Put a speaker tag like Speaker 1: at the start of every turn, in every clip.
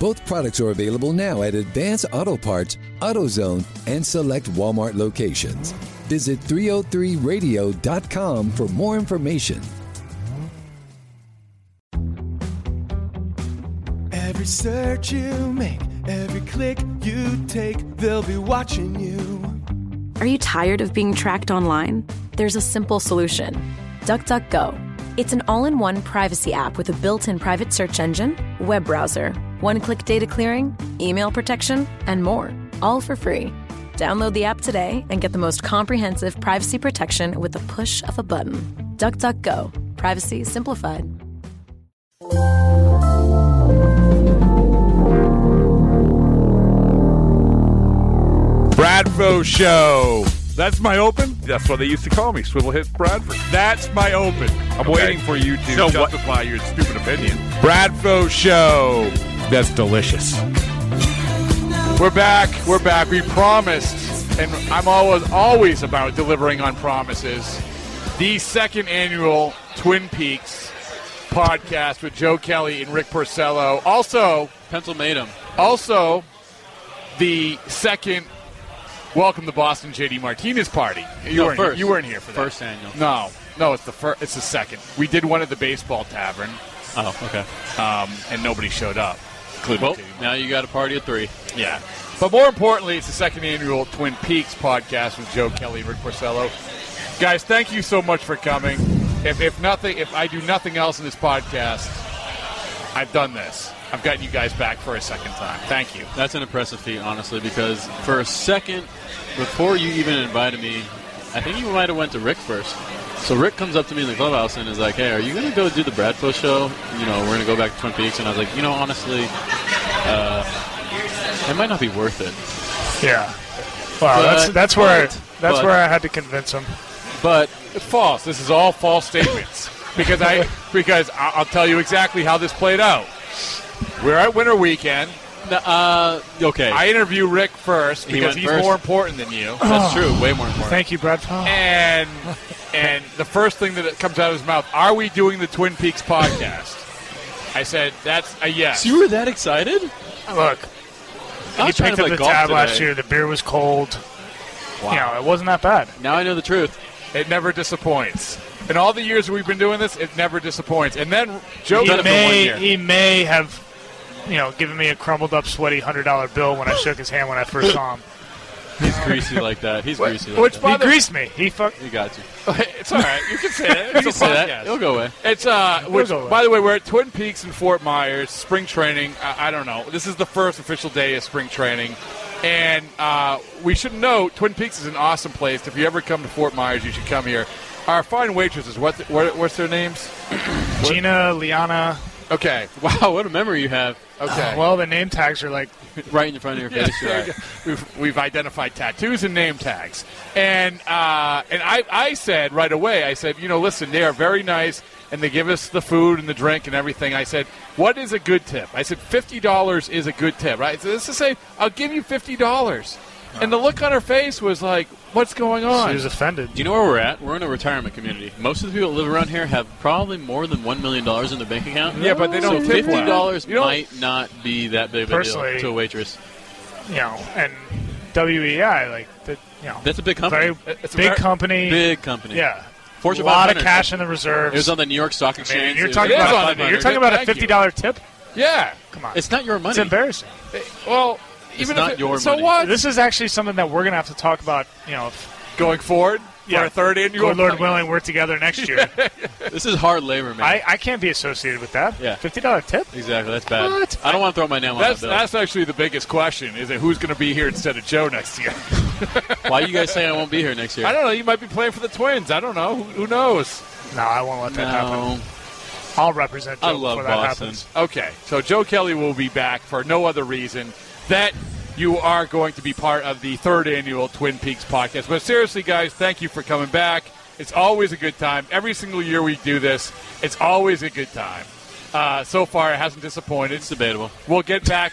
Speaker 1: Both products are available now at Advance Auto Parts, AutoZone, and select Walmart locations. Visit 303radio.com for more information.
Speaker 2: Every search you make, every click you take, they'll be watching you.
Speaker 3: Are you tired of being tracked online? There's a simple solution DuckDuckGo. It's an all in one privacy app with a built in private search engine, web browser, one click data clearing, email protection, and more, all for free. Download the app today and get the most comprehensive privacy protection with the push of a button. DuckDuckGo. Privacy simplified.
Speaker 4: Bradfo Show. That's my open. That's what they used to call me, Swivel Hits Bradford. That's my open. I'm waiting for you to
Speaker 5: So what-
Speaker 4: justify your stupid opinion. Bradfo Show. That's delicious.
Speaker 5: We're back. We're back. We promised, and I'm always always about delivering on promises. The second annual Twin Peaks podcast with Joe Kelly and Rick Porcello. Also,
Speaker 6: Pennsylvania.
Speaker 5: also the second Welcome to Boston JD Martinez party. You
Speaker 6: No,
Speaker 5: weren't
Speaker 6: first.
Speaker 5: Here, you weren't here for that.
Speaker 6: First annual.
Speaker 5: No, no, it's the first. It's the second. We did one at the baseball tavern,
Speaker 6: Oh, okay.
Speaker 5: um, and nobody showed up. including
Speaker 6: Well,
Speaker 5: JD Martinez.
Speaker 6: now you got a party of three.
Speaker 5: Yeah. But more importantly, it's the second annual Twin Peaks podcast with Joe Kelly, Rick Porcello. Guys, thank you so much for coming. If, if nothing, if I do nothing else in this podcast, I've done this. I've gotten you guys back for a second time. Thank you.
Speaker 6: That's an impressive feat, honestly, because for a second, before you even invited me, I think you might have went to Rick first. So Rick comes up to me in the clubhouse and is like, "Hey, are you going to go do the Bradfo show? You know, we're going to go back to Twin Peaks." And I was like, "You know, honestly, uh, it might not be worth it."
Speaker 7: Yeah. Wow, that's
Speaker 6: But-
Speaker 7: that's where
Speaker 6: but-
Speaker 7: that's
Speaker 6: but-
Speaker 7: where I had to convince him.
Speaker 6: But
Speaker 5: It's false. This is all false statements because I because I- I'll tell you exactly how this played out. We're at winter weekend.
Speaker 6: uh, okay,
Speaker 5: I interview Rick first
Speaker 6: He
Speaker 5: because
Speaker 6: went
Speaker 5: he's
Speaker 6: first.
Speaker 5: more important than you.
Speaker 6: that's true. Way more important.
Speaker 7: Thank you, Brad. Oh,
Speaker 5: and and the first thing that comes out of his mouth, are we doing the Twin Peaks podcast? I said, that's a yes.
Speaker 6: So you were that excited?
Speaker 7: look,
Speaker 6: I
Speaker 7: he
Speaker 6: was trying
Speaker 7: picked
Speaker 6: to
Speaker 7: up
Speaker 6: play
Speaker 7: the
Speaker 6: golf
Speaker 7: tab last
Speaker 6: today.
Speaker 7: year. The beer was cold. You know, it wasn't that bad.
Speaker 6: Now I know the truth.
Speaker 5: it never disappoints. In all the years we've been doing this, it never disappoints. And then Joe
Speaker 7: He
Speaker 6: done it for one year.
Speaker 7: may he may have, you know, given me a crumbled up, sweaty hundred dollar bill when I shook his hand when I first saw him.
Speaker 6: He's greasy like that. He's greasy like
Speaker 5: which
Speaker 6: that.
Speaker 5: by
Speaker 7: He
Speaker 5: the-
Speaker 7: greased me. He fuck.
Speaker 6: You got you.
Speaker 5: it's all right. You can say it.
Speaker 6: You
Speaker 5: It's a
Speaker 6: can say
Speaker 5: podcast.
Speaker 6: that. It'll go away.
Speaker 5: It's uh, which
Speaker 7: go away.
Speaker 5: by the way, we're at Twin Peaks in Fort Myers, spring training. I, I don't know. This is the first official day of spring training, and uh, we should know Twin Peaks is an awesome place. If you ever come to Fort Myers, you should come here. Our fine waitresses, what, what what's their names?
Speaker 7: Gina, Liana.
Speaker 5: Okay,
Speaker 6: Wow, what a memory you have
Speaker 5: okay.
Speaker 7: Well, the name tags are like
Speaker 6: right in front of your
Speaker 5: Yeah,
Speaker 6: face.
Speaker 5: there you go. we've, we've identified tattoos and name tags. And uh, and I, I said right away, I said, you know, listen, they are very nice, and they give us the food and the drink and everything. I said, what is a good tip? I said, fifty dollars is a good tip, right? So this is say, I'll give you fifty dollars. And the look on her face was like, what's going on?
Speaker 7: she was offended.
Speaker 6: Do you know where we're at? We're in a retirement community. Most of the people that live around here have probably more than one million dollars in their bank account.
Speaker 5: Yeah, but they don't
Speaker 6: So
Speaker 5: tip
Speaker 6: fifty
Speaker 5: well.
Speaker 6: dollars
Speaker 5: You don't-
Speaker 6: might not be that big of a deal
Speaker 7: Personally-
Speaker 6: to a waitress.
Speaker 7: You know, and WEI like the, you know
Speaker 6: That's a big company.
Speaker 7: very
Speaker 5: It's a
Speaker 7: big
Speaker 5: very-
Speaker 7: company.
Speaker 6: big company.
Speaker 7: Yeah,
Speaker 6: Fortune
Speaker 7: a lot
Speaker 6: 500.
Speaker 7: of cash in the reserves.
Speaker 6: It was on the New York Stock
Speaker 7: I mean,
Speaker 6: Exchange.
Speaker 7: you're
Speaker 6: It
Speaker 7: talking
Speaker 6: was
Speaker 5: on
Speaker 7: about
Speaker 5: 500.
Speaker 7: you're talking about a
Speaker 5: Thank you.
Speaker 7: fifty dollar tip.
Speaker 5: yeah.
Speaker 7: Come on,
Speaker 6: It's not your money.
Speaker 7: It's embarrassing.
Speaker 5: Well, even if
Speaker 6: not
Speaker 5: it-
Speaker 6: your
Speaker 5: so
Speaker 6: money.
Speaker 5: what?
Speaker 7: This is actually something that we're gonna have to talk about. You know, if,
Speaker 5: going forward.
Speaker 7: Yeah.
Speaker 5: our third annual.
Speaker 7: Good Lord willing, we're together next year.
Speaker 6: This is hard labor, man.
Speaker 7: I, I can't be associated with that.
Speaker 6: Yeah.
Speaker 7: Fifty dollar tip.
Speaker 6: exactly. That's bad.
Speaker 7: What?
Speaker 6: I don't want to throw my name on
Speaker 5: That's
Speaker 6: that bill.
Speaker 5: that's actually the biggest question: is it who's going to be here instead of Joe next year?
Speaker 6: Why you guys saying I won't be here next year?
Speaker 5: I don't know. You might be playing for the Twins. I don't know. Who, who knows?
Speaker 7: No, I won't let that happen.
Speaker 6: No.
Speaker 7: I'll represent Joe
Speaker 6: I love
Speaker 7: before that
Speaker 6: Boston.
Speaker 7: happens.
Speaker 5: Okay, so Joe Kelly will be back for no other reason that you are going to be part of the third annual Twin Peaks podcast. But seriously, guys, thank you for coming back. It's always a good time. Every single year we do this, it's always a good time. Uh, so far, it hasn't disappointed.
Speaker 6: It's debatable.
Speaker 5: We'll get back.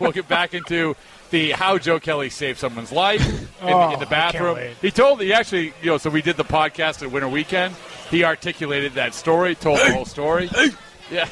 Speaker 5: we'll get back into the how Joe Kelly saved someone's life in, the,
Speaker 7: Oh,
Speaker 5: in the
Speaker 7: I can't
Speaker 5: bathroom.
Speaker 7: wait.
Speaker 5: He told. He actually, you know, so we did the podcast at Winter Weekend. He articulated that story, told the whole story. Yeah,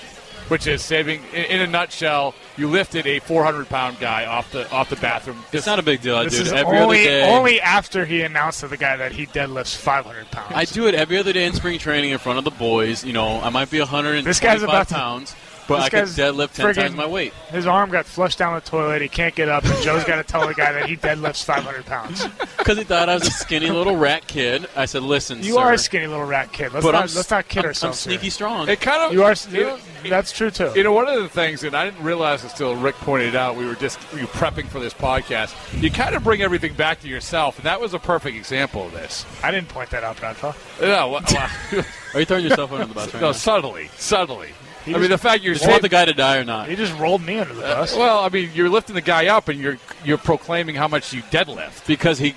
Speaker 5: which is saving. In, in a nutshell, you lifted a 400 pound guy off the off the bathroom.
Speaker 6: It's not a big deal. I
Speaker 7: This
Speaker 6: do it
Speaker 7: is
Speaker 6: every
Speaker 7: only
Speaker 6: other day.
Speaker 7: only after he announced to the guy that he deadlifts five hundred pounds.
Speaker 6: I do it every other day in spring training in front of the boys. You know, I might be 125
Speaker 7: This guy's about to-
Speaker 6: pounds, but
Speaker 7: this
Speaker 6: I could
Speaker 7: guy's
Speaker 6: deadlift 10 times
Speaker 7: friggin-
Speaker 6: my weight.
Speaker 7: His arm got flushed down the toilet. He can't get up, and Joe's got to tell the guy that he deadlifts 500 pounds.
Speaker 6: Because he thought I was a skinny little rat kid. I said, listen,
Speaker 7: You
Speaker 6: sir,
Speaker 7: are a skinny little rat kid. Let's,
Speaker 6: but
Speaker 7: not,
Speaker 6: I'm,
Speaker 7: let's not kid
Speaker 6: I'm,
Speaker 7: ourselves.
Speaker 6: I'm sneaky
Speaker 7: here.
Speaker 6: strong.
Speaker 5: It kind of
Speaker 7: You are.
Speaker 5: you
Speaker 7: You,
Speaker 5: know,
Speaker 7: that's true too.
Speaker 5: You know, one of the things, and I didn't realize this until Rick pointed it out, we were just we were prepping for this podcast. You kind of bring everything back to yourself, and that was a perfect example of this.
Speaker 7: I didn't point that out, Bradford.
Speaker 5: No, well, well,
Speaker 6: are you throwing yourself under the bus right
Speaker 5: no
Speaker 6: now?
Speaker 5: subtly, subtly. I
Speaker 7: was-
Speaker 5: mean, the fact you're
Speaker 6: Do you want the
Speaker 5: saving,
Speaker 6: guy to die or not?
Speaker 7: He just rolled me under the bus.
Speaker 6: Uh,
Speaker 5: well, I mean, you're lifting the guy up, and you're you're proclaiming how much you deadlift.
Speaker 6: Because he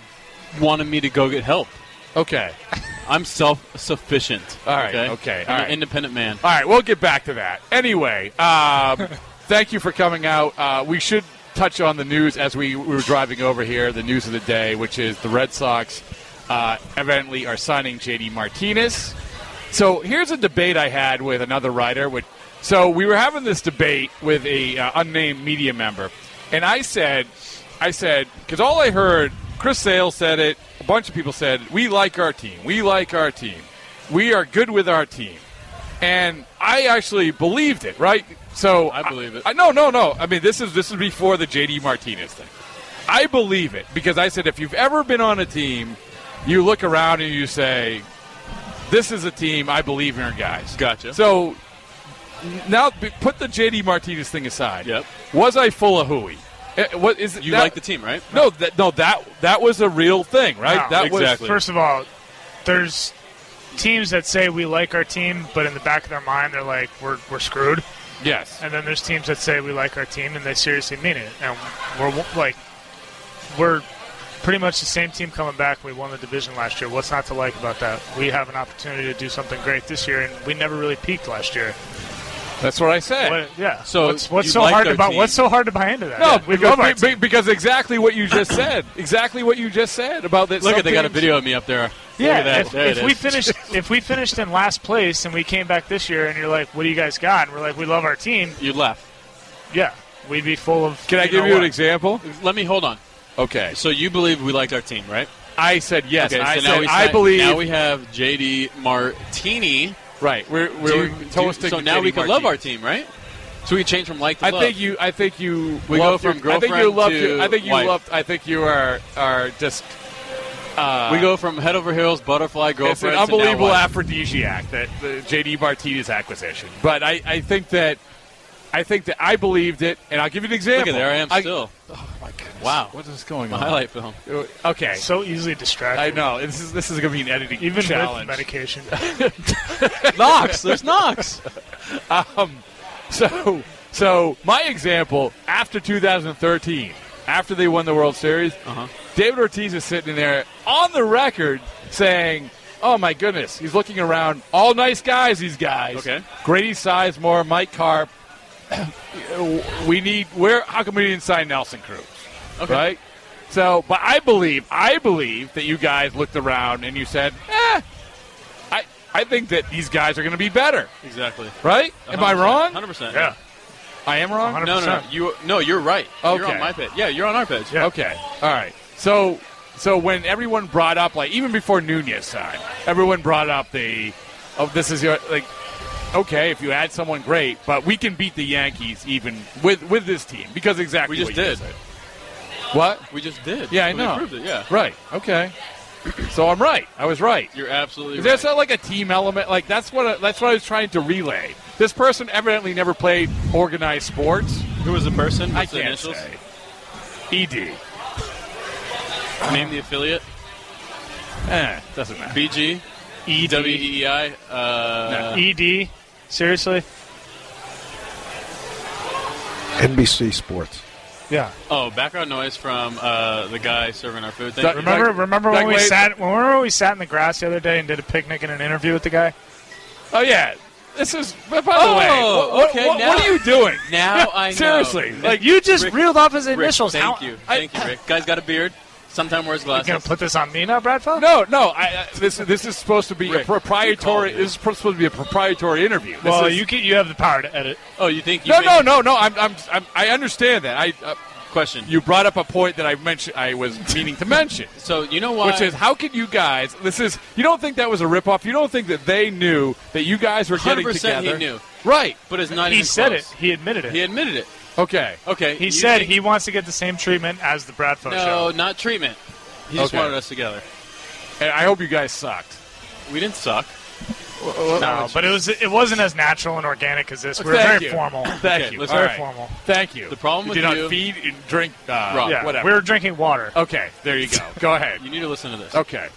Speaker 6: wanted me to go get help.
Speaker 5: Okay,
Speaker 6: I'm self-sufficient.
Speaker 5: All right,
Speaker 6: Okay.
Speaker 5: okay,
Speaker 6: I'm
Speaker 5: all
Speaker 6: an
Speaker 5: right.
Speaker 6: independent man.
Speaker 7: Uh,
Speaker 5: all right, we'll get back to that. Anyway, um, thank you for coming out. Uh, we should touch on the news as we, we were driving over here. The news of the day, which is the Red Sox, uh, evidently are signing JD Martinez. So here's a debate I had with another writer. Which, so we were having this debate with a uh, unnamed media member, and I said, I said, because all I heard, Chris Sale said it, a bunch of people said, we like our team, we like our team, we are good with our team, and I actually believed it, right? So
Speaker 6: I believe it.
Speaker 5: I, no, no, no. I mean, this is this is before the JD Martinez thing. I believe it because I said if you've ever been on a team, you look around and you say, this is a team I believe in, our guys.
Speaker 6: Gotcha.
Speaker 5: So now b- put the JD Martinez thing aside.
Speaker 6: Yep.
Speaker 5: Was I full of hooey? Eh, What is it?
Speaker 6: You
Speaker 5: that-
Speaker 6: like the team, right?
Speaker 5: No, that, no, that that was a real thing, right?
Speaker 7: No,
Speaker 5: that
Speaker 6: exactly.
Speaker 5: was
Speaker 7: First of all, there's teams that say we like our team, but in the back of their mind, they're like, we're, we're screwed.
Speaker 5: yes.
Speaker 7: And then there's teams that say we like our team and they seriously mean it. And we're like, we're pretty much the same team coming back. We won the division last year. What's not to like about that? We have an opportunity to do something great this year, and we never really peaked last year.
Speaker 5: That's what I said.
Speaker 7: What, yeah.
Speaker 6: Eh. So
Speaker 7: what's, what's
Speaker 6: you
Speaker 7: so
Speaker 6: like
Speaker 7: hard
Speaker 6: their
Speaker 7: about
Speaker 6: team.
Speaker 7: what's so hard to buy into that?
Speaker 5: No,
Speaker 7: we
Speaker 5: because,
Speaker 7: love our
Speaker 5: be- be-
Speaker 7: team.
Speaker 5: because exactly what you just said. Exactly what you just said about that.
Speaker 6: Look
Speaker 5: some
Speaker 6: at they got a
Speaker 5: teams-
Speaker 6: video of me up there. Look
Speaker 7: Yeah,
Speaker 6: at that.
Speaker 7: if,
Speaker 6: there
Speaker 7: if
Speaker 6: it
Speaker 7: we
Speaker 6: is.
Speaker 7: finished if we finished in last place and we came back this year, and you're like, "What do you guys got?" and we're like, "We love our team."
Speaker 6: you left.
Speaker 7: Yeah, we'd be full of.
Speaker 5: Can I
Speaker 7: know
Speaker 5: give you
Speaker 7: what.
Speaker 5: an example?
Speaker 6: Let me hold on.
Speaker 5: Okay.
Speaker 6: So you believe we liked our team, right?
Speaker 5: I said yes.
Speaker 6: Okay,
Speaker 5: I
Speaker 6: so now
Speaker 5: said
Speaker 6: we
Speaker 5: I
Speaker 6: sign-
Speaker 5: believe.
Speaker 6: Now we have JD Martini.
Speaker 5: right. We're,
Speaker 6: Do
Speaker 5: we're
Speaker 6: you- do you-
Speaker 5: toasting.
Speaker 6: so
Speaker 5: to
Speaker 6: now
Speaker 5: JD
Speaker 6: we can love
Speaker 5: Martinez.
Speaker 6: our team, right? So we can change from like to
Speaker 5: I
Speaker 6: love.
Speaker 5: think you. I think you.
Speaker 6: We
Speaker 5: loved
Speaker 6: go from
Speaker 5: your- I think you
Speaker 6: girlfriend
Speaker 5: loved.
Speaker 6: to
Speaker 5: your- I think you
Speaker 6: wife.
Speaker 5: loved. I think you are are just.
Speaker 6: we go from head over heels, butterfly
Speaker 5: It's an
Speaker 6: girlfriend. to now
Speaker 5: unbelievable
Speaker 6: wife.
Speaker 5: aphrodisiac that the JD Martinez acquisition. But I, I think that. I think that I believed it, and I'll give you an
Speaker 6: Look
Speaker 5: example.
Speaker 6: at there I am still.
Speaker 5: Oh my goodness!
Speaker 6: Wow.
Speaker 5: what is going
Speaker 6: My
Speaker 5: on?
Speaker 6: highlight film.
Speaker 5: Okay,
Speaker 7: So easily distracted.
Speaker 5: I know this is this is going to be an editing
Speaker 7: Even
Speaker 5: challenge.
Speaker 7: with medication.
Speaker 6: Knox. There's Knox.
Speaker 5: So, so my example after 2013, after they won the World Series,
Speaker 6: Uh-huh.
Speaker 5: David Ortiz is sitting there on the record saying, "Oh my goodness, he's looking around. All nice guys, these guys.
Speaker 6: Okay.
Speaker 5: Grady Sizemore, Mike Carp. we need. Where? How come we didn't sign Nelson Cruz?
Speaker 6: Okay.
Speaker 5: Right. So, but I believe, I believe that you guys looked around and you said, eh, I, I think that these guys are going to be better,
Speaker 6: Exactly.
Speaker 5: right? Am I wrong?
Speaker 6: Hundred percent.
Speaker 7: yeah.
Speaker 5: I am wrong.
Speaker 6: No, no, no. You no. You're right. You're
Speaker 5: Okay.
Speaker 6: on my page. Yeah, you're on our page.
Speaker 7: Yeah.
Speaker 5: Okay. All right. So so when everyone brought up like even before Nunez time, everyone brought up the oh this is your like okay, if you add someone great, but we can beat the Yankees even with with this team because exactly
Speaker 6: We just
Speaker 5: what you
Speaker 6: did.
Speaker 5: said. What?
Speaker 6: We just did.
Speaker 5: Yeah, I
Speaker 6: We
Speaker 5: know.
Speaker 6: proved it. Yeah.
Speaker 5: Right. Okay. so I'm right. I was right.
Speaker 6: You're absolutely
Speaker 5: There's
Speaker 6: right.
Speaker 5: not like a team element. Like that's what that's what I was trying to relay. This person evidently never played organized sports.
Speaker 6: Who was the person?
Speaker 5: I
Speaker 6: What's the
Speaker 5: can't
Speaker 6: initials?
Speaker 5: say. E Ed.
Speaker 6: Name the affiliate.
Speaker 5: Eh, doesn't matter.
Speaker 6: BG.
Speaker 7: ED.
Speaker 6: WEEI. E Uh,
Speaker 7: ED. E Seriously?
Speaker 8: NBC Sports.
Speaker 7: Yeah.
Speaker 6: Oh, background noise from uh, the guy serving our food. Thank
Speaker 5: That-
Speaker 6: you.
Speaker 7: Remember, remember when
Speaker 5: Doug
Speaker 7: we
Speaker 5: Wade-
Speaker 7: sat? Remember when we sat in the grass the other day and did a picnic and an interview with the guy?
Speaker 5: Oh yeah. This is. By the way,
Speaker 6: Oh,
Speaker 5: what, what-
Speaker 6: okay,
Speaker 5: what-
Speaker 6: now-
Speaker 5: what are you doing?
Speaker 6: Now I know.
Speaker 5: Seriously, like
Speaker 7: You just
Speaker 6: Rick-
Speaker 7: reeled off his
Speaker 6: Rick,
Speaker 7: initials.
Speaker 6: Thank
Speaker 7: How-
Speaker 6: you. Thank you, Rick. Guy's got a beard. Sometime wears
Speaker 7: You gonna
Speaker 6: glasses.
Speaker 7: put this on me now, Bradfeld?
Speaker 5: No, no. I, I, this this is supposed to be
Speaker 6: Rick,
Speaker 5: a proprietary.
Speaker 6: you called it.
Speaker 5: This is supposed to be a proprietary interview. This
Speaker 7: Well,
Speaker 5: is-
Speaker 7: you can, you have the power to edit.
Speaker 6: Oh, you think? You
Speaker 5: No,
Speaker 6: made-
Speaker 5: no, no, no. I'm, I'm, I'm I understand that. I uh,
Speaker 6: Question.
Speaker 5: you brought up a point that I mentioned. I was meaning to mention,
Speaker 6: So you know why?
Speaker 5: which is how can you guys? This is you don't think that was a ripoff. You don't think that they knew that you guys were getting
Speaker 6: 100%
Speaker 5: together.
Speaker 6: he knew.
Speaker 5: Right.
Speaker 6: but it's not
Speaker 7: He
Speaker 6: even
Speaker 7: said
Speaker 6: close.
Speaker 7: it. He admitted it.
Speaker 6: He admitted it.
Speaker 5: Okay.
Speaker 6: Okay.
Speaker 7: He
Speaker 6: you
Speaker 7: said
Speaker 6: think-
Speaker 7: he wants to get the same treatment as the Bradfeld
Speaker 6: No,
Speaker 7: show.
Speaker 6: not treatment. He just
Speaker 5: Okay.
Speaker 6: wanted us together.
Speaker 5: And I hope you guys sucked.
Speaker 6: We didn't suck.
Speaker 7: No, Uh, but it was it wasn't as natural and organic as this. We were
Speaker 5: Thank
Speaker 7: very
Speaker 5: you.
Speaker 7: formal.
Speaker 5: Thank
Speaker 6: Okay,
Speaker 5: you.
Speaker 6: let's-
Speaker 5: All
Speaker 7: very
Speaker 5: right.
Speaker 7: formal.
Speaker 5: Thank you.
Speaker 6: The problem
Speaker 5: you
Speaker 6: with
Speaker 5: did not
Speaker 6: you-
Speaker 5: feed and drink. Uh,
Speaker 6: Wrong.
Speaker 7: Yeah,
Speaker 5: Whatever. Oh,
Speaker 7: we were drinking water.
Speaker 5: okay. There you go. Go ahead.
Speaker 6: You need to listen to this.
Speaker 5: Okay.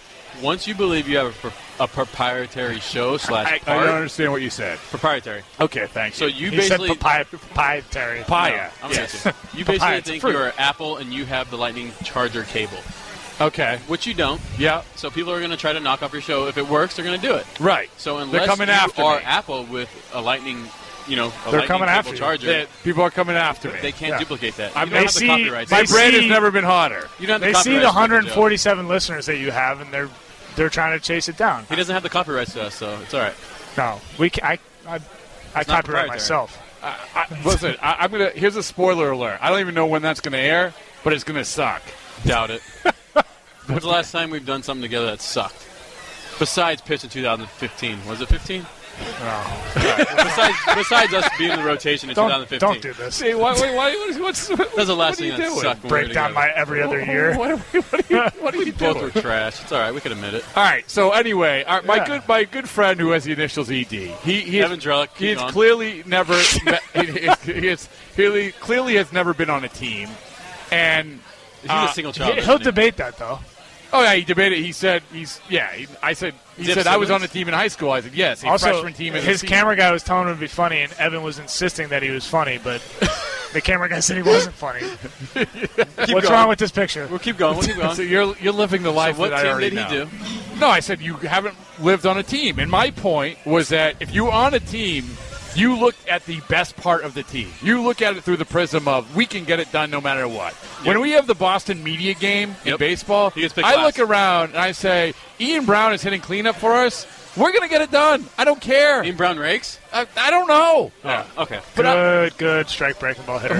Speaker 6: Once you believe you have a, pro- a proprietary show
Speaker 5: I,
Speaker 6: slash
Speaker 5: I don't
Speaker 6: part,
Speaker 5: understand what you said.
Speaker 6: proprietary.
Speaker 5: Okay. Thank
Speaker 6: So
Speaker 5: you.
Speaker 6: you
Speaker 7: he said
Speaker 6: basically
Speaker 7: papaya, papaya, Terry.
Speaker 5: papaya.
Speaker 6: Oh, I'm
Speaker 5: yes.
Speaker 6: with you. You
Speaker 7: Papaya,
Speaker 6: basically
Speaker 7: it's a
Speaker 6: think
Speaker 7: fruit.
Speaker 6: you're Apple and you have the Lightning charger cable,
Speaker 5: okay.
Speaker 6: which you don't.
Speaker 5: Yeah.
Speaker 6: So people are going to try to knock off your show. If it works, they're going to do it.
Speaker 5: Right.
Speaker 6: So unless
Speaker 5: they're coming
Speaker 6: you
Speaker 5: after
Speaker 6: are
Speaker 5: me.
Speaker 6: Apple with a Lightning, you know, a
Speaker 7: They're
Speaker 6: Lightning
Speaker 7: coming
Speaker 6: cable
Speaker 7: after you.
Speaker 6: charger,
Speaker 5: They- people are coming after me.
Speaker 6: they can't
Speaker 7: Yeah.
Speaker 6: duplicate that.
Speaker 5: I'm-
Speaker 6: you don't
Speaker 5: they
Speaker 6: have the
Speaker 7: see-
Speaker 6: copyrights.
Speaker 7: they
Speaker 5: My
Speaker 7: see-
Speaker 5: bread has never been hotter.
Speaker 6: you don't have
Speaker 7: They
Speaker 6: the
Speaker 7: see the
Speaker 6: copyrights to Joe.
Speaker 7: 147 listeners that you have, and they're they're trying to chase it down.
Speaker 6: He doesn't have the copyrights to us, so it's all right.
Speaker 7: No, we ca I I, I
Speaker 6: proprietary.
Speaker 7: copyright myself.
Speaker 5: I, I, listen, I, I'm gonna. Here's a spoiler alert. I don't even know when that's gonna air, but it's gonna suck.
Speaker 6: Doubt it. When's the last time we've done something together that sucked? Besides pitch in 2015, was it 15?
Speaker 7: No,
Speaker 6: besides, besides us being in the rotation in
Speaker 7: Oh. don't
Speaker 6: 2015,
Speaker 7: don't do this.
Speaker 5: See, why, why, why, what's, what's, what,
Speaker 6: That's the last
Speaker 5: what
Speaker 6: thing
Speaker 5: are you
Speaker 6: that
Speaker 5: doing?
Speaker 6: sucked. when we
Speaker 7: Break
Speaker 6: were
Speaker 7: down my
Speaker 6: together.
Speaker 7: every other year.
Speaker 5: What, are we- what are you, what are you doing?
Speaker 6: Both were trash. It's all right. We can admit it.
Speaker 5: All right. So anyway, our, my
Speaker 7: Yeah.
Speaker 5: good my good friend who has the initials ED. He he
Speaker 6: Evan Drellick, keep
Speaker 5: He has
Speaker 6: going.
Speaker 5: clearly never. met, he, he, he has clearly clearly has never been on a team, and
Speaker 6: He's a single child.
Speaker 7: He, will
Speaker 6: isn't he?
Speaker 7: debate that though.
Speaker 5: oh yeah, he debated. He said he's yeah. He, I said he
Speaker 6: Zip
Speaker 5: said I was on
Speaker 6: Simmons?
Speaker 5: a team in high school. I said yes. A
Speaker 7: Also,
Speaker 5: freshman team. as a
Speaker 7: his
Speaker 5: senior.
Speaker 7: camera guy was telling him to be funny, and Evan was insisting that he was funny, but the camera guy said he wasn't funny. What's wrong with this picture?
Speaker 6: We'll keep going. We'll keep going.
Speaker 5: So you're you're living the life
Speaker 6: So what
Speaker 5: that I
Speaker 6: team
Speaker 5: already
Speaker 6: did he
Speaker 5: know.
Speaker 6: do?
Speaker 5: No, I said you haven't lived on a team. And my point was that if you're on a team, you look at the best part of the team. You look at it through the prism of we can get it done no matter what. When we have the Boston media game in
Speaker 6: Yep.
Speaker 5: baseball,
Speaker 6: He gets picked
Speaker 5: I
Speaker 6: last.
Speaker 5: look around and I say, Ian Brown is hitting cleanup for us. We're going to get it done. I don't care.
Speaker 6: Ian Brown rakes.
Speaker 5: I, I don't know.
Speaker 6: Oh, okay.
Speaker 5: But I-
Speaker 7: good, good strike breaking ball hitter.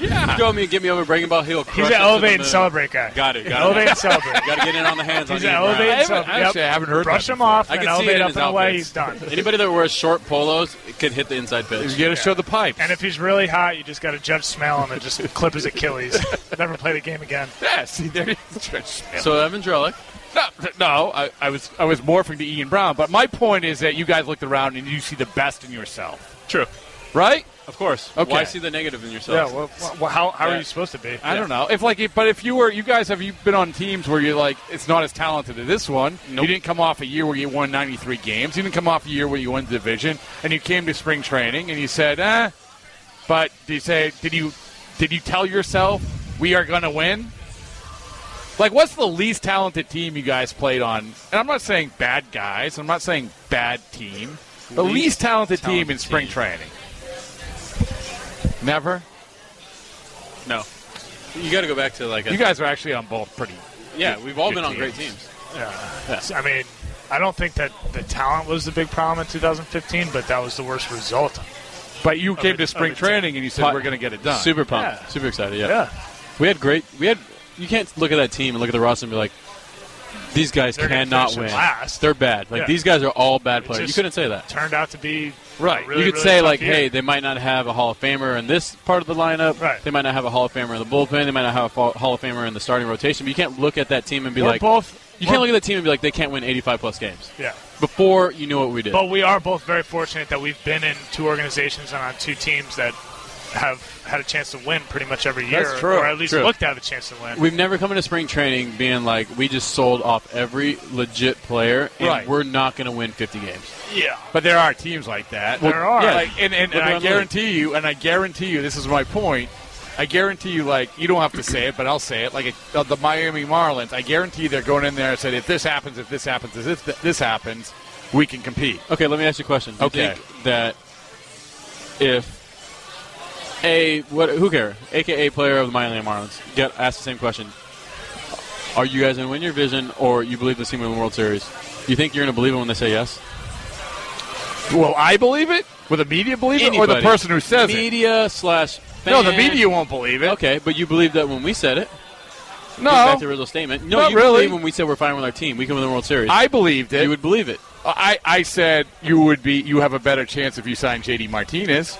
Speaker 5: yeah.
Speaker 6: Throw me, get me over breaking ball. He'll.
Speaker 7: He's an elevate and celebrate guy.
Speaker 6: Got it. Got
Speaker 7: Elevate
Speaker 6: it.
Speaker 7: and celebrate.
Speaker 6: Got to get in on the hands.
Speaker 7: He's
Speaker 6: on
Speaker 7: an
Speaker 6: Ian Brown.
Speaker 7: elevate
Speaker 5: I
Speaker 7: and
Speaker 5: haven't-
Speaker 7: celebrate.
Speaker 5: actually, I haven't heard
Speaker 7: Brush
Speaker 5: that
Speaker 7: him off
Speaker 6: I
Speaker 7: and
Speaker 6: can see it
Speaker 7: elevate
Speaker 6: in
Speaker 7: up
Speaker 6: his
Speaker 7: and away.
Speaker 6: outfits.
Speaker 7: He's done.
Speaker 6: Anybody that wears short polos could hit the inside
Speaker 5: You
Speaker 6: pitch.
Speaker 5: got to show the pipes.
Speaker 7: And if he's really hot, you just got to judge smell him and just clip his Achilles. Never play the game again.
Speaker 5: yeah, see, there it is.
Speaker 6: So Evan Drellick.
Speaker 5: No, no I, I was I was morphing to Ian Brown, but my point is that you guys looked around and you see the best in yourself,
Speaker 6: True.
Speaker 5: right?
Speaker 6: Of course.
Speaker 5: Okay.
Speaker 6: Why see the negative in yourself?
Speaker 7: Yeah, well, well, how, how
Speaker 6: Yeah.
Speaker 7: are you supposed to be?
Speaker 5: I don't know if like, if, but if you were, you guys have you been on teams where you're like, it's not as talented as this one. You didn't come off a year where you won 93 games. You didn't come off a year where you won the division, and you came to spring training and you said, eh. But did you say did you did you tell yourself we are going to win? Like, what's the least talented team you guys played on? And I'm not saying bad guys. I'm not saying bad team. The least,
Speaker 6: Least
Speaker 5: talented, team
Speaker 6: talented
Speaker 5: in spring
Speaker 6: team.
Speaker 5: training. Never.
Speaker 6: no. You got to go back to like. A,
Speaker 5: You guys are actually on both pretty.
Speaker 6: yeah, we've all
Speaker 5: good
Speaker 6: been on great
Speaker 5: teams.
Speaker 6: teams.
Speaker 7: I mean, I don't think that the talent was the big problem in 2015, but that was the worst result.
Speaker 5: But you came
Speaker 7: a-
Speaker 5: to spring
Speaker 7: of a team.
Speaker 5: training and you said we're going to get it done.
Speaker 6: Super pumped.
Speaker 7: Yeah.
Speaker 6: Super excited. Yeah.
Speaker 7: Yeah.
Speaker 6: We had great. We had. You can't look at that team and look at the roster and be like, these guys
Speaker 7: They're gonna
Speaker 6: cannot
Speaker 7: finish
Speaker 6: win.
Speaker 7: in last.
Speaker 6: They're bad. Like
Speaker 7: Yeah.
Speaker 6: these guys are all bad players. You
Speaker 7: just
Speaker 6: couldn't say that.
Speaker 7: Turned out to be
Speaker 5: Right.
Speaker 7: a really,
Speaker 6: you could
Speaker 7: really
Speaker 6: say
Speaker 7: tough
Speaker 6: like,
Speaker 7: year.
Speaker 6: hey, they might not have a Hall of Famer in this part of the lineup.
Speaker 7: Right.
Speaker 6: They might not have a Hall of Famer in the bullpen. They might not have a fa- Hall of Famer in the starting rotation. But you can't look at that team and be
Speaker 7: We're
Speaker 6: like,
Speaker 7: both-
Speaker 6: You can't
Speaker 7: we're-
Speaker 6: look at that team and be like, they can't win 85 plus games.
Speaker 7: Yeah.
Speaker 6: Before you knew what we did.
Speaker 7: But we are both very fortunate that we've been in two organizations and on two teams that have had a chance to win pretty much every year,
Speaker 5: That's true.
Speaker 7: or at least
Speaker 6: True.
Speaker 7: looked to have a chance to win.
Speaker 6: We've never come into spring training being like, we just sold off every legit player, and
Speaker 5: Right.
Speaker 6: we're not going to win 50 games.
Speaker 7: yeah.
Speaker 5: But there are teams like that.
Speaker 7: Well, There are.
Speaker 5: Yeah, like, and
Speaker 6: Look
Speaker 5: and, and I
Speaker 6: around the
Speaker 5: guarantee you, and I guarantee you, this is my point. I guarantee you, like you don't have to say it, but I'll say it. Like uh, the Miami Marlins, I guarantee they're going in there and said, if this happens, if this happens, if this, this happens, we can compete.
Speaker 6: Okay, let me ask you a question. Do
Speaker 5: Okay.
Speaker 6: you think that if a what who care, aka player of the Miami Marlins, get asked the same question, are you guys going to win your vision, or you believe this team will win the World Series? You think you're going to believe it when they say yes?
Speaker 5: Will I believe it? Will the media believe it, or the
Speaker 6: Anybody.
Speaker 5: person who says it?
Speaker 6: media slash fan.
Speaker 5: No, the media won't believe it.
Speaker 6: Okay, but you believe that when we said it. Goes
Speaker 5: No,
Speaker 6: back to the original statement. No,
Speaker 5: Not
Speaker 6: you
Speaker 5: really.
Speaker 6: believe when we said we're fine with our team, we can win the World Series.
Speaker 5: I believed it.
Speaker 6: you would believe it.
Speaker 5: I, I said you would be. You have a better chance if you sign JD Martinez.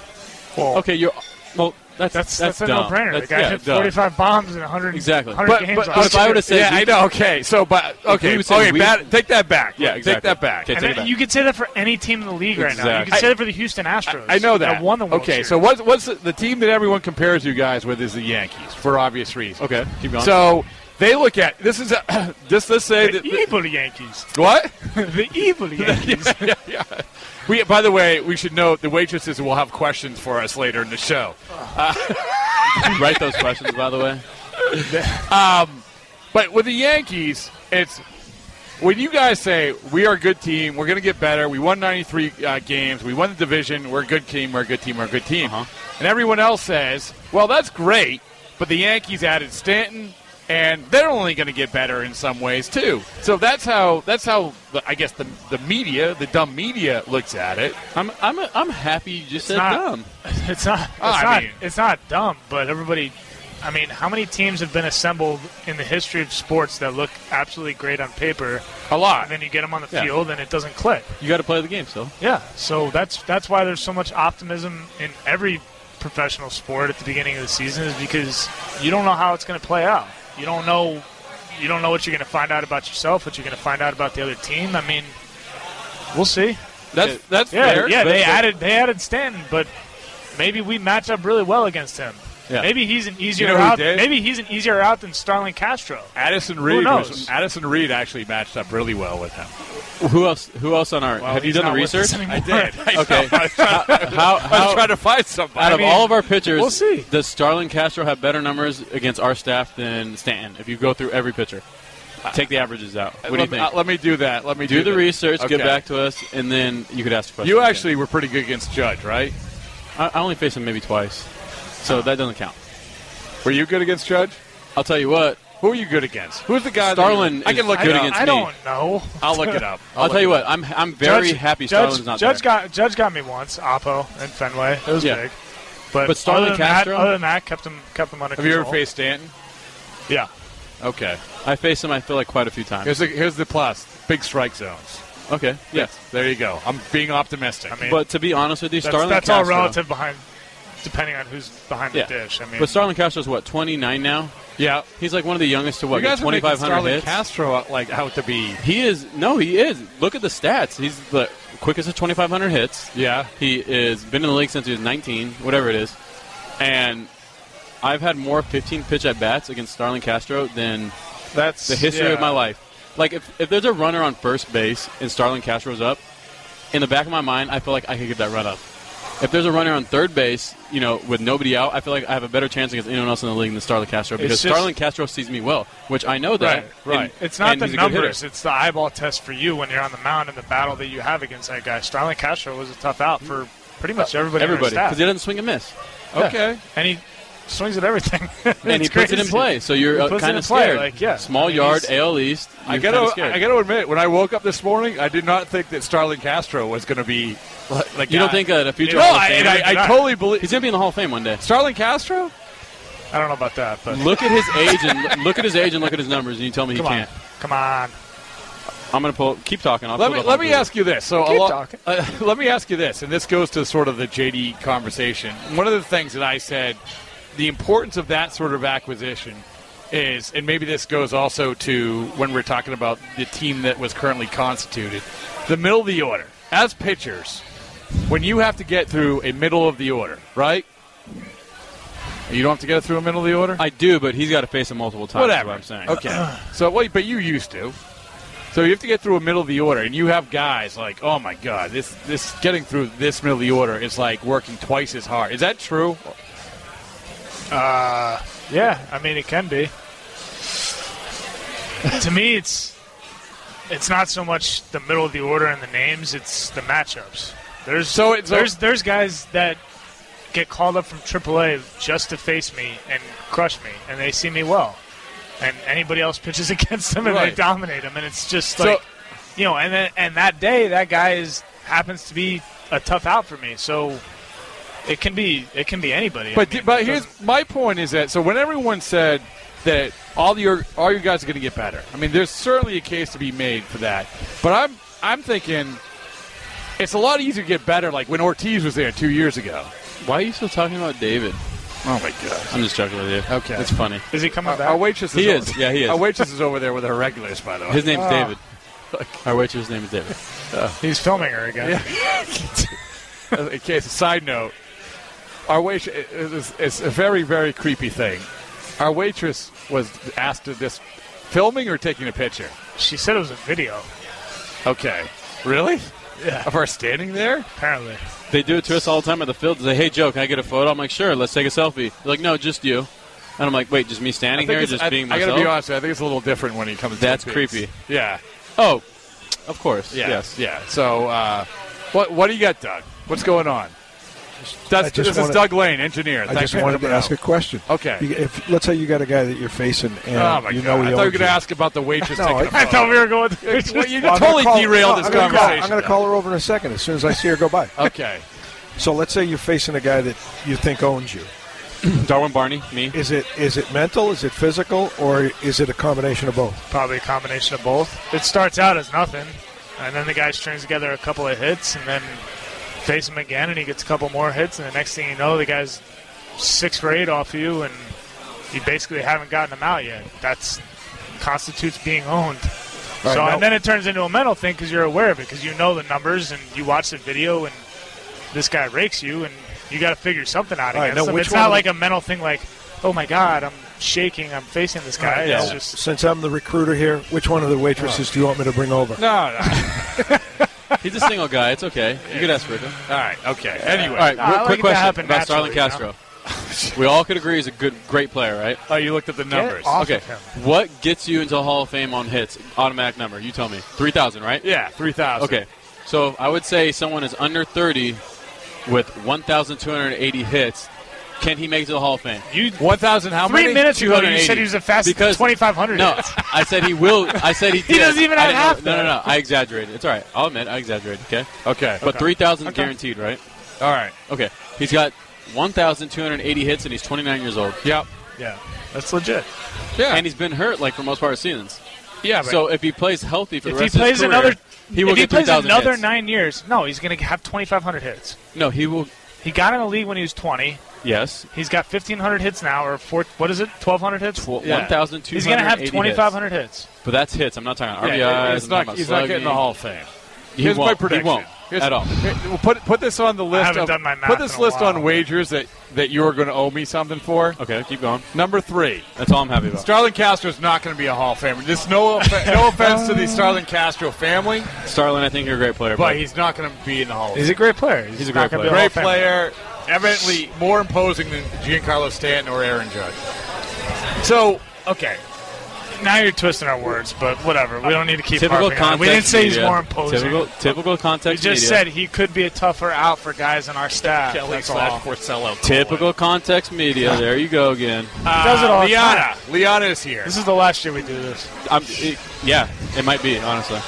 Speaker 6: Okay, you're. Well, that's
Speaker 7: That's,
Speaker 6: that's,
Speaker 7: that's, a
Speaker 6: dumb.
Speaker 7: no-brainer.
Speaker 6: That's-
Speaker 7: the guy
Speaker 6: yeah,
Speaker 7: hit
Speaker 6: dumb.
Speaker 7: 45 bombs in 100,
Speaker 6: Exactly.
Speaker 7: 100
Speaker 5: But,
Speaker 7: games.
Speaker 5: but,
Speaker 7: last
Speaker 6: if I
Speaker 7: year.
Speaker 6: would've said
Speaker 5: yeah,
Speaker 6: we-
Speaker 5: I know. Okay, so but okay,
Speaker 6: we
Speaker 5: okay,
Speaker 6: would say we-
Speaker 5: bat- take that back.
Speaker 6: Yeah,
Speaker 5: take
Speaker 6: exactly.
Speaker 5: that back.
Speaker 6: Okay, take
Speaker 7: And then
Speaker 6: it back.
Speaker 7: you could say that for any team in the league right now. You
Speaker 6: Exactly.
Speaker 7: could say that for the Houston Astros.
Speaker 5: I know that.
Speaker 7: won the World
Speaker 5: okay,
Speaker 7: Series.
Speaker 5: so what's what's the, the team that everyone compares you guys with is the Yankees for obvious reasons.
Speaker 6: Okay, keep going.
Speaker 5: So they look at this is a, just let's say
Speaker 7: the
Speaker 5: that
Speaker 7: evil Yankees.
Speaker 5: what
Speaker 7: The evil Yankees.
Speaker 5: we by the way we should note the waitresses will have questions for us later in the show.
Speaker 6: write those questions, by the way.
Speaker 5: But with the Yankees, it's when you guys say we are a good team, we're going to get better. We won 93 uh, games, we won the division. We're a good team. We're a good team. We're a good team. And everyone else says, "Well, that's great," but the Yankees added Stanton, and they're only going to get better in some ways too. So that's how that's how the, I guess the the media, the dumb media, looks at it.
Speaker 6: I'm I'm I'm happy you just said
Speaker 7: not-
Speaker 6: dumb.
Speaker 7: It's not. It's,
Speaker 5: I
Speaker 7: not
Speaker 5: mean-
Speaker 7: it's not dumb, but everybody. I mean, how many teams have been assembled in the history of sports that look absolutely great on paper,
Speaker 5: A lot.
Speaker 7: and then you get them on the
Speaker 6: Yeah.
Speaker 7: field and it doesn't click?
Speaker 6: You got to play the game still.
Speaker 7: Yeah. So that's that's why there's so much optimism in every professional sport at the beginning of the season is because you don't know how it's going to play out. You don't know. You don't know what you're going to find out about yourself, what you're going to find out about the other team. I mean, we'll see.
Speaker 5: That's that's
Speaker 7: Yeah,
Speaker 5: fair.
Speaker 7: yeah.
Speaker 5: but-
Speaker 7: they
Speaker 5: but-
Speaker 7: added they added Stanton, but maybe we match up really well against him.
Speaker 6: Yeah.
Speaker 7: Maybe he's an easier
Speaker 5: You know who
Speaker 7: out.
Speaker 5: did?
Speaker 7: Maybe he's an easier out than Starling Castro.
Speaker 5: Addison Reed.
Speaker 7: knows?
Speaker 5: was- Addison Reed actually matched up really well with him.
Speaker 6: Who else? Who else on our?
Speaker 7: Well,
Speaker 6: have you
Speaker 7: he's
Speaker 6: done the
Speaker 7: not with us
Speaker 6: research?
Speaker 7: anymore.
Speaker 5: I did. I
Speaker 6: Okay.
Speaker 5: know. I was trying to-
Speaker 6: How,
Speaker 5: I was
Speaker 6: how
Speaker 5: trying to find somebody.
Speaker 6: out
Speaker 5: I
Speaker 6: of
Speaker 5: mean-
Speaker 6: all of our pitchers,
Speaker 7: we'll see.
Speaker 6: does Starlin Castro have better numbers against our staff than Stanton? If you go through every pitcher, take the averages out. What do you
Speaker 5: let,
Speaker 6: think?
Speaker 5: uh, let me do that. Let me
Speaker 6: do the
Speaker 5: that.
Speaker 6: research,
Speaker 5: Okay.
Speaker 6: get back to us, and then you could ask the question.
Speaker 5: You actually were pretty good against Judge, right?
Speaker 6: I, I only faced him maybe twice, so that doesn't count.
Speaker 5: Were you good against Judge?
Speaker 6: I'll tell you what.
Speaker 5: Who are you good against? Who's the guy? that-
Speaker 6: Starlin
Speaker 5: I can
Speaker 6: is
Speaker 5: look
Speaker 7: I,
Speaker 5: it
Speaker 6: good
Speaker 5: up.
Speaker 6: against
Speaker 7: I
Speaker 6: me.
Speaker 7: don't know.
Speaker 5: I'll look it up.
Speaker 6: I'll, tell you what. I'm I'm very
Speaker 7: Judge-
Speaker 6: happy
Speaker 7: Judge,
Speaker 6: Starlin's not
Speaker 7: Judge
Speaker 6: there.
Speaker 7: got Judge got me once. Oppo and Fenway. It was
Speaker 6: Yeah.
Speaker 7: big. But,
Speaker 6: But Starlin
Speaker 7: other than that-
Speaker 6: Castro?
Speaker 7: other than that, kept him kept him under
Speaker 5: Have you ever
Speaker 7: control.
Speaker 5: faced Stanton?
Speaker 7: Yeah.
Speaker 5: Okay.
Speaker 6: I faced him. I feel like quite a few times.
Speaker 5: Here's the here's the plus. Big strike zones.
Speaker 6: Okay. Yes.
Speaker 5: There you go. I'm being optimistic.
Speaker 7: I mean,
Speaker 6: But to be honest with you,
Speaker 7: that's,
Speaker 6: Starlin
Speaker 7: that's all
Speaker 6: Castro,
Speaker 7: relative behind, depending on who's behind
Speaker 6: Yeah.
Speaker 7: the dish. I mean,
Speaker 6: But Starlin Castro's what, 29 now?
Speaker 5: yeah.
Speaker 6: He's like one of the youngest to what,
Speaker 5: you guys are making
Speaker 6: 2,500
Speaker 5: Starlin
Speaker 6: hits?
Speaker 5: Castro uh, like out to be.
Speaker 6: He is, no, he is. Look at the stats. He's the quickest at 2,500 hits.
Speaker 5: Yeah.
Speaker 6: He is been in the league since he was 19, whatever it is. And I've had more 15 pitch at bats against Starlin Castro than
Speaker 7: that's
Speaker 6: the history
Speaker 7: yeah.
Speaker 6: of my life. Like, if, if there's a runner on first base and Starlin Castro's up, in the back of my mind, I feel like I could give that run up. If there's a runner on third base, you know, with nobody out, I feel like I have a better chance against anyone else in the league than Starlin Castro because
Speaker 7: just-
Speaker 6: Starlin Castro sees me well, which I know that.
Speaker 5: Right, right.
Speaker 6: and-
Speaker 7: It's not
Speaker 6: and
Speaker 7: the
Speaker 6: he's a good hitter.
Speaker 7: numbers; it's the eyeball test for you when you're on the mound and the battle that you have against that guy. Starlin Castro was a tough out for pretty much everybody. on their
Speaker 6: Everybody,
Speaker 7: staff.
Speaker 6: because he doesn't swing and miss,
Speaker 5: Okay.
Speaker 7: and he swings at everything,
Speaker 6: and he
Speaker 7: It's
Speaker 6: puts it in
Speaker 7: crazy.
Speaker 6: play. So you're
Speaker 7: He
Speaker 6: uh,
Speaker 7: puts it
Speaker 6: kind
Speaker 7: in
Speaker 6: of
Speaker 7: play,
Speaker 6: scared.
Speaker 7: like, yeah.
Speaker 6: Small
Speaker 7: I mean,
Speaker 6: yard,
Speaker 7: he's-
Speaker 6: AL East. You're
Speaker 5: I
Speaker 6: kinda
Speaker 5: gotta,
Speaker 6: scared.
Speaker 5: I gotta admit, when I woke up this morning, I did not think that Starlin Castro was gonna be like. like
Speaker 6: you don't
Speaker 5: I-
Speaker 6: think that a future?
Speaker 5: No,
Speaker 6: Hall of
Speaker 5: I, and
Speaker 6: Famer-
Speaker 5: I, I totally believe
Speaker 6: he's gonna be in the Hall of Fame one day.
Speaker 5: Starlin Castro.
Speaker 7: I don't know about that, but
Speaker 6: Look at his age and look at his age and look at his numbers, and you tell me he
Speaker 7: come on,
Speaker 6: can't.
Speaker 7: come on.
Speaker 6: I'm going to pull. Keep talking. I'll
Speaker 5: let
Speaker 6: pull
Speaker 5: me
Speaker 6: the
Speaker 5: let me
Speaker 6: whole-
Speaker 5: ask you this. So a
Speaker 7: Keep
Speaker 5: lot-
Speaker 7: talking.
Speaker 5: uh, let me ask you this, and this goes to sort of the JD conversation. One of the things that I said, the importance of that sort of acquisition is, and maybe this goes also to when we're talking about the team that was currently constituted, the middle of the order as pitchers. When you have to get through a middle of the order, right? You don't have to get through a middle of the order.
Speaker 6: I do, but he's got to face him multiple times. is
Speaker 5: Whatever
Speaker 6: what I'm saying.
Speaker 5: Okay. so wait, but you used to. So you have to get through a middle of the order, and you have guys like, oh my god, this this getting through this middle of the order is like working twice as hard. Is that true?
Speaker 7: Yeah, I mean it can be. to me, it's it's not so much the middle of the order and the names; it's the matchups. There's
Speaker 5: So it's-
Speaker 7: there's there's guys that get called up from AAA just to face me and crush me, and they see me well, and anybody else pitches against them and
Speaker 5: Right.
Speaker 7: they dominate them, and it's just
Speaker 5: So-
Speaker 7: like you know, and then, and that day that guy is happens to be a tough out for me, so. It can be it can be anybody. I
Speaker 5: But
Speaker 7: mean,
Speaker 5: but
Speaker 7: it
Speaker 5: here's
Speaker 7: doesn't-
Speaker 5: my point is that so when everyone said that all your all your guys are going to get better, I mean, there's certainly a case to be made for that. But I'm I'm thinking it's a lot easier to get better. Like when Ortiz was there two years ago.
Speaker 6: Why are you still talking about David?
Speaker 5: Oh my god.
Speaker 6: I'm just joking with you.
Speaker 5: Okay.
Speaker 6: It's funny.
Speaker 7: is he coming back?
Speaker 5: Our waitress is
Speaker 6: He
Speaker 5: over-
Speaker 6: is. Yeah, he is.
Speaker 5: Our waitress is over there with her regulars, by the way.
Speaker 6: His name's
Speaker 7: Ah.
Speaker 6: David. Our waitress' name is David.
Speaker 7: He's filming her again.
Speaker 5: Uh, in case a side note, our waitress it's, it's a very very creepy thing. Our waitress was asked to this filming or taking a picture.
Speaker 7: She said it was a video,
Speaker 5: Okay, really? Yeah. Of her standing there?
Speaker 7: apparently.
Speaker 6: They do it to us all the time at the field. They say, "Hey, Joe, can I get a photo?" I'm like, "Sure, let's take a selfie." They're like, "No, just you." And I'm like, "Wait, just me standing here,
Speaker 5: it's-
Speaker 6: just
Speaker 5: I,
Speaker 6: being
Speaker 5: I
Speaker 6: myself?"
Speaker 5: gotta be honest. With you, I think it's a little different when he comes.
Speaker 6: That's
Speaker 5: to the Peaks.
Speaker 6: creepy.
Speaker 5: Yeah.
Speaker 6: Oh, of course.
Speaker 5: Yeah,
Speaker 6: Yes.
Speaker 5: Yeah. So, uh, what what do you got, Doug? What's going on? That's,
Speaker 8: I just
Speaker 5: this is
Speaker 8: wanted-
Speaker 5: Doug Lane, engineer. Oh,
Speaker 8: I
Speaker 5: Thanks
Speaker 8: just
Speaker 5: for
Speaker 8: wanted to
Speaker 5: coming out.
Speaker 8: ask a question.
Speaker 5: Okay.
Speaker 8: You- if let's say you got a guy that you're facing, and
Speaker 5: Oh my
Speaker 8: you know
Speaker 5: god!
Speaker 8: he
Speaker 5: I thought you were
Speaker 8: owns
Speaker 5: going to ask about the waitress
Speaker 8: No,
Speaker 5: taking a
Speaker 8: I-
Speaker 5: photo.
Speaker 7: I thought we were going. To
Speaker 5: Well, you
Speaker 8: Well, I'm gonna
Speaker 5: totally
Speaker 8: call-
Speaker 5: derailed
Speaker 8: no,
Speaker 5: this
Speaker 8: I'm gonna call-
Speaker 5: conversation.
Speaker 8: I'm going to call her over in a second as soon as I see her go by.
Speaker 5: Okay.
Speaker 8: So let's say you're facing a guy that you think owns you.
Speaker 6: Darwin Barney, me.
Speaker 8: Is it is it mental? Is it physical? Or is it a combination of both?
Speaker 7: probably a combination of both. It starts out as nothing, and then the guy strings together a couple of hits, and then face him again, and he gets a couple more hits, and the next thing you know, the guy's six for eight off you, and you basically haven't gotten him out yet. That's constitutes being owned.
Speaker 8: All right,
Speaker 7: so
Speaker 8: now-
Speaker 7: and then it turns into a mental thing because you're aware of it because you know the numbers and you watch the video and this guy rakes you and you got to figure something out
Speaker 8: All right,
Speaker 7: against
Speaker 8: now
Speaker 7: him.
Speaker 8: which
Speaker 7: It's
Speaker 8: one
Speaker 7: not
Speaker 8: of
Speaker 7: like a mental thing like, oh my god, I'm shaking, I'm facing this guy.
Speaker 8: Now,
Speaker 7: It's just
Speaker 8: since I'm the recruiter here, which one of the waitresses do you want me to bring over?
Speaker 5: No, no.
Speaker 6: He's a single guy. It's okay. You could ask for it.
Speaker 5: All right. Okay.
Speaker 6: All
Speaker 5: Anyway.
Speaker 6: right,
Speaker 7: Nah, I
Speaker 6: real
Speaker 7: like
Speaker 6: quick
Speaker 7: it to
Speaker 6: question
Speaker 7: happen
Speaker 6: about Starlin
Speaker 7: naturally, you
Speaker 6: Castro. we all could agree he's a good, great player, right?
Speaker 5: Oh, you looked at the numbers.
Speaker 7: off-
Speaker 6: okay.
Speaker 7: of him.
Speaker 6: What gets you into Hall of Fame on hits? Automatic number. You tell me. Three thousand, right?
Speaker 5: Yeah, three thousand.
Speaker 6: Okay. So I would say someone is under thirty with one thousand two hundred eighty hits. Can he make it to the Hall of Fame?
Speaker 7: you
Speaker 5: One thousand. How
Speaker 7: Three
Speaker 5: many?
Speaker 7: minutes ago, you said he was the fastest
Speaker 6: Because-
Speaker 7: 2,500.
Speaker 6: No, I said he will. I said he.
Speaker 7: He
Speaker 6: did.
Speaker 7: doesn't even
Speaker 6: I
Speaker 7: have
Speaker 6: didn't
Speaker 7: half
Speaker 6: know- No,
Speaker 7: that.
Speaker 6: no, no. I exaggerated. It's all right. I'll admit I exaggerated. Okay.
Speaker 5: Okay.
Speaker 6: But three thousand
Speaker 5: Okay.
Speaker 6: guaranteed, right?
Speaker 5: All right.
Speaker 6: Okay. He's got one thousand two hundred eighty hits and he's twenty nine years old.
Speaker 5: Yep.
Speaker 7: Yeah, that's legit.
Speaker 5: Yeah.
Speaker 6: And he's been hurt like for most part of seasons.
Speaker 5: yeah. But,
Speaker 6: So if he plays healthy for the
Speaker 7: If he
Speaker 6: rest of
Speaker 7: plays
Speaker 6: his career,
Speaker 7: another,
Speaker 6: he will
Speaker 7: if
Speaker 6: get
Speaker 7: he plays
Speaker 6: 3,000
Speaker 7: another
Speaker 6: hits.
Speaker 7: nine years, no, he's going to have 2,500 hits.
Speaker 6: No, he will.
Speaker 7: He got in the league when he was 20.
Speaker 6: Yes.
Speaker 7: He's got 1,500 hits now, or four, what is it, 1,200 hits?
Speaker 6: Well,
Speaker 5: Yeah.
Speaker 6: 1,280
Speaker 7: He's going to have
Speaker 6: hits.
Speaker 7: 2,500 hits.
Speaker 6: But that's hits. I'm not talking RBIs.
Speaker 5: yeah, it's
Speaker 6: I'm
Speaker 5: not,
Speaker 6: talking
Speaker 5: he's
Speaker 6: about
Speaker 5: not getting
Speaker 6: slugging.
Speaker 5: the Hall of Fame.
Speaker 6: He
Speaker 5: Here's
Speaker 6: won't.
Speaker 5: my prediction.
Speaker 6: He won't
Speaker 5: Here's-
Speaker 6: at all.
Speaker 5: here- we'll put put this on the list.
Speaker 7: haven't
Speaker 5: of,
Speaker 7: done my math
Speaker 5: Put this
Speaker 7: in a
Speaker 5: list on
Speaker 7: while.
Speaker 5: wagers that that you are going to owe me something for.
Speaker 6: Okay, keep going.
Speaker 5: Number three.
Speaker 6: That's all I'm happy about.
Speaker 5: Starlin Castro is not going to be a Hall of Famer. Just no, offe- no offense to the Starlin Castro family,
Speaker 6: Starlin, I think you're a great player.
Speaker 5: but he's not going to be in the Hall of Fame.
Speaker 7: He's a great player. He's,
Speaker 6: He's a
Speaker 7: not
Speaker 6: great
Speaker 7: gonna be
Speaker 5: Great
Speaker 7: a Hall of
Speaker 5: player,
Speaker 7: Famer.
Speaker 5: evidently more imposing than Giancarlo Stanton or Aaron Judge. So, okay.
Speaker 7: Now you're twisting our words, but whatever. We don't need to keep
Speaker 6: typical
Speaker 7: harping on it.
Speaker 6: context.
Speaker 7: We didn't say he's
Speaker 6: media.
Speaker 7: more imposing.
Speaker 6: Typical, typical
Speaker 7: we
Speaker 6: context.
Speaker 7: just
Speaker 6: media.
Speaker 7: said he could be a tougher out for guys on our staff. that's all.
Speaker 5: Porcello.
Speaker 6: Typical context media. There you go again.
Speaker 7: He does
Speaker 6: Uh,
Speaker 7: it all the time.
Speaker 5: Liana. Liana is here.
Speaker 7: This is the last year we do this.
Speaker 6: I'm, it- yeah, it might be honestly.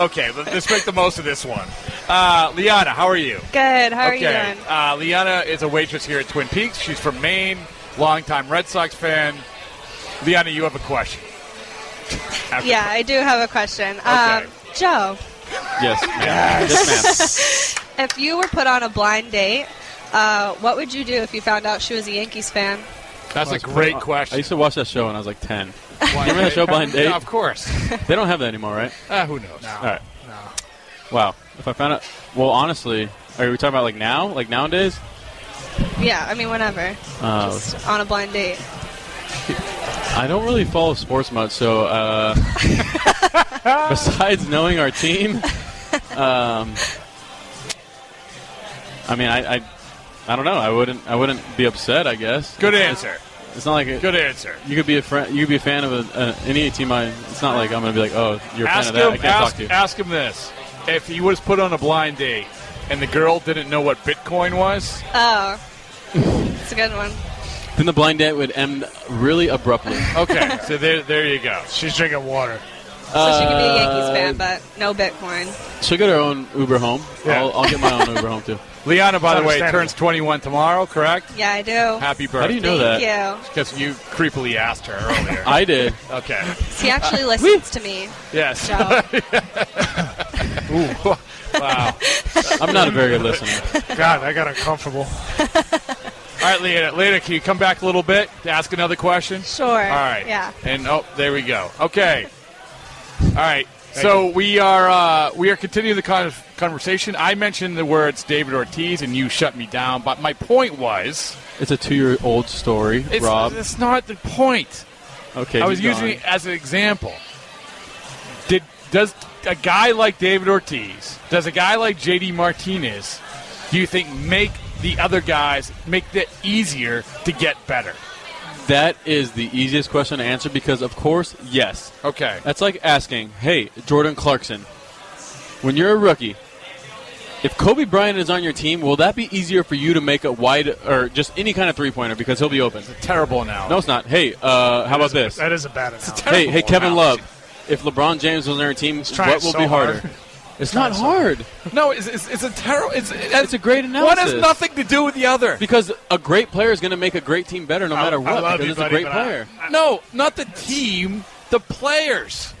Speaker 5: Okay, let- let's make the most of this one. Uh, Liana, how are you?
Speaker 9: Good. How are
Speaker 5: okay.
Speaker 9: you doing?
Speaker 5: Uh, Liana is a waitress here at Twin Peaks. She's from Maine, longtime Red Sox fan. Liana, you have a question. After-
Speaker 9: Yeah, I do have a question. Um, Joe,
Speaker 6: Yes. ma'am. Yes, ma'am.
Speaker 9: if you were put on a blind date, uh, what would you do if you found out she was a Yankees fan?
Speaker 5: That's a great
Speaker 6: I
Speaker 5: question.
Speaker 6: used to watch that show when I was like 10. remember that show, Blind Date?
Speaker 5: Yeah, of course.
Speaker 6: They don't have that anymore, right?
Speaker 5: Ah, who knows?
Speaker 6: All right. Wow. If I found out, well, honestly, are we talking about like now, like nowadays?
Speaker 9: Yeah, I mean, whenever.
Speaker 5: Oh.
Speaker 6: Uh,
Speaker 9: Just on a blind date.
Speaker 6: I don't really follow sports much, so uh, besides knowing our team, um, I mean, I, I, I don't know. I wouldn't, I wouldn't be upset. I guess.
Speaker 5: Good
Speaker 6: It's-
Speaker 5: answer.
Speaker 6: It's not like it,
Speaker 5: Good answer.
Speaker 6: you could be a friend. You could be a fan of a, a, any team. I. It's not like I'm going to be like, oh, you're a fan
Speaker 5: Ask
Speaker 6: of that. I
Speaker 5: him.
Speaker 6: can't
Speaker 5: Ask,
Speaker 6: talk to you.
Speaker 5: ask him this: If he was put on a blind date and the girl didn't know what Bitcoin was,
Speaker 9: Oh, it's a good one.
Speaker 6: Then the blind date would end really abruptly.
Speaker 5: okay. so there, there you go.
Speaker 7: She's drinking water.
Speaker 9: So she could be a Yankees
Speaker 5: Uh,
Speaker 9: fan, but no Bitcoin.
Speaker 6: Uh, She'll get her own Uber home.
Speaker 7: Yeah.
Speaker 6: I'll, I'll get my own Uber home too.
Speaker 5: Liana, by the way,
Speaker 7: Understandable.
Speaker 5: turns 21 tomorrow. Correct.
Speaker 9: Yeah, I do.
Speaker 5: Happy birthday.
Speaker 6: How do you know that?
Speaker 9: Thank you.
Speaker 5: Because you creepily asked her earlier.
Speaker 6: I did.
Speaker 5: okay.
Speaker 9: He actually listens to me.
Speaker 5: Yes.
Speaker 9: Joe.
Speaker 5: Wow.
Speaker 6: I'm not a very good listener.
Speaker 7: God, I got uncomfortable.
Speaker 5: All right, Liana. Liana, can you come back a little bit to ask another question?
Speaker 9: Sure.
Speaker 5: All right.
Speaker 9: Yeah.
Speaker 5: And oh, there we go. Okay. All right. So we are uh, we are continuing the con- conversation. I mentioned the words David Ortiz, and you shut me down. But my point was,
Speaker 6: It's a two-year-old story,
Speaker 5: it's,
Speaker 6: Rob.
Speaker 5: it's not the point.
Speaker 6: Okay,
Speaker 5: I was
Speaker 6: he's
Speaker 5: using
Speaker 6: gone.
Speaker 5: it as an example. Did does a guy like David Ortiz, does a guy like JD Martinez, do you think make the other guys make it easier to get better?
Speaker 6: That is the easiest question to answer because, of course, yes.
Speaker 5: Okay.
Speaker 6: That's like asking, hey, Jordan Clarkson, when you're a rookie, if Kobe Bryant is on your team, will that be easier for you to make a wide or just any kind of three pointer because he'll be open?
Speaker 5: Terrible now.
Speaker 6: No, it's not. Hey, uh, how about this?
Speaker 7: That is a bad analogy.
Speaker 6: Hey, hey, Kevin
Speaker 5: Wow.
Speaker 6: Love, if LeBron James was on your team,
Speaker 7: trying
Speaker 6: what will
Speaker 7: so
Speaker 6: be
Speaker 7: hard.
Speaker 6: harder? It's not hard
Speaker 5: No, it's, it's, it's a terrible. It's,
Speaker 6: It's a great
Speaker 5: One has
Speaker 6: analysis.
Speaker 5: nothing to do with the other.
Speaker 6: because a great player is going to make a great team better no matter what
Speaker 7: love
Speaker 6: because
Speaker 7: you,
Speaker 6: it's a
Speaker 7: buddy,
Speaker 6: great
Speaker 7: but I-
Speaker 6: player.
Speaker 5: No, not the team, the players.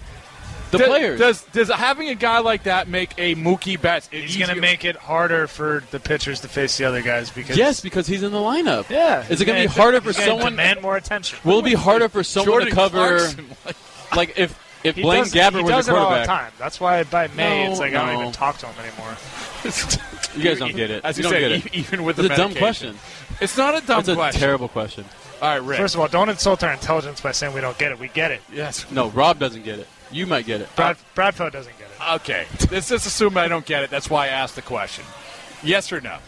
Speaker 6: The
Speaker 5: Do-
Speaker 6: players.
Speaker 5: Does does having a guy like that make a Mookie Betts?
Speaker 7: He's going to make it harder for the pitchers to face the other guys because
Speaker 6: Yes, because he's in the lineup.
Speaker 7: yeah,
Speaker 6: Is it going to
Speaker 7: Yeah,
Speaker 6: be harder for
Speaker 7: he's gonna
Speaker 6: someone?
Speaker 7: demand more attention?
Speaker 6: Will it be harder for someone
Speaker 5: Jordan
Speaker 6: to cover?
Speaker 5: Clarkson, like-
Speaker 6: Like if if
Speaker 7: He
Speaker 6: Blaine
Speaker 7: does,
Speaker 6: Gabbert
Speaker 7: he
Speaker 6: was
Speaker 7: does
Speaker 6: a
Speaker 7: it all the
Speaker 6: quarterback,
Speaker 7: time. That's why by May
Speaker 6: No,
Speaker 7: it's like I
Speaker 6: no.
Speaker 7: don't even talk to him anymore.
Speaker 6: you guys don't get it.
Speaker 5: As
Speaker 6: you
Speaker 5: you,
Speaker 6: don't
Speaker 5: said,
Speaker 6: get it.
Speaker 5: e- even with
Speaker 6: It's
Speaker 5: the
Speaker 6: a dumb
Speaker 5: medication.
Speaker 6: question.
Speaker 5: It's not a dumb
Speaker 6: That's a
Speaker 5: question.
Speaker 6: terrible question.
Speaker 5: All right, Rick.
Speaker 7: First of all, don't insult our intelligence by saying we don't get it. We get it.
Speaker 5: yes.
Speaker 6: No, Rob doesn't get it. You might get it.
Speaker 7: Brad, Bradfeld doesn't get it.
Speaker 5: Okay. Let's just assume I don't get it. That's why I asked the question. Yes or no?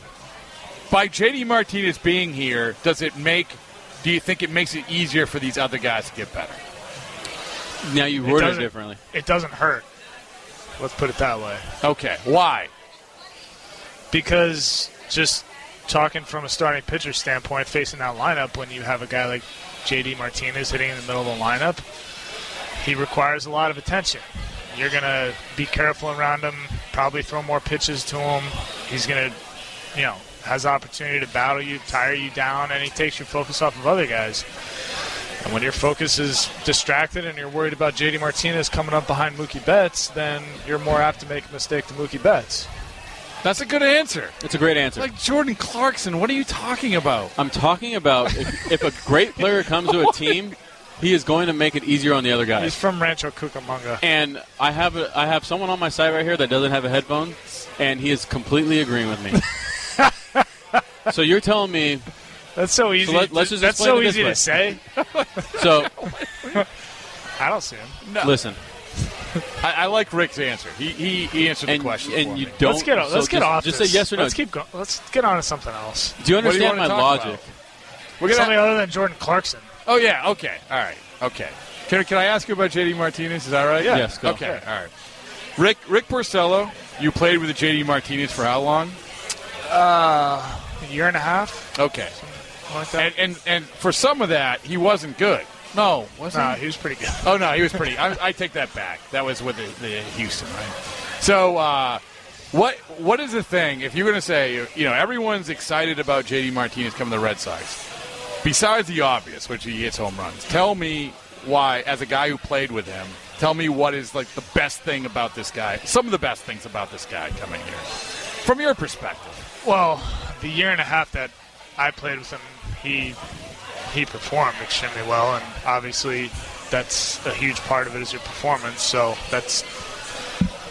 Speaker 5: By JD Martinez being here, does it make? Do you think it makes it easier for these other guys to get better?
Speaker 6: Now you word it
Speaker 7: doesn't-
Speaker 6: differently.
Speaker 7: It doesn't hurt. Let's put it that way.
Speaker 5: Okay. Why?
Speaker 7: Because just talking from a starting pitcher standpoint, facing that lineup, when you have a guy like JD Martinez hitting in the middle of the lineup, he requires a lot of attention. You're going to be careful around him, probably throw more pitches to him. He's going to, you know, has the opportunity to battle you, tire you down, and he takes your focus off of other guys. And when your focus is distracted and you're worried about JD Martinez coming up behind Mookie Betts, then you're more apt to make a mistake to Mookie Betts.
Speaker 5: That's a good answer.
Speaker 6: It's a great answer.
Speaker 5: Like Jordan Clarkson, what are you talking about?
Speaker 6: I'm talking about if, if a great player comes to a team, he is going to make it easier on the other
Speaker 7: He's
Speaker 6: guys.
Speaker 7: from Rancho Cucamonga.
Speaker 6: And I have a, I have someone on my side right here that doesn't have a headphone, and he is completely agreeing with me. so you're telling me
Speaker 7: That's so easy.
Speaker 6: let-
Speaker 7: to-
Speaker 6: let's just
Speaker 7: that's
Speaker 6: explain
Speaker 7: so
Speaker 6: it this
Speaker 7: easy
Speaker 6: way.
Speaker 7: to say.
Speaker 6: so?
Speaker 7: I don't see him.
Speaker 6: Listen,
Speaker 5: I, I like Rick's answer. He he, he answered
Speaker 6: and
Speaker 5: the question.
Speaker 6: and
Speaker 5: for
Speaker 6: you
Speaker 5: me.
Speaker 6: don't.
Speaker 7: let's get
Speaker 6: so
Speaker 7: let's get
Speaker 6: just,
Speaker 7: off.
Speaker 6: Just
Speaker 7: this.
Speaker 6: say yes or no.
Speaker 7: Let's keep going. Let's get on to something else.
Speaker 6: Do you
Speaker 5: What do you
Speaker 6: understand my
Speaker 5: wanna talk
Speaker 6: logic?
Speaker 5: about?
Speaker 7: We're
Speaker 5: gonna-
Speaker 7: somebody other than Jordan Clarkson.
Speaker 5: Oh yeah. Okay. All right. Okay. Can, can I ask you about JD Martinez? Is that right? Yeah.
Speaker 6: Yes, go.
Speaker 5: Okay. All right. Rick Rick Porcello, you played with JD Martinez for how long?
Speaker 7: A year and a half.
Speaker 5: Okay.
Speaker 7: Like that.
Speaker 5: And and, and for some of that, he wasn't good. No, wasn't.
Speaker 7: Nah, he was pretty good.
Speaker 5: Oh no, he was pretty. I, I take that back. That was with the, the Houston, right? So, uh, what what is the thing? If you're going to say, you know, everyone's excited about JD Martinez coming to the Red Sox, besides the obvious, which he hits home runs. Tell me why, as a guy who played with him, tell me what is like the best thing about this guy. Some of the best things about this guy coming here, from your perspective.
Speaker 7: Well, the year and a half that I played with him, he he performed extremely well, and obviously that's a huge part of it is your performance. So that's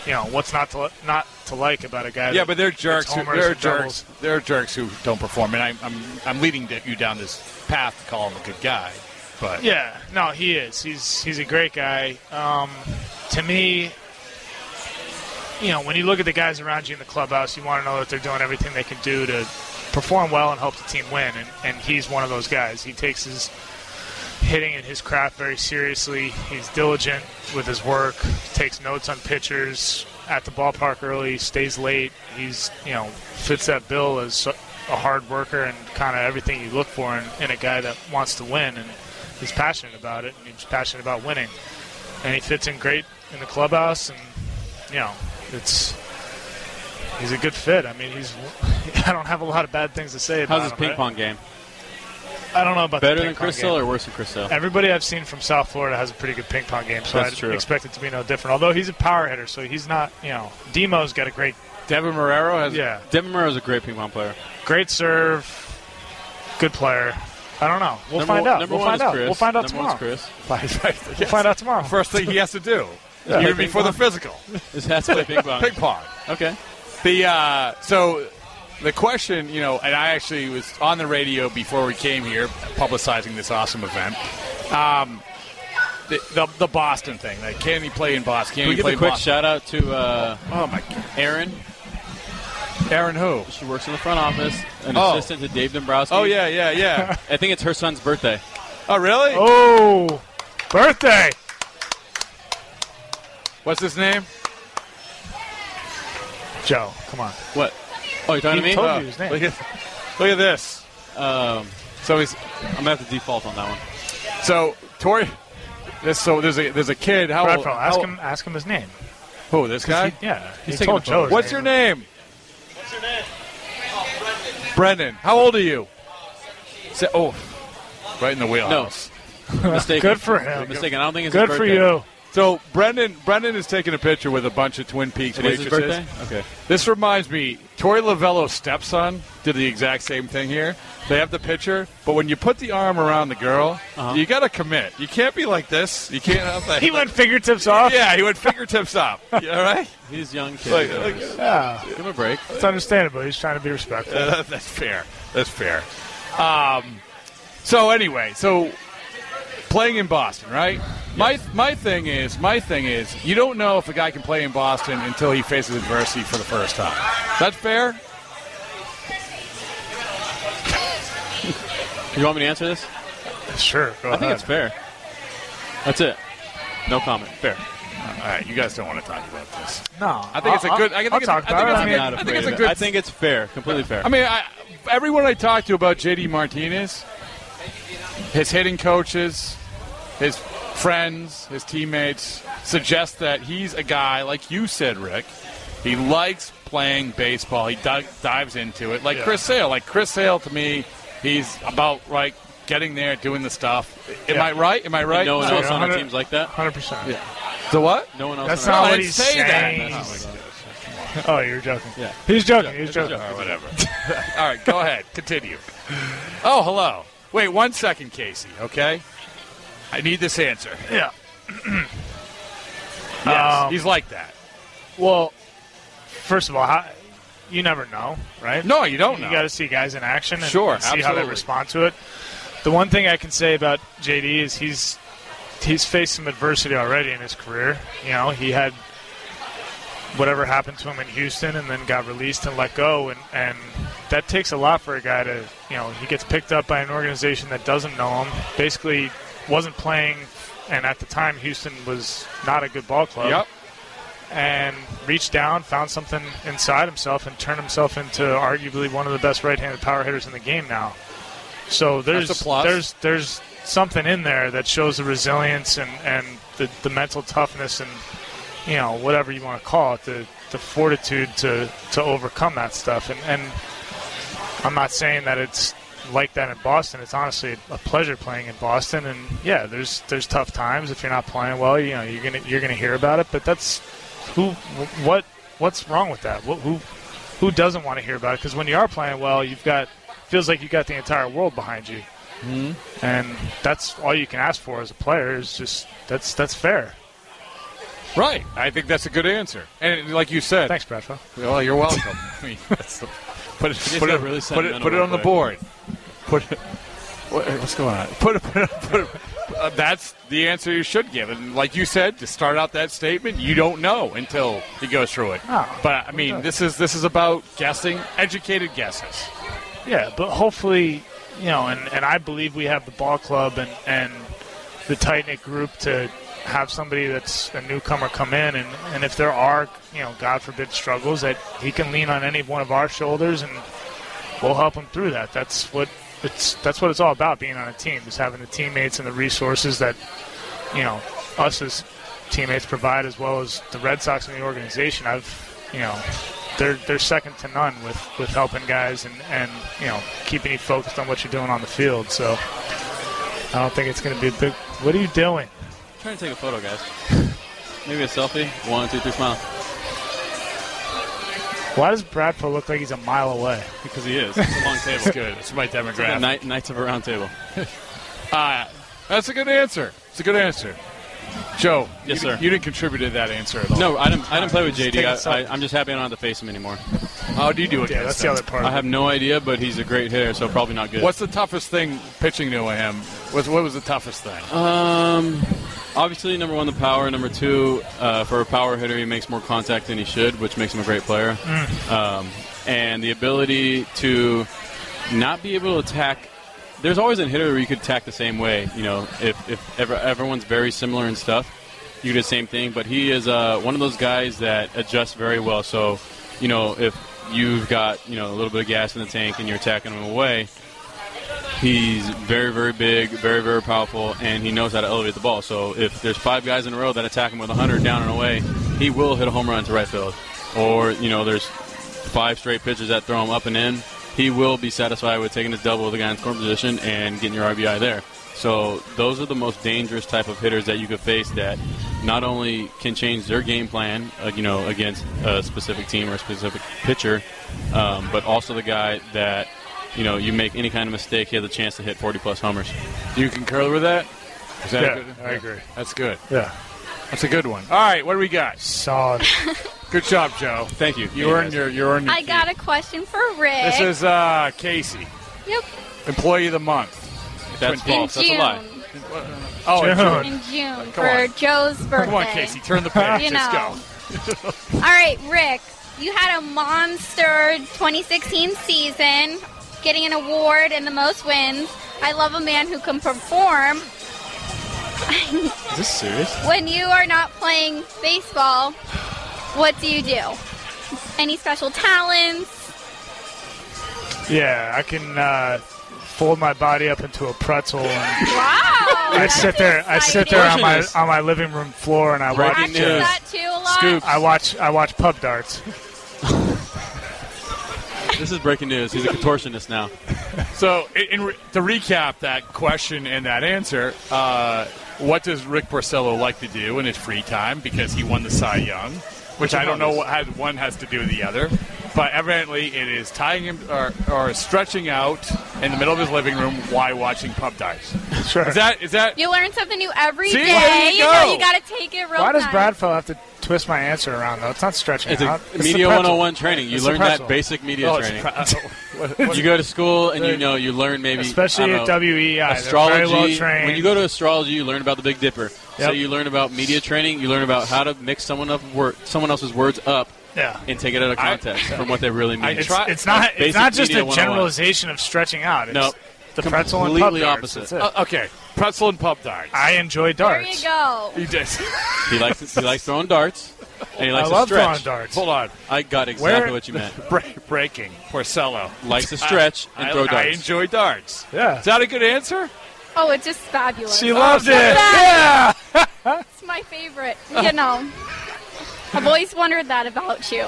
Speaker 7: you know what's not to li- not to like about a guy.
Speaker 5: Yeah,
Speaker 7: that
Speaker 5: but they're
Speaker 7: hits
Speaker 5: jerks. Who,
Speaker 7: homers
Speaker 5: they're
Speaker 7: and doubles.
Speaker 5: jerks. They're jerks who don't perform. And I'm, I'm, I'm leading d- you down this path to call him a good guy. But
Speaker 7: Yeah, no, he is. He's he's a great guy. Um, to me, you know, when you look at the guys around you in the clubhouse, you want to know that they're doing everything they can do to perform well and help the team win. And, and he's one of those guys. He takes his hitting and his craft very seriously. He's diligent with his work. Takes notes on pitchers at the ballpark early. Stays late. He's you know fits that bill as so- a hard worker and kind of everything you look for in, in a guy that wants to win. And he's passionate about it. And he's passionate about winning. And he fits in great in the clubhouse. And you know it's. He's a good fit. I mean, he's. I don't have a lot of bad things to say about
Speaker 6: How's his
Speaker 5: Uh,
Speaker 7: him.
Speaker 6: ping
Speaker 7: I-
Speaker 6: pong game?
Speaker 7: I don't know about the
Speaker 6: Better
Speaker 7: ping
Speaker 6: than
Speaker 7: pong
Speaker 6: Chris
Speaker 7: game.
Speaker 6: Hill or worse than Chris Hill?
Speaker 7: Everybody I've seen from South Florida has a pretty good ping pong game, so I
Speaker 6: That's
Speaker 7: would
Speaker 6: true.
Speaker 7: expect it to be no different. Although he's a power hitter, so he's not, you know, Demo's got a great,
Speaker 5: Devin Marrero has
Speaker 7: yeah,
Speaker 6: Devin Murray is a great ping pong player.
Speaker 7: great serve, good player. I don't know. We'll
Speaker 6: number
Speaker 7: find
Speaker 6: one,
Speaker 7: out.
Speaker 6: Number
Speaker 7: We'll
Speaker 6: one
Speaker 7: find
Speaker 6: is
Speaker 7: out.
Speaker 6: Chris.
Speaker 7: We'll find out
Speaker 6: number
Speaker 7: tomorrow.
Speaker 6: One's Chris.
Speaker 7: We'll find out tomorrow.
Speaker 5: First thing he has to do, even before the physical,
Speaker 6: This has to be ping pong.
Speaker 5: ping pong.
Speaker 6: Okay.
Speaker 5: The uh, so the question, you know, and I actually was on the radio before we came here, publicizing this awesome event. Um, the, the, the Boston thing, like, can he play in Boston? Can
Speaker 6: Can we
Speaker 5: he
Speaker 6: give
Speaker 5: play
Speaker 6: a quick
Speaker 5: Boston?
Speaker 6: shout out to uh,
Speaker 5: Oh my God,
Speaker 6: Aaron?
Speaker 5: Aaron, who?
Speaker 6: She works in the front office, an
Speaker 5: Oh.
Speaker 6: assistant to Dave Dombrowski.
Speaker 5: Oh yeah, yeah, yeah.
Speaker 6: I think it's her son's birthday.
Speaker 5: oh really?
Speaker 7: Oh, birthday!
Speaker 5: What's his name?
Speaker 7: Joe, come on.
Speaker 6: What? Oh, you're talking
Speaker 7: He
Speaker 6: to me?
Speaker 7: told you his name.
Speaker 5: Look at, look at this.
Speaker 6: Um,
Speaker 5: So he's
Speaker 6: I'm gonna have to default on that one.
Speaker 5: so Tori. This so there's a there's a kid. How old?
Speaker 7: Bradfell, ask
Speaker 5: how-
Speaker 7: him. Ask him his name.
Speaker 5: Who this guy?
Speaker 7: He- yeah,
Speaker 6: He's
Speaker 7: he's
Speaker 6: taking
Speaker 7: told
Speaker 6: the phone.
Speaker 7: Joe. his
Speaker 5: What's your name? Brendan. How old are you? Se- oh, right in the
Speaker 6: No,
Speaker 5: wheelhouse.
Speaker 6: mistaken.
Speaker 7: Good for him.
Speaker 6: Mistaken. I don't think it's
Speaker 7: Good
Speaker 6: his
Speaker 7: for
Speaker 6: birthday.
Speaker 7: you.
Speaker 5: So Brendan Brendan is taking a picture with a bunch of Twin Peaks
Speaker 6: It is his
Speaker 5: waitresses.
Speaker 6: birthday. Okay.
Speaker 5: This reminds me, Tori Lavello's stepson did the exact same thing here. They have the picture, but when you put the arm around the girl,
Speaker 6: Uh-huh.
Speaker 5: you got to commit. You can't be like this. You can't have the,
Speaker 7: He went fingertips off.
Speaker 5: Yeah, he went fingertips up. You all right?
Speaker 6: He's young kid.
Speaker 5: Like,
Speaker 6: though.
Speaker 5: like,
Speaker 7: Yeah,
Speaker 6: Give him a break.
Speaker 7: it's understandable. He's trying to be respectful.
Speaker 5: Uh, that's fair. That's fair. Um, so anyway, so playing in Boston, right? My my thing is my thing is you don't know if a guy can play in Boston until he faces adversity for the first time. That's fair.
Speaker 6: You want me to answer this?
Speaker 7: Sure, go
Speaker 6: I think
Speaker 7: ahead.
Speaker 6: it's fair. That's it. No comment. Fair.
Speaker 5: All right, you guys don't want to talk about this.
Speaker 7: No,
Speaker 5: I think it's a good- I think
Speaker 7: I'll
Speaker 5: it's-
Speaker 7: talk
Speaker 5: I think it's
Speaker 7: about
Speaker 5: a
Speaker 7: it. I
Speaker 6: I'm
Speaker 7: mean,
Speaker 5: good-
Speaker 6: not
Speaker 5: I think
Speaker 6: afraid
Speaker 5: it's
Speaker 6: of
Speaker 5: a
Speaker 6: it.
Speaker 5: good-
Speaker 6: I think it's fair. Completely fair.
Speaker 5: I mean, I, everyone I talked to about JD Martinez, his hitting coaches, his friends, his teammates suggest that he's a guy like you said, Rick. He likes playing baseball. He di- dives into it, like Chris Sale. Like Chris Sale, to me, he's about like getting there, doing the stuff. Am I right? Am I right?
Speaker 6: no one
Speaker 5: So-
Speaker 6: else on the
Speaker 7: 100
Speaker 6: team's like that.
Speaker 7: 100%.
Speaker 5: So what?
Speaker 6: No one else.
Speaker 7: That's
Speaker 6: on
Speaker 7: not
Speaker 5: I
Speaker 7: what
Speaker 5: didn't
Speaker 7: he's
Speaker 5: say that.
Speaker 7: saying.
Speaker 5: That's
Speaker 7: Oh, you're joking.
Speaker 6: Yeah.
Speaker 7: He's joking. He's
Speaker 6: it's a
Speaker 7: joking.
Speaker 6: joke.
Speaker 5: Or whatever. All right, go ahead. Continue. Oh, hello. Wait one second, Casey, okay? I need this answer.
Speaker 7: Yeah.
Speaker 5: Yes,
Speaker 7: Um,
Speaker 5: he's like that.
Speaker 7: Well, first of all, how, you never know, right?
Speaker 5: No, you don't know.
Speaker 7: You got to see guys in action and
Speaker 5: Sure,
Speaker 7: and see how they
Speaker 5: absolutely.
Speaker 7: respond to it. The one thing I can say about JD is he's he's faced some adversity already in his career. You know, he had whatever happened to him in Houston and then got released and let go and and that takes a lot for a guy to, you know, he gets picked up by an organization that doesn't know him. Basically wasn't playing and at the time Houston was not a good ball club
Speaker 5: yep.
Speaker 7: and reached down, found something inside himself, and turned himself into arguably one of the best right-handed power hitters in the game now. So there's
Speaker 5: That's a plus.
Speaker 7: there's there's something in there that shows the resilience and and the, the mental toughness and you know whatever you want to call it the the fortitude to to overcome that stuff and and I'm not saying that it's like that in Boston. It's honestly a pleasure playing in Boston, and yeah, there's there's tough times if you're not playing well. You know, you're gonna you're gonna hear about it, but that's who what what's wrong with that? What, who who doesn't want to hear about it? Because when you are playing well, you've got feels like you got the entire world behind you, and that's all you can ask for as a player is just that's that's fair.
Speaker 5: Right. I think that's a good answer. And like you said,
Speaker 7: Thanks, Bradshaw.
Speaker 5: Well, you're welcome. I mean, that's the- put it,
Speaker 6: just
Speaker 5: put it,
Speaker 6: got really
Speaker 5: put it,
Speaker 6: sentimental
Speaker 5: put it on the
Speaker 6: real quick.
Speaker 5: board. Put it, what, what's going on? Put it, put it, put it uh, that's the answer you should give. And like you said, to start out that statement, you don't know until he goes through it.
Speaker 7: Oh.
Speaker 5: but I mean, this is this is about guessing, educated guesses.
Speaker 7: Yeah, but hopefully, you know, and, and I believe we have the ball club and, and the tight knit group to have somebody that's a newcomer come in, and, and if there are, you know, God forbid struggles, that he can lean on any one of our shoulders, and we'll help him through that. That's what it's that's what it's all about being on a team, is having the teammates and the resources that you know us as teammates provide, as well as the Red Sox and the organization. I've you know they're they're second to none with with helping guys and and you know keeping you focused on what you're doing on the field. So I don't think it's going to be a big. What are you doing?
Speaker 6: trying to take a photo, guys. Maybe a selfie. One, two, three, smile.
Speaker 7: Why does Bradford look like he's a mile away?
Speaker 6: Because he is. It's a long
Speaker 5: It's
Speaker 6: table.
Speaker 5: good. It's my
Speaker 6: The
Speaker 5: demographic.
Speaker 6: Knight, Knights of a Round Table.
Speaker 5: Uh, that's a good answer. It's a good answer. Joe,
Speaker 6: Yes,
Speaker 5: you,
Speaker 6: sir.
Speaker 5: you didn't contribute to that answer at all.
Speaker 6: No, I didn't. I didn't play with JD.
Speaker 7: take a
Speaker 6: I,
Speaker 7: selfie.
Speaker 6: I, I'm just happy I don't have to face him anymore.
Speaker 5: How do you do it?
Speaker 7: Yeah, that's the other part.
Speaker 6: I have no idea, but he's a great hitter, so probably not good.
Speaker 5: What's the toughest thing pitching to him? What's, what was the toughest thing?
Speaker 7: Uh,
Speaker 6: Um, obviously, number one, the power. Number two, uh, for a power hitter, he makes more contact than he should, which makes him a great player. Um, and the ability to not be able to attack. There's always a hitter where you could attack the same way. You know, if, if ever, everyone's very similar and stuff, you do the same thing. But he is uh, one of those guys that adjusts very well. So, you know, if you've got you know a little bit of gas in the tank and you're attacking him away, He's very, very big, very, very powerful, and he knows how to elevate the ball. So if there's five guys in a row that attack him with 100 down and away, he will hit a home run to right field. Or, you know, there's five straight pitches that throw him up and in. He will be satisfied with taking his double with the guy in scoring position and getting your RBI there. So those are the most dangerous type of hitters that you could face that not only can change their game plan, uh, you know, against a specific team or a specific pitcher, um, but also the guy that you know, you make any kind of mistake, you have the chance to hit 40 plus homers.
Speaker 5: Do you concur with that? Is that
Speaker 7: Yeah,
Speaker 5: a good?
Speaker 7: I agree.
Speaker 5: That's good.
Speaker 7: Yeah,
Speaker 5: That's a good one. All right, what do we got?
Speaker 7: solid.
Speaker 5: Good job, Joe.
Speaker 6: Thank you.
Speaker 5: You earned your. You earned your.
Speaker 10: I got a question for Rick.
Speaker 5: This is uh, Casey,
Speaker 10: yep.
Speaker 5: employee of the month.
Speaker 6: That's
Speaker 5: Twin
Speaker 10: In
Speaker 6: false. That's a lie.
Speaker 10: June.
Speaker 5: Oh, it's
Speaker 7: Joe.
Speaker 10: In June
Speaker 5: Come
Speaker 10: for
Speaker 5: on.
Speaker 10: Joe's birthday.
Speaker 5: Come on, Casey, turn the page.
Speaker 10: You
Speaker 5: Let's
Speaker 10: know.
Speaker 5: go.
Speaker 10: All right, Rick. You had a monster 2016 season, getting an award and the most wins. I love a man who can perform.
Speaker 6: Is this serious?
Speaker 10: When you are not playing baseball, what do you do? Any special talents?
Speaker 7: yeah, I can uh, fold my body up into a pretzel. And
Speaker 10: Wow.
Speaker 7: I sit there. I sit there on my
Speaker 6: Nutritionist.
Speaker 7: on my living room floor and I watch. uh,
Speaker 10: I do
Speaker 6: Breaking news.
Speaker 10: that too a lot.
Speaker 6: Scoop.
Speaker 7: I watch. I watch pub darts.
Speaker 6: This is breaking news. He's a contortionist now.
Speaker 5: So, in, in re- to recap that question and that answer, uh, what does Rick Porcello like to do in his free time? Because he won the Cy Young, which I don't know what has, one has to do with the other. But evidently, it is tying him or, or stretching out in the middle of his living room while watching pub dives.
Speaker 7: Sure.
Speaker 5: Is that is that?
Speaker 10: You learn something new every
Speaker 5: See,
Speaker 10: day.
Speaker 5: there you
Speaker 10: you know
Speaker 5: go.
Speaker 10: you got to take it real
Speaker 7: Why does
Speaker 10: nice.
Speaker 7: Bradfell have to twist my answer around though? It's not stretching
Speaker 6: It's a
Speaker 7: out. the
Speaker 6: media
Speaker 7: pretzel.
Speaker 6: 101 training. You
Speaker 7: It's the
Speaker 6: learn that
Speaker 7: pretzel.
Speaker 6: basic media
Speaker 5: Oh, it's
Speaker 6: training.
Speaker 5: pro- what- what-
Speaker 6: you go to school and you know you learn maybe I
Speaker 7: Especially
Speaker 6: don't
Speaker 7: at
Speaker 6: know,
Speaker 7: WEI, they're very
Speaker 6: astrology.
Speaker 7: well trained.
Speaker 6: when you go to astrology, you learn about the Big Dipper. So
Speaker 7: Yep.
Speaker 6: you learn about media training. You learn about how to mix someone up word, someone else's words up
Speaker 7: yeah,
Speaker 6: and take it out of context from what they really mean.
Speaker 7: it's,
Speaker 5: try-
Speaker 7: it's not. It's
Speaker 6: basic
Speaker 7: not just
Speaker 6: media
Speaker 7: a
Speaker 6: 101.
Speaker 7: generalization of stretching out. It's
Speaker 6: Nope.
Speaker 7: the pretzel and pub
Speaker 6: Completely
Speaker 7: darts.
Speaker 6: opposite.
Speaker 7: That's it.
Speaker 5: Uh, okay, pretzel and pub dives.
Speaker 7: I enjoy
Speaker 10: There
Speaker 7: darts.
Speaker 10: you go.
Speaker 5: You did.
Speaker 6: He likes he likes throwing darts and he
Speaker 7: I
Speaker 6: likes to
Speaker 7: love throwing
Speaker 6: stretch.
Speaker 7: darts.
Speaker 5: Hold on.
Speaker 6: I got exactly
Speaker 7: Where-
Speaker 6: what you meant.
Speaker 5: Break, breaking. Porcello.
Speaker 6: Likes to stretch and
Speaker 5: I,
Speaker 6: throw
Speaker 5: I
Speaker 6: darts.
Speaker 5: enjoy darts.
Speaker 7: Yeah.
Speaker 5: Is that a good answer? Oh,
Speaker 10: Oh, it's just fabulous.
Speaker 7: She loves it.
Speaker 10: Yeah. it's my favorite. You know, I've always wondered that about you.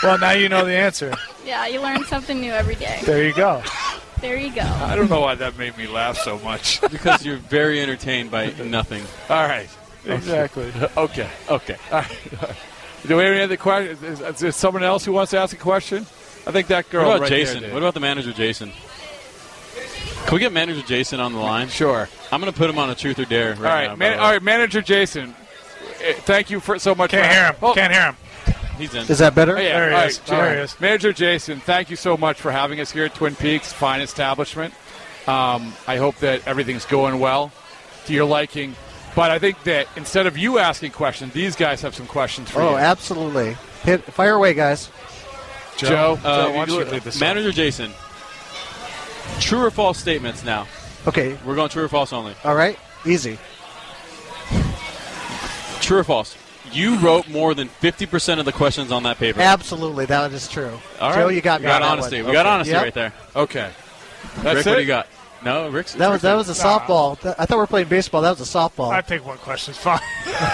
Speaker 7: Well, now you know the answer.
Speaker 10: Yeah, you learn something new every day.
Speaker 7: There you go.
Speaker 10: There you go.
Speaker 5: I don't know why that made me laugh so much.
Speaker 6: because you're very entertained by nothing.
Speaker 5: All right.
Speaker 6: Exactly.
Speaker 5: okay. Okay. All right. All right. Do we have any other questions? Is, is there someone else who wants to ask a question? I think that girl
Speaker 6: What about
Speaker 5: right there
Speaker 6: Jason?
Speaker 5: did.
Speaker 6: What about the manager, Jason? Can we get manager Jason on the line?
Speaker 5: Sure.
Speaker 6: I'm going to put him on a truth or dare.
Speaker 5: all right,
Speaker 6: Right. now, by
Speaker 5: man,
Speaker 6: the way.
Speaker 5: all right, manager Jason. eh, Thank you for so much.
Speaker 7: Can't
Speaker 5: for-
Speaker 7: hear him.
Speaker 5: Oh.
Speaker 7: Can't hear him.
Speaker 6: He's in.
Speaker 11: Is that better?
Speaker 5: Oh, yeah.
Speaker 7: There he
Speaker 5: All
Speaker 7: is.
Speaker 5: right,
Speaker 7: There
Speaker 5: Jim.
Speaker 7: he is.
Speaker 5: Manager Jason, thank you so much for having us here at Twin Peaks, fine establishment. Um, I hope that everything's going well to your liking. But I think that instead of you asking questions, these guys have some questions for
Speaker 11: Oh,
Speaker 5: you.
Speaker 11: absolutely. Hit, fire away, guys.
Speaker 6: Uh,
Speaker 5: Joe, Joe, why don't you lead this
Speaker 6: manager Jason. True or false statements now.
Speaker 11: Okay.
Speaker 6: We're going true or false only.
Speaker 11: All right. Easy.
Speaker 6: True or false? You wrote more than 50% of the questions on that paper.
Speaker 11: Absolutely. That is true.
Speaker 6: All right.
Speaker 11: Joe, you got
Speaker 6: we
Speaker 11: me.
Speaker 6: got
Speaker 11: on that
Speaker 6: honesty.
Speaker 11: one.
Speaker 6: We got
Speaker 11: Okay.
Speaker 6: honesty
Speaker 11: Yep.
Speaker 6: right there.
Speaker 5: Okay. That's
Speaker 6: Rick,
Speaker 5: it?
Speaker 6: what do you got? No, Rick's.
Speaker 11: That was that was a softball. That- I thought we were playing baseball. That was a softball.
Speaker 7: I think one question's fine.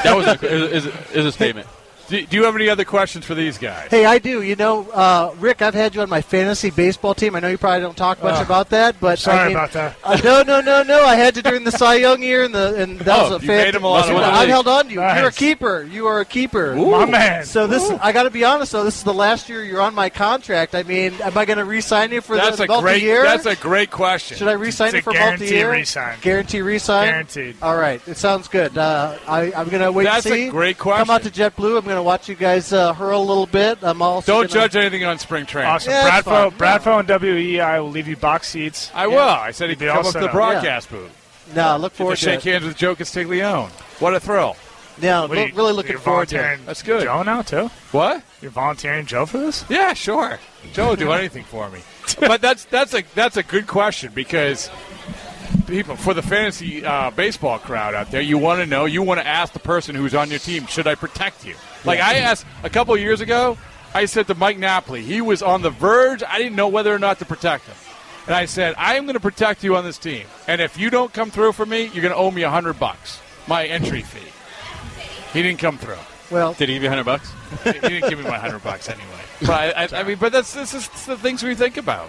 Speaker 6: that was a, is, is, is a statement.
Speaker 5: Do, do you have any other questions for these guys?
Speaker 11: Hey, I do. You know, uh, Rick, I've had you on my fantasy baseball team. I know you probably don't talk much about that, but
Speaker 7: Oh, Sorry
Speaker 11: I mean,
Speaker 7: about that.
Speaker 11: Uh, no, no, no, no. I had you during the Cy Young year, and the and that
Speaker 5: Oh,
Speaker 11: was a
Speaker 5: you made
Speaker 11: fan-
Speaker 5: him a lot
Speaker 6: of money.
Speaker 11: I've held on to you. You're a
Speaker 7: Nice.
Speaker 11: keeper. You are a keeper.
Speaker 7: My man.
Speaker 11: So this, I got to be honest though. This is the last year you're on my contract. I mean, am I going to re-sign you for
Speaker 5: That's
Speaker 11: the
Speaker 5: a great.
Speaker 11: multi-year?
Speaker 5: That's a great question.
Speaker 11: Should I re-sign
Speaker 7: It's a
Speaker 11: you for
Speaker 7: guaranteed
Speaker 11: multi-year?
Speaker 7: re-sign.
Speaker 11: Guarantee re-sign.
Speaker 7: Guaranteed.
Speaker 11: All right, it sounds good. Uh, I, I'm going to wait
Speaker 5: That's a
Speaker 11: and see.
Speaker 5: great
Speaker 11: Come out to
Speaker 5: question.
Speaker 11: JetBlue. I'm going to watch you guys uh, hurl a little bit. I'm also
Speaker 5: Don't
Speaker 11: gonna-
Speaker 5: judge anything on spring training.
Speaker 7: Awesome.
Speaker 11: Yeah, it's fine.
Speaker 7: Bradfo, Bradfo and WEI will leave you box seats.
Speaker 5: I will. I said he
Speaker 7: You'd be
Speaker 5: could
Speaker 7: all
Speaker 5: come up to
Speaker 7: set
Speaker 5: the
Speaker 7: up.
Speaker 5: broadcast booth.
Speaker 11: No, look
Speaker 5: Get to
Speaker 11: forward to
Speaker 5: shake
Speaker 11: it.
Speaker 5: hands with Joe Castiglione. What a thrill!
Speaker 11: Yeah,
Speaker 7: What are
Speaker 11: look-
Speaker 7: you-
Speaker 11: really looking
Speaker 7: you're
Speaker 11: forward to it.
Speaker 7: volunteering
Speaker 5: That's good.
Speaker 7: Joe now too.
Speaker 5: What?
Speaker 7: You're volunteering Joe for this?
Speaker 5: Yeah, sure. Joe will do anything for me. But that's that's a that's a good question because people for the fantasy uh, baseball crowd out there, you want to know, you want to ask the person who's on your team, should I protect you? Like I asked a couple of years ago, I said to Mike Napoli, he was on the verge. I didn't know whether or not to protect him, and I said, I am going to protect you on this team, and if you don't come through for me, you're going to owe me a hundred bucks, my entry fee. He didn't come through
Speaker 11: Well,
Speaker 6: Did he give you 100 bucks?
Speaker 5: you didn't give me my hundred bucks anyway. But I, I, I mean, but that's this is the things we think about.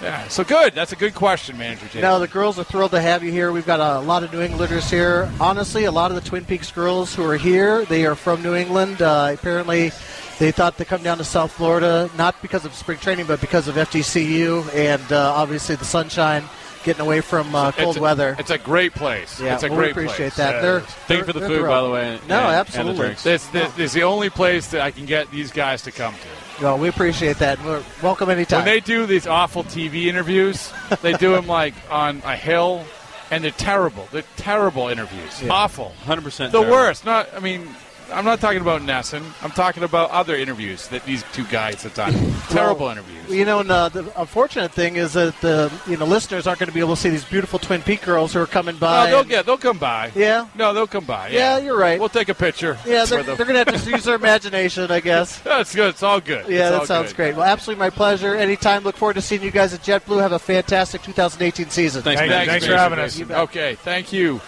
Speaker 5: Yeah. So good. That's a good question, manager. Jason.
Speaker 11: now the girls are thrilled to have you here. We've got a lot of New Englanders here. Honestly, a lot of the Twin Peaks girls who are here, they are from New England. Uh, apparently, they thought to come down to South Florida not because of spring training, but because of FTCU and uh, obviously the sunshine, getting away from uh,
Speaker 5: It's
Speaker 11: cold
Speaker 5: a-
Speaker 11: weather.
Speaker 5: It's a great place.
Speaker 11: yeah,
Speaker 5: it's a
Speaker 11: well,
Speaker 5: great
Speaker 11: we appreciate
Speaker 5: place.
Speaker 11: that.
Speaker 7: Yeah,
Speaker 11: They're,
Speaker 7: it is.
Speaker 6: Thank you
Speaker 11: they're-
Speaker 6: for the
Speaker 11: they're
Speaker 6: food, by
Speaker 11: thrilled.
Speaker 6: the way. and-
Speaker 11: No,
Speaker 6: and the
Speaker 11: absolutely.
Speaker 6: drinks.
Speaker 5: This, this, this is the only place that I can get these guys to come to.
Speaker 11: Well, we appreciate that. We're welcome anytime.
Speaker 5: When they do these awful TV interviews, they do them like on a hill, and they're terrible. They're terrible interviews. Awful.
Speaker 6: 100%
Speaker 5: The
Speaker 6: terrible.
Speaker 5: worst. Not. I mean. I'm not talking about Nesson. I'm talking about other interviews that these two guys have done. Terrible interviews.
Speaker 11: You know, and uh, the unfortunate thing is that the you know listeners aren't going to be able to see these beautiful Twin Peak girls who are coming by.
Speaker 5: No, they'll
Speaker 11: and-
Speaker 5: get. They'll come by.
Speaker 11: Yeah?
Speaker 5: No, they'll come by.
Speaker 11: Yeah,
Speaker 5: Yeah,
Speaker 11: you're right.
Speaker 5: We'll take a picture.
Speaker 11: yeah, they're,
Speaker 5: with them.
Speaker 11: they're going to have to use their imagination, I guess.
Speaker 5: That's good. It's all good.
Speaker 11: Yeah,
Speaker 5: It's all
Speaker 11: that sounds
Speaker 5: good.
Speaker 11: great. Well, absolutely my pleasure. Anytime. Look forward to seeing you guys at JetBlue. Have a fantastic 2018 season.
Speaker 6: Thanks,
Speaker 7: Thank-
Speaker 6: man.
Speaker 7: thanks for
Speaker 5: Jason.
Speaker 7: having us.
Speaker 5: You bet. Okay, thank you.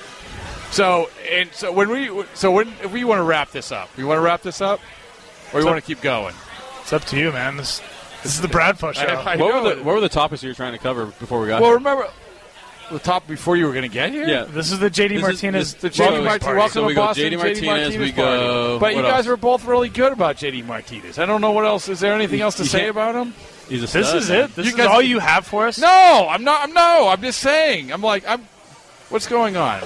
Speaker 5: So and so when we so when if we want to wrap this up, we want to wrap this up, or we
Speaker 7: So-
Speaker 5: want to keep going.
Speaker 7: It's up to you, man. This, this is the Bradfo show.
Speaker 5: I- I-
Speaker 6: What were,
Speaker 5: know.
Speaker 6: the, what were the topics you were trying to cover before we got
Speaker 5: Well,
Speaker 6: here?
Speaker 5: remember the top before you were going to get here.
Speaker 6: Uh, Yeah.
Speaker 7: this is the JD
Speaker 6: This is-
Speaker 7: Martinez.
Speaker 6: this is
Speaker 5: JD
Speaker 6: Well,
Speaker 7: welcome
Speaker 5: Martinez,
Speaker 7: party.
Speaker 5: welcome
Speaker 6: So we
Speaker 5: to
Speaker 6: go
Speaker 5: Boston.
Speaker 6: JD Martinez, we
Speaker 5: party.
Speaker 6: go-
Speaker 5: But you
Speaker 6: what
Speaker 5: guys
Speaker 6: else?
Speaker 5: were both really good about JD Martinez. I don't know what else. Is there anything
Speaker 6: You-
Speaker 5: else to
Speaker 6: you
Speaker 5: say
Speaker 6: can't-
Speaker 5: about him?
Speaker 6: He's a stud,
Speaker 7: This is
Speaker 6: man.
Speaker 7: it. This
Speaker 5: You
Speaker 7: is
Speaker 5: guys-
Speaker 7: all you have for us.
Speaker 5: No, I'm not. I'm no. I'm just saying. I'm like I'm. What's going on?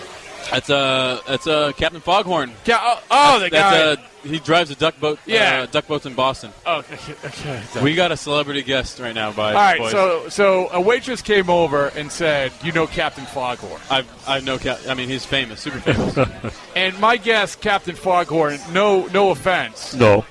Speaker 6: That's uh, that's uh, Captain Foghorn.
Speaker 5: Yeah. Oh, oh the guy.
Speaker 6: That's, uh, he drives a duck boat.
Speaker 5: Yeah.
Speaker 6: uh, duck boats in Boston.
Speaker 5: Oh, okay, okay.
Speaker 6: We got a celebrity guest right now, by
Speaker 5: All right,
Speaker 6: boys.
Speaker 5: so so a waitress came over and said, "You know Captain Foghorn."
Speaker 6: I I know. Cap- I mean, he's famous, super famous.
Speaker 5: And my guess, Captain Foghorn. No, no offense,
Speaker 4: No.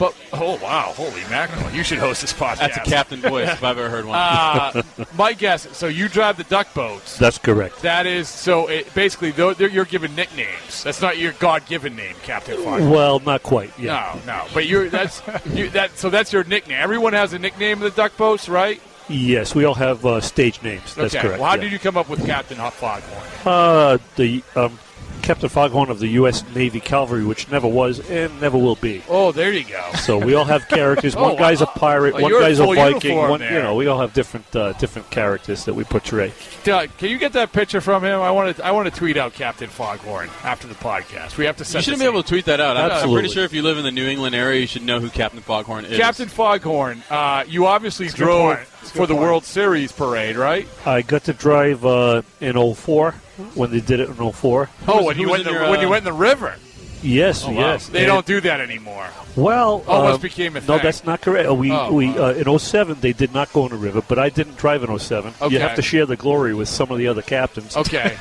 Speaker 5: but oh wow, holy mackerel! You should host this podcast.
Speaker 6: That's a captain voice if I've ever heard one.
Speaker 5: Uh, my guess. So you drive the duck boats.
Speaker 4: That's correct.
Speaker 5: That is so. It, basically, though, they're- you're given nicknames. That's not your God-given name, Captain Foghorn.
Speaker 4: Well, not quite. Yeah.
Speaker 5: No, no. But you're that's you, that. So that's your nickname. Everyone has a nickname in the duck boats, right?
Speaker 4: Yes, we all have uh, stage names. That's
Speaker 5: okay.
Speaker 4: correct.
Speaker 5: Well, how
Speaker 4: yeah.
Speaker 5: did you come up with Captain Hot Foghorn?
Speaker 4: Uh, the um,
Speaker 12: Captain Foghorn of the U.S. Navy Cavalry, which never was and never will be.
Speaker 5: Oh, there you go.
Speaker 12: So we all have characters.
Speaker 5: Oh,
Speaker 12: One guy's a
Speaker 5: wow.
Speaker 12: pirate,
Speaker 5: Oh,
Speaker 12: one
Speaker 5: you're in
Speaker 12: guy's a
Speaker 5: full
Speaker 12: Viking.
Speaker 5: uniform
Speaker 12: One, you
Speaker 5: there.
Speaker 12: know, we all have different uh, different characters that we portray.
Speaker 5: Uh, Can you get that picture from him? I want to. I want to tweet out Captain Foghorn after the podcast. We have to. Set
Speaker 6: You shouldn't
Speaker 5: the
Speaker 6: be able to tweet that out. I'm- I'm
Speaker 5: Absolutely.
Speaker 6: pretty sure if you live in the New England area, you should know who Captain Foghorn is.
Speaker 5: Captain Foghorn. Uh, you obviously
Speaker 6: a good
Speaker 5: drove
Speaker 6: point. It's a
Speaker 5: for
Speaker 6: good
Speaker 5: the
Speaker 6: point.
Speaker 5: World Series parade, right?
Speaker 12: I got to drive uh, in 04 when they did it in 04.
Speaker 5: Oh, when you went in the, when you went in the river.
Speaker 12: Yes,
Speaker 5: Oh, wow.
Speaker 12: yes.
Speaker 5: They
Speaker 12: And-
Speaker 5: don't do that anymore.
Speaker 12: Well,
Speaker 6: Oh,
Speaker 5: almost
Speaker 12: um,
Speaker 5: became a thing.
Speaker 12: no. That's not correct. Uh, We
Speaker 5: Oh,
Speaker 12: we uh, in 07 they did not go in the river, but I didn't drive in 07.
Speaker 5: Okay.
Speaker 12: You have to share the glory with some of the other captains.
Speaker 5: Okay.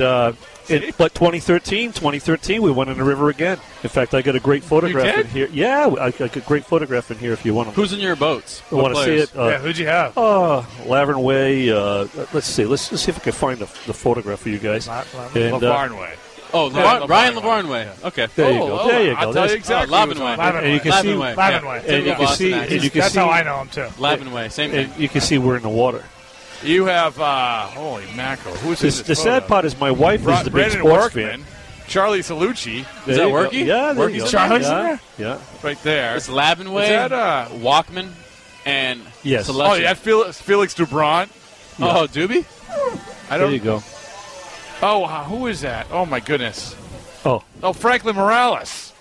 Speaker 12: uh, it, but 2013, 2013, we went in the river again. In fact, I got a great photograph
Speaker 6: did?
Speaker 12: in here. Yeah, I got a great photograph in here if you want to.
Speaker 6: Who's in your boats?
Speaker 12: I want to see it. Uh,
Speaker 7: yeah, who'd you have?
Speaker 12: Oh, Lavern Way. Uh, let's see. Let's, let's see if I can find the, the photograph for you guys.
Speaker 6: La-
Speaker 5: La-
Speaker 12: And, uh,
Speaker 5: Lavarn Way.
Speaker 6: Oh,
Speaker 5: Yeah,
Speaker 6: Lavar-
Speaker 5: Lavarn
Speaker 6: Ryan Lavarn Way. Okay.
Speaker 12: There
Speaker 5: Oh,
Speaker 12: you go. there you go.
Speaker 6: I'll tell
Speaker 12: There's-
Speaker 6: you exactly. Oh, Lavarn Way.
Speaker 12: And you can see,
Speaker 7: Lavinway. Lavinway.
Speaker 12: And you can
Speaker 7: Boston
Speaker 12: see,
Speaker 7: accent.
Speaker 12: and you can
Speaker 7: That's
Speaker 12: see,
Speaker 7: how I know him too.
Speaker 6: Lavinway, same
Speaker 12: and You can see we're in the water.
Speaker 5: You have uh, holy mackerel. Who's
Speaker 12: This-
Speaker 5: in
Speaker 12: the
Speaker 5: this photo?
Speaker 12: sad part is my wife is
Speaker 5: Bra-
Speaker 12: the big
Speaker 5: Brandon
Speaker 12: sports
Speaker 5: Workman, Charlie Salucci.
Speaker 12: There you go. Yeah, there you go.
Speaker 5: Charlie's
Speaker 12: yeah.
Speaker 5: in there?
Speaker 12: Yeah.
Speaker 5: Right there.
Speaker 6: It's Lavinway,
Speaker 5: Is that, uh,
Speaker 6: Walkman, and
Speaker 12: Yes.
Speaker 5: Oh, yeah, Felix, Felix Dubron.
Speaker 6: Oh, Doobie?
Speaker 5: I
Speaker 12: There
Speaker 5: don't.
Speaker 12: you go.
Speaker 5: Oh, wow, who is that? Oh my goodness.
Speaker 12: Oh.
Speaker 5: Oh, Franklin Morales.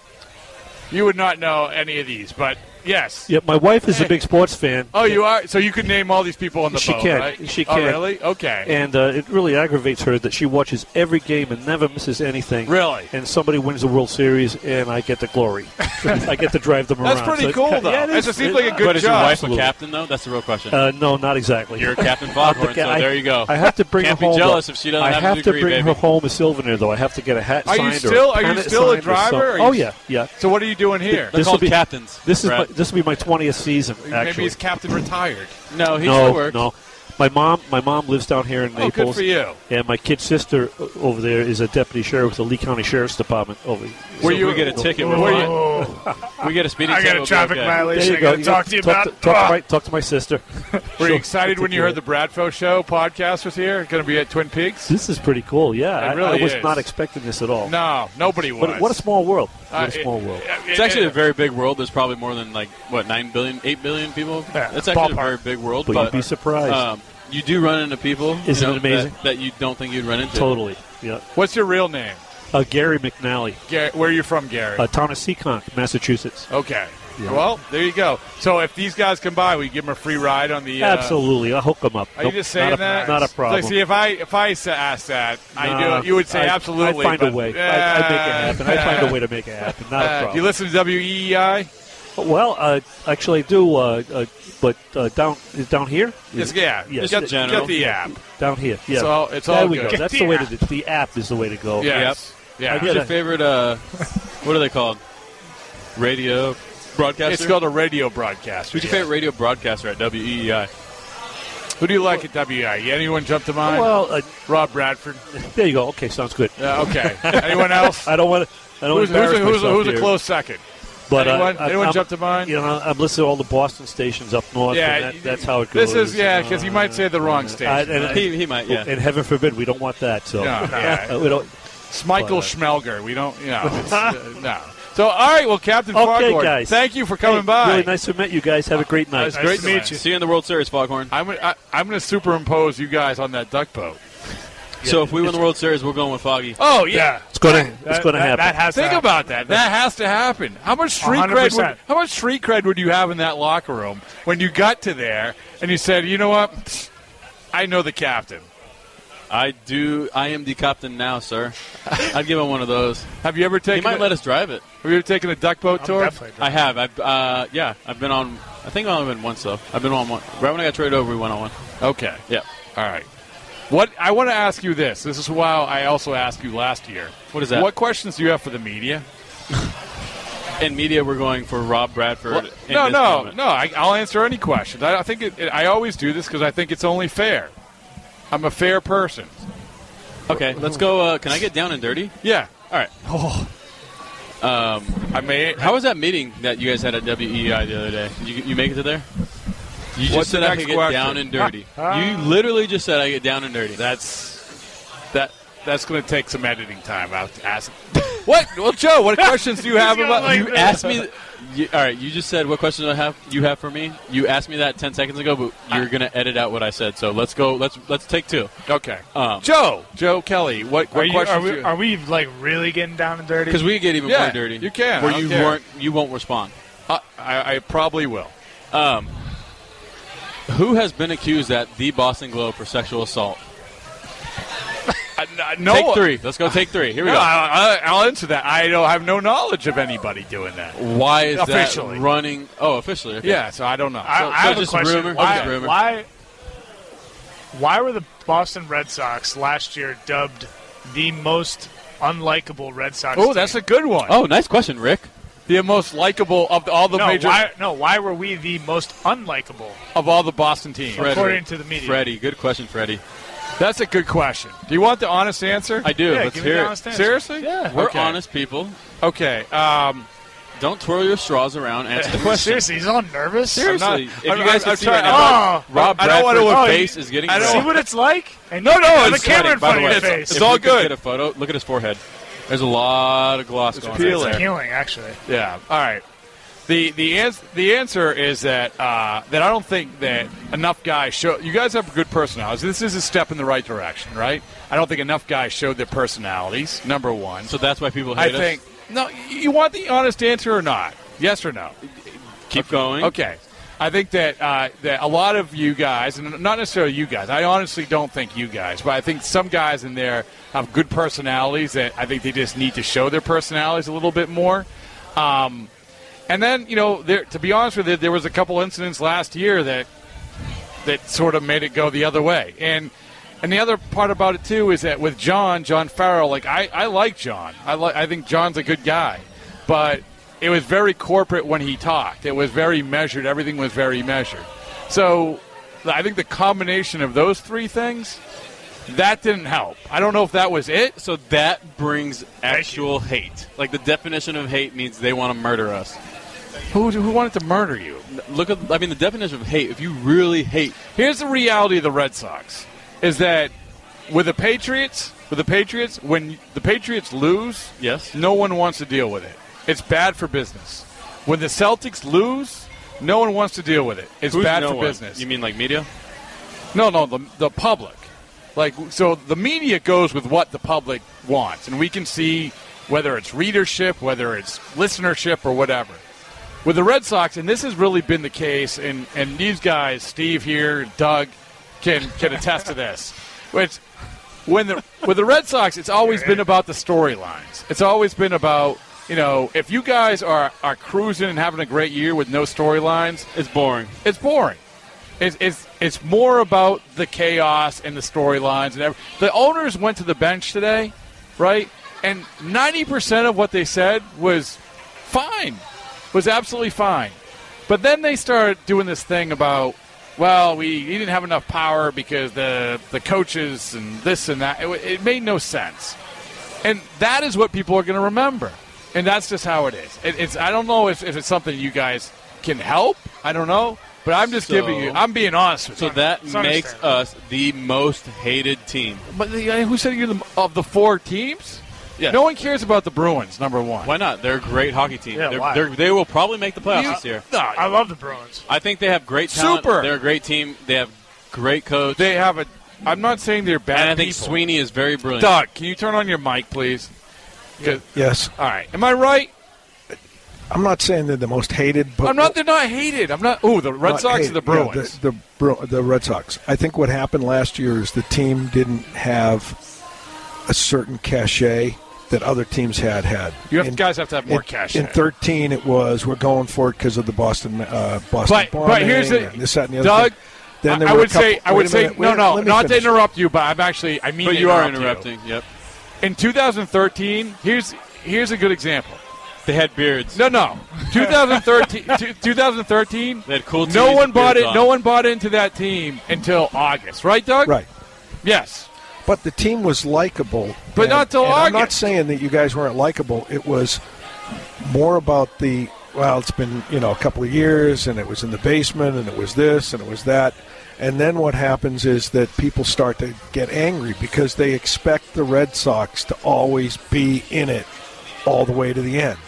Speaker 5: You would not know any of these, but yes.
Speaker 12: Yeah, my wife is a big sports fan.
Speaker 5: Oh, you are. So you could name all these people on the
Speaker 12: she
Speaker 5: boat,
Speaker 12: can.
Speaker 5: right?
Speaker 12: She
Speaker 5: Oh,
Speaker 12: can.
Speaker 5: really? Okay.
Speaker 12: And uh, it really aggravates her that she watches every game and never misses anything.
Speaker 5: Really?
Speaker 12: And somebody wins the World Series, and I get the glory. I get to drive them around.
Speaker 6: That's pretty
Speaker 12: So it's
Speaker 6: cool,
Speaker 12: ki-
Speaker 6: though.
Speaker 12: Yeah, it
Speaker 6: That
Speaker 12: is.
Speaker 6: just seems like a good
Speaker 12: But
Speaker 6: But is
Speaker 12: is your
Speaker 6: your
Speaker 12: job. wife a
Speaker 6: wife a
Speaker 12: Absolutely.
Speaker 6: captain, though? That's the real question.
Speaker 12: Uh, no, not exactly.
Speaker 6: You're Captain Foghorn, so there you go.
Speaker 12: I have to bring
Speaker 6: Can't
Speaker 12: her
Speaker 6: be
Speaker 12: home.
Speaker 6: jealous
Speaker 12: though.
Speaker 6: if she doesn't
Speaker 12: I
Speaker 6: have
Speaker 12: have,
Speaker 6: a
Speaker 12: to
Speaker 6: degree,
Speaker 12: bring
Speaker 6: baby.
Speaker 12: her home a souvenir, though. I have to get a hat
Speaker 5: Are you
Speaker 12: signed.
Speaker 5: still-
Speaker 12: or
Speaker 5: are you
Speaker 12: pennant
Speaker 5: still a
Speaker 12: signed or
Speaker 5: driver,
Speaker 12: something.
Speaker 5: or are you
Speaker 12: Oh
Speaker 5: s-
Speaker 12: yeah, yeah.
Speaker 5: so what are you doing here?
Speaker 12: This will be This is
Speaker 5: Brad.
Speaker 12: my, this will be my twentieth season.
Speaker 5: Maybe
Speaker 12: Actually,
Speaker 5: he's captain retired.
Speaker 6: No,
Speaker 12: no, no. My mom, my mom lives down here in
Speaker 5: Oh, good
Speaker 12: Naples.
Speaker 5: for you.
Speaker 12: And my kid sister o- over there is a deputy sheriff with the Lee County Sheriff's Department. Over.
Speaker 6: Where you get a ticket?
Speaker 12: Over-
Speaker 6: Where you? We get a speeding.
Speaker 7: I got
Speaker 6: ticket,
Speaker 7: a
Speaker 6: we'll be
Speaker 7: traffic
Speaker 6: okay.
Speaker 7: violation.
Speaker 12: There you go.
Speaker 7: I gotta talk to you about.
Speaker 12: To, talk, to my, talk to my sister.
Speaker 5: Were
Speaker 12: She'll-
Speaker 5: you excited
Speaker 12: she'll
Speaker 5: when you
Speaker 12: take
Speaker 5: heard the Bradfo Show podcast was here? Going to be at Twin Peaks?
Speaker 12: This is pretty cool. Yeah,
Speaker 5: It
Speaker 12: I- I,
Speaker 5: really
Speaker 12: was
Speaker 5: is.
Speaker 12: not expecting this at all.
Speaker 5: No, nobody was.
Speaker 12: But what a small world!
Speaker 5: Uh,
Speaker 12: What a small world.
Speaker 6: It's actually a very big world. There's probably more than like what nine billion, eight billion people.
Speaker 12: Yeah,
Speaker 6: That's actually
Speaker 12: ballpark.
Speaker 6: a very big world.
Speaker 12: But
Speaker 6: But,
Speaker 12: you'd be surprised.
Speaker 6: Um, you do run into people. you
Speaker 12: Isn't
Speaker 6: know,
Speaker 12: it amazing?
Speaker 6: That, that you don't think you'd run into.
Speaker 12: Totally. Yeah.
Speaker 5: What's your real name?
Speaker 12: Uh, Gary McNally,
Speaker 5: Gary, where are you from, Gary?
Speaker 12: uh, town of Seekonk, Massachusetts.
Speaker 5: okay.
Speaker 12: Yeah.
Speaker 5: Well, there you go. So if these guys come by, we give them a free ride on the. Uh,
Speaker 12: Absolutely, I'll hook them up.
Speaker 5: Are
Speaker 12: Nope,
Speaker 5: you just saying
Speaker 12: not a,
Speaker 5: that?
Speaker 12: Not a problem.
Speaker 5: Like, see, if I if I s- asked that, I
Speaker 12: Nah,
Speaker 5: do. You would say
Speaker 12: Uh, I-
Speaker 5: absolutely.
Speaker 12: I find
Speaker 5: but-
Speaker 12: a way. I, I make it happen. I find a way to make it happen. Not
Speaker 5: Uh,
Speaker 12: a
Speaker 5: do you
Speaker 12: problem.
Speaker 5: listen to E WEEI?
Speaker 12: well, uh, actually, I do. Uh, uh, but uh, down is down here.
Speaker 5: Yes, yeah.
Speaker 12: Yes,
Speaker 5: Get- Get the app.
Speaker 12: down here. Yeah,
Speaker 5: It's all- it's
Speaker 12: there
Speaker 5: all
Speaker 12: we
Speaker 5: good.
Speaker 12: go.
Speaker 5: Get
Speaker 12: That's
Speaker 5: the
Speaker 12: the way
Speaker 5: app.
Speaker 12: to do. The app is the way to go.
Speaker 5: Yes. Yeah.
Speaker 6: What's your favorite? Uh, what are they called? Radio broadcaster.
Speaker 5: It's called a radio broadcaster.
Speaker 6: Who's your
Speaker 5: yeah.
Speaker 6: favorite radio broadcaster at E WEEI?
Speaker 5: Who do you like at WEEI? Anyone jump to mind?
Speaker 12: Well, uh,
Speaker 5: Rob Bradford.
Speaker 12: There you go. Okay, sounds good.
Speaker 5: Yeah, okay. Anyone else?
Speaker 12: I don't want to. I don't
Speaker 5: Who's, who's,
Speaker 12: embarrass
Speaker 5: a, who's, a,
Speaker 12: myself
Speaker 5: who's a
Speaker 12: here.
Speaker 5: close second?
Speaker 12: But uh,
Speaker 5: anyone,
Speaker 12: I,
Speaker 5: anyone
Speaker 12: I'm-
Speaker 5: jump to mind?
Speaker 12: You know, I'm listening to all the Boston stations up north.
Speaker 5: Yeah,
Speaker 12: and that, that's how it goes.
Speaker 5: This is yeah, because he might say the wrong
Speaker 12: I-
Speaker 5: station.
Speaker 12: and-
Speaker 6: Uh,
Speaker 12: And heaven forbid, we don't want that. So
Speaker 5: No, yeah.
Speaker 12: we don't.
Speaker 5: Michael
Speaker 12: uh,
Speaker 5: Schmelger. We don't. You know, it's, uh, no. So all right. Well, Captain
Speaker 12: Okay,
Speaker 5: Farquhar,
Speaker 12: guys.
Speaker 5: thank you for coming
Speaker 12: Hey,
Speaker 5: by.
Speaker 12: Really nice to meet you guys. Have a great night.
Speaker 5: It's great to meet you.
Speaker 6: See you in the World Series, Foghorn.
Speaker 5: I'm gonna, I, I'm going to superimpose you guys on that duck boat.
Speaker 6: So if we win the World Series, we're going with Foggy.
Speaker 5: Oh yeah,
Speaker 12: it's gonna
Speaker 5: That- that- That has Think about that. That has to happen. How much street cred?
Speaker 6: 100%.
Speaker 5: Would, how much street cred would you have in that locker room when you got to there and you said, "You know what? Psst, I know the captain."
Speaker 6: I do. I am the captain now, sir. I'd give him one of those.
Speaker 5: Have you ever
Speaker 6: He
Speaker 5: taken?
Speaker 6: might
Speaker 5: a-
Speaker 6: let us drive it.
Speaker 5: Have you ever taken a duck boat tour?
Speaker 6: I have. I've, uh, yeah, I've been on. I think I've only been once though. I've been on one. Right when I got traded over, we went on one.
Speaker 5: Okay.
Speaker 6: Yeah.
Speaker 5: All right. What I want to ask you this. This is why I also asked you last year.
Speaker 6: What is that?
Speaker 5: What questions do you have for the media?
Speaker 6: In media, we're going for Rob Bradford.
Speaker 5: Well,
Speaker 6: in
Speaker 5: no,
Speaker 6: this
Speaker 5: no,
Speaker 6: moment.
Speaker 5: no. I, I'll answer any questions. I, I think it, I always do this because I think it's only fair. I'm a fair person.
Speaker 6: Okay, let's go. Uh, can I get down and dirty?
Speaker 5: Yeah.
Speaker 6: All right.
Speaker 5: Oh.
Speaker 6: Um,
Speaker 5: I may.
Speaker 6: How was that meeting that you guys had at WEI the other day? Did you, you make it to there? You just
Speaker 5: What's
Speaker 6: said
Speaker 5: the
Speaker 6: I
Speaker 5: next
Speaker 6: could get
Speaker 5: question?
Speaker 6: down and dirty. you literally just said I get down and dirty.
Speaker 5: Ah. That's
Speaker 6: that.
Speaker 5: that's going to take some editing time. I'll ask. What? Well, Joe, what questions do you have about?
Speaker 6: you asked me. You, all right, you just said what questions do I have. You have for me. You asked me that ten seconds ago, but you're gonna edit out what I said. So let's go. Let's let's take two.
Speaker 5: Okay.
Speaker 6: Um,
Speaker 5: Joe, Joe Kelly, what,
Speaker 7: Are,
Speaker 5: what
Speaker 7: you,
Speaker 5: questions?
Speaker 7: are,
Speaker 5: do
Speaker 7: we,
Speaker 5: you-
Speaker 7: are we like really getting down and dirty?
Speaker 6: Because we get even
Speaker 5: Yeah,
Speaker 6: more dirty.
Speaker 5: you can, I
Speaker 6: Where
Speaker 5: don't
Speaker 6: you
Speaker 5: care.
Speaker 6: weren't. You won't respond.
Speaker 5: I, I, I probably will.
Speaker 6: Um, who has been accused at the Boston Globe for sexual assault?
Speaker 5: no-
Speaker 6: Take three. Let's go. Take three. Here we
Speaker 5: No,
Speaker 6: go.
Speaker 5: I, I, I'll answer that. I don't have no knowledge of anybody doing that.
Speaker 6: Why is
Speaker 5: officially?
Speaker 6: that running? Oh, officially. Okay.
Speaker 5: Yeah, so I don't know.
Speaker 7: I,
Speaker 5: So-
Speaker 7: I
Speaker 5: so
Speaker 7: have
Speaker 5: just
Speaker 7: a question.
Speaker 5: rumor?
Speaker 7: Why,
Speaker 5: Just rumor.
Speaker 7: why? Why were the Boston Red Sox last year dubbed the most unlikable Red Sox?
Speaker 5: Oh, that's a good one.
Speaker 6: Oh, nice question, Rick.
Speaker 5: The most likable of all the
Speaker 7: no,
Speaker 5: major
Speaker 7: why, no, why were we the most unlikable?
Speaker 5: of all the Boston teams.
Speaker 7: Freddie. According to the media.
Speaker 6: Freddie, good question, Freddie.
Speaker 5: That's a good question. Do you want the honest answer?
Speaker 6: I do. Yeah, Let's give me hear the it. honest answer.
Speaker 5: Seriously?
Speaker 6: Yeah. We're
Speaker 5: Okay.
Speaker 6: honest people.
Speaker 5: Okay. Um,
Speaker 6: Don't twirl your straws around. Answer the question.
Speaker 7: Seriously, he's all nervous.
Speaker 6: Seriously,
Speaker 5: I'm not-
Speaker 6: if
Speaker 5: I'm-
Speaker 6: you guys
Speaker 5: I'm-
Speaker 6: can see
Speaker 5: I'm
Speaker 6: right
Speaker 5: sorry,
Speaker 6: now,
Speaker 5: I'm-
Speaker 6: Rob
Speaker 5: I don't wanna-
Speaker 6: Bradford's
Speaker 5: oh, you-
Speaker 6: face is getting
Speaker 5: I don't-
Speaker 6: red.
Speaker 7: See what it's like? And
Speaker 5: No, no,
Speaker 7: you have
Speaker 5: it's
Speaker 7: a camera
Speaker 5: sweating,
Speaker 7: in
Speaker 5: by
Speaker 7: front
Speaker 5: the
Speaker 7: of your
Speaker 5: way.
Speaker 7: face.
Speaker 5: It's all
Speaker 6: we could
Speaker 5: good.
Speaker 6: Get a photo. Look at his forehead. There's a lot of gloss going. on.
Speaker 5: peeling.
Speaker 7: It's healing, actually.
Speaker 5: Yeah. All right. The the ans- the answer is that uh, that I don't think that enough guys show. You guys have good personalities. This is a step in the right direction, right? I don't think enough guys showed their personalities. Number one.
Speaker 6: So that's why people
Speaker 5: I
Speaker 6: hate us.
Speaker 5: think no. y- You want the honest answer or not? Yes or no?
Speaker 6: Keep going.
Speaker 5: Okay. I think that uh, that a lot of you guys, and not necessarily you guys. I honestly don't think you guys, but I think some guys in there have good personalities that I think they just need to show their personalities a little bit more. Um, and then you know, there, to be honest with you, there was a couple incidents last year that that sort of made it go the other way. And and the other part about it too is that with John, John Farrell, like I, I like John. I like I think John's a good guy. But it was very corporate when he talked. It was very measured. Everything was very measured. So I think the combination of those three things that didn't help. I don't know if that was it.
Speaker 6: So that brings actual hate. Like the definition of hate means they want to murder us.
Speaker 5: Who, who wanted to murder you?
Speaker 6: Look at, I mean, the definition of hate. If you really hate,
Speaker 5: Here's the reality of the Red Sox is that with the Patriots, with the Patriots, when the Patriots lose,
Speaker 6: yes,
Speaker 5: no one wants to deal with it. It's bad for business. When the Celtics lose, no one wants to deal with it. It's
Speaker 6: Who's
Speaker 5: bad
Speaker 6: no
Speaker 5: for
Speaker 6: one?
Speaker 5: business.
Speaker 6: You mean like media?
Speaker 5: No, no, the, the public. Like, so the media goes with what the public wants, and we can see whether it's readership, whether it's listenership, or whatever. With the Red Sox, and this has really been the case, and, and these guys, Steve here, Doug, can can attest to this. Which, when the with the Red Sox, it's always been about the storylines. It's always been about you know if you guys are are cruising and having a great year with no storylines,
Speaker 6: It's boring.
Speaker 5: it's boring. It's, it's, it's more about the chaos and the storylines and everything. The owners went to the bench today, right? And 90% of what they said was fine, was absolutely fine. But then they started doing this thing about, well, we he didn't have enough power because the, the coaches and this and that. It, wa- it made no sense. And that is what people are going to remember. And that's just how it is. It, it's I don't know if, if it's something you guys can help. I don't know. But I'm just
Speaker 6: So-
Speaker 5: giving you. I'm being honest with
Speaker 6: So
Speaker 5: you.
Speaker 6: that
Speaker 7: It's
Speaker 6: makes us the most hated team.
Speaker 5: But the guy who said you're the, of the four teams?
Speaker 6: Yeah.
Speaker 5: No one cares about the Bruins, number one.
Speaker 6: Why not? They're a great hockey team.
Speaker 7: Yeah,
Speaker 6: they're,
Speaker 7: why?
Speaker 6: They're, they will probably make the playoffs
Speaker 5: You-
Speaker 6: this year.
Speaker 5: no,
Speaker 7: I love the Bruins.
Speaker 6: I think they have great talent.
Speaker 5: Super.
Speaker 6: They're a great team. They have great coach.
Speaker 5: they have a. I'm not saying they're bad.
Speaker 6: and I think
Speaker 5: people.
Speaker 6: Sweeney is very brilliant.
Speaker 5: Doug, can you turn on your mic, please? 'Cause-
Speaker 8: Yes,
Speaker 5: All right. Am I right?
Speaker 8: I'm not saying they're the most hated, but
Speaker 5: I'm not. They're not hated. I'm not. Oh, the Red
Speaker 8: not
Speaker 5: Sox
Speaker 8: hated.
Speaker 5: or the
Speaker 8: Yeah,
Speaker 5: Bruins?
Speaker 8: the the, Bru- the Red Sox. I think what happened last year is the team didn't have a certain cachet that other teams had had.
Speaker 5: you have,
Speaker 8: In-
Speaker 5: guys have to have more
Speaker 8: in,
Speaker 5: cash.
Speaker 8: In 13, it was we're going for it because of the Boston uh, Boston
Speaker 5: But but here's
Speaker 8: bombing
Speaker 5: the
Speaker 8: and this that and the other.
Speaker 5: Doug.
Speaker 8: thing. Then there
Speaker 5: I, I
Speaker 8: were a
Speaker 5: would say
Speaker 8: couple-
Speaker 5: I
Speaker 8: wait
Speaker 5: would
Speaker 8: a
Speaker 5: say
Speaker 8: minute,
Speaker 5: no
Speaker 8: wait,
Speaker 5: no
Speaker 8: let me
Speaker 5: not
Speaker 8: finish.
Speaker 5: to interrupt you, but I'm actually I mean
Speaker 6: but
Speaker 5: to
Speaker 6: you are
Speaker 5: interrupt
Speaker 6: interrupting. Yep.
Speaker 5: In 2013, here's here's a good example.
Speaker 6: They had beards.
Speaker 5: No no 2013 two- 2013.
Speaker 6: They had cool.
Speaker 5: No
Speaker 6: tees,
Speaker 5: one bought
Speaker 6: beards
Speaker 5: it.
Speaker 6: on.
Speaker 5: No one bought into that team until August, right, Doug?
Speaker 8: Right.
Speaker 5: Yes.
Speaker 8: But the team was likable.
Speaker 5: But
Speaker 8: And-
Speaker 5: not till
Speaker 8: and I'm not
Speaker 5: August.
Speaker 8: saying that you guys weren't likable. It was more about the well, it's been you know a couple of years, and it was in the basement, and it was this, and it was that. And then what happens is that people start to get angry because they expect the Red Sox to always be in it all the way to the end.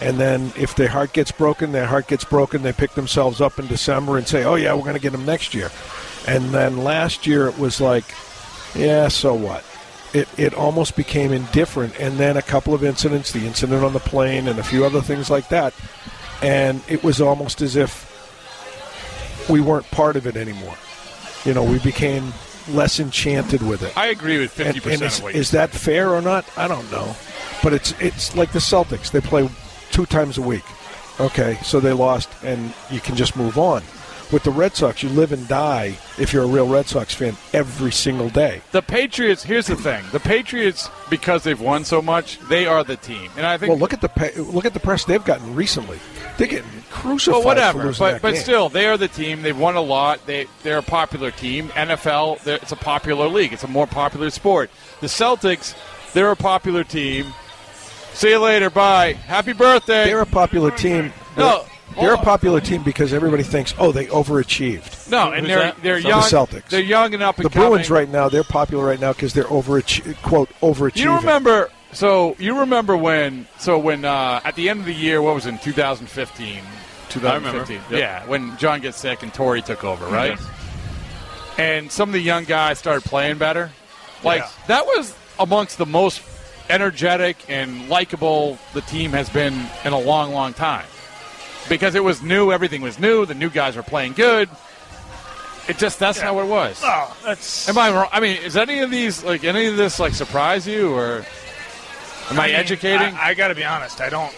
Speaker 8: And then if their heart gets broken, their heart gets broken, they pick themselves up in December and say, oh, yeah, we're going to get them next year. And then last year it was like, yeah, so what? It, it almost became indifferent. And then a couple of incidents, the incident on the plane and a few other things like that. And it was almost as if we weren't part of it anymore. You know, we became less enchanted with it.
Speaker 5: I agree with
Speaker 8: And-
Speaker 5: 50%
Speaker 8: and is,
Speaker 5: of what you
Speaker 8: is that fair or not? I don't know. But it's it's like the Celtics. They play two times a week. Okay, so they lost, and you can just move on. With the Red Sox, you live and die if you're a real Red Sox fan every single day.
Speaker 5: The Patriots, here's the thing. The Patriots, because they've won so much, they are the team. And I think
Speaker 8: well, look at the pa- look at the press they've gotten recently. They're getting crucified.
Speaker 5: But
Speaker 8: for
Speaker 5: whatever.
Speaker 8: losing
Speaker 5: But
Speaker 8: that
Speaker 5: but
Speaker 8: game.
Speaker 5: still, they are the team. They've won a lot. They they're a popular team. NFL, they're- it's a popular league. It's a more popular sport. The Celtics, they're a popular team. See you later. Bye. Happy birthday.
Speaker 8: they're a popular team.
Speaker 5: No,
Speaker 8: they're a popular team because everybody thinks, oh, they overachieved.
Speaker 5: No, and
Speaker 8: Who's
Speaker 5: they're
Speaker 8: that?
Speaker 5: they're
Speaker 8: The
Speaker 5: young.
Speaker 8: Celtics.
Speaker 5: They're young and up and
Speaker 8: The
Speaker 5: coming.
Speaker 8: Bruins right now, they're popular right now because they're overach- quote overachieving.
Speaker 5: You remember? So you remember when? So when uh, at the end of the year, what was it, in 2015?
Speaker 6: 2015, yep.
Speaker 5: Yeah, when John gets sick and Tori took over, right?
Speaker 6: Yes.
Speaker 5: And some of the young guys started playing better. Like
Speaker 6: Yeah.
Speaker 5: that was amongst the most energetic and likable the team has been in a long, long time. Because it was new, everything was new. The new guys were playing good. It just that's not what it
Speaker 6: Uh,
Speaker 5: was.
Speaker 7: Oh, that's.
Speaker 5: Am I wrong? I mean, is any of these like any of this like surprise you or am I,
Speaker 7: mean,
Speaker 5: educating?
Speaker 7: I, I got to be honest. I don't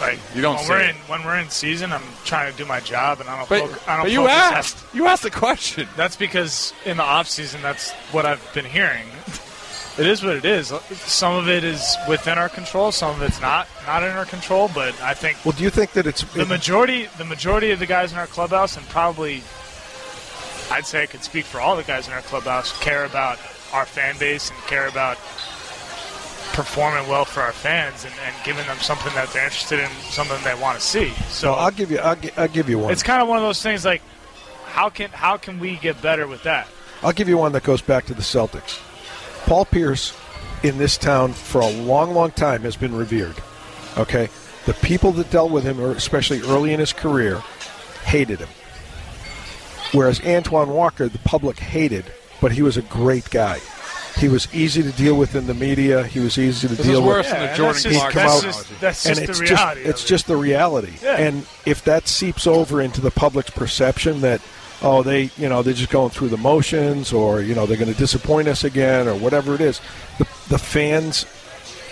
Speaker 7: like.
Speaker 5: You don't
Speaker 7: When
Speaker 5: say
Speaker 7: we're
Speaker 5: it.
Speaker 7: in when we're in season, I'm trying to do my job, and I don't.
Speaker 5: But-
Speaker 7: foc- I don't
Speaker 5: but you
Speaker 7: focus on-
Speaker 5: asked. You asked the question.
Speaker 7: That's because in the off season, that's what I've been hearing. It is what it is. Some of it is within our control. Some of it's not not in our control. But I think
Speaker 8: Well, do you think that it's
Speaker 7: the majority the majority of the guys in our clubhouse and probably I'd say I could speak for all the guys in our clubhouse care about our fan base and care about performing well for our fans and, and giving them something that they're interested in, something they want to see.
Speaker 8: So I'll give you. I'll, gi- I'll give you one.
Speaker 7: It's kind of one of those things like how can how can we get better with that?
Speaker 8: I'll give you one that goes back to the Celtics. Paul Pierce in this town for a long, long time has been revered. Okay? The people that dealt with him, or especially early in his career, hated him. Whereas Antoine Walker, the public hated, but he was a great guy. He was easy to deal with in the media. He was easy to
Speaker 5: This is
Speaker 8: deal
Speaker 5: worse
Speaker 8: with.
Speaker 5: than the Yeah, Jordan that's just- Clarkson
Speaker 8: He'd come
Speaker 5: that's
Speaker 8: out-
Speaker 5: just- that's
Speaker 8: and
Speaker 5: just the
Speaker 8: it's
Speaker 5: reality of
Speaker 8: Just, it's just the reality.
Speaker 5: Yeah.
Speaker 8: And if that seeps over into the public's perception that, oh, they, you know, they're just going through the motions, or you know, they're going to disappoint us again, or whatever it is, the the fans,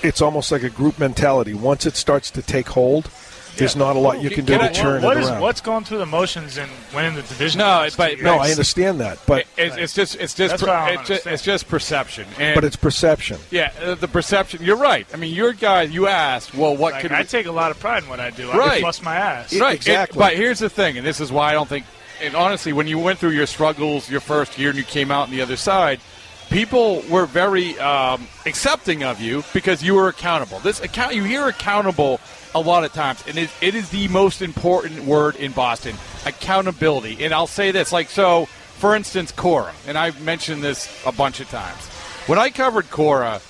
Speaker 8: it's almost like a group mentality. Once it starts to take hold, there's not a lot you can do to turn
Speaker 7: what
Speaker 8: it
Speaker 7: is
Speaker 8: around.
Speaker 7: what's going through the motions and winning the division?
Speaker 5: No,
Speaker 7: it's
Speaker 5: but-
Speaker 8: no, I understand that, but
Speaker 5: it's, it's just it's just
Speaker 7: That's what I don't
Speaker 5: it's, just, it's just perception. And
Speaker 8: but it's perception.
Speaker 5: yeah, uh, the perception. You're right. I mean, your guy. You asked. Well, what
Speaker 7: Like,
Speaker 5: could
Speaker 7: I
Speaker 5: we-
Speaker 7: take a lot of pride in what I do. I
Speaker 5: Right.
Speaker 7: bust my ass.
Speaker 5: Right, it- but here's the thing, and this is why I don't think. And honestly, when you went through your struggles your first year and you came out on the other side, people were very um, accepting of you because you were accountable. This account you hear accountable a lot of times, and it, it is the most important word in Boston: accountability. And I'll say this, like so, for instance, Cora, and I've mentioned this a bunch of times. When I covered Cora,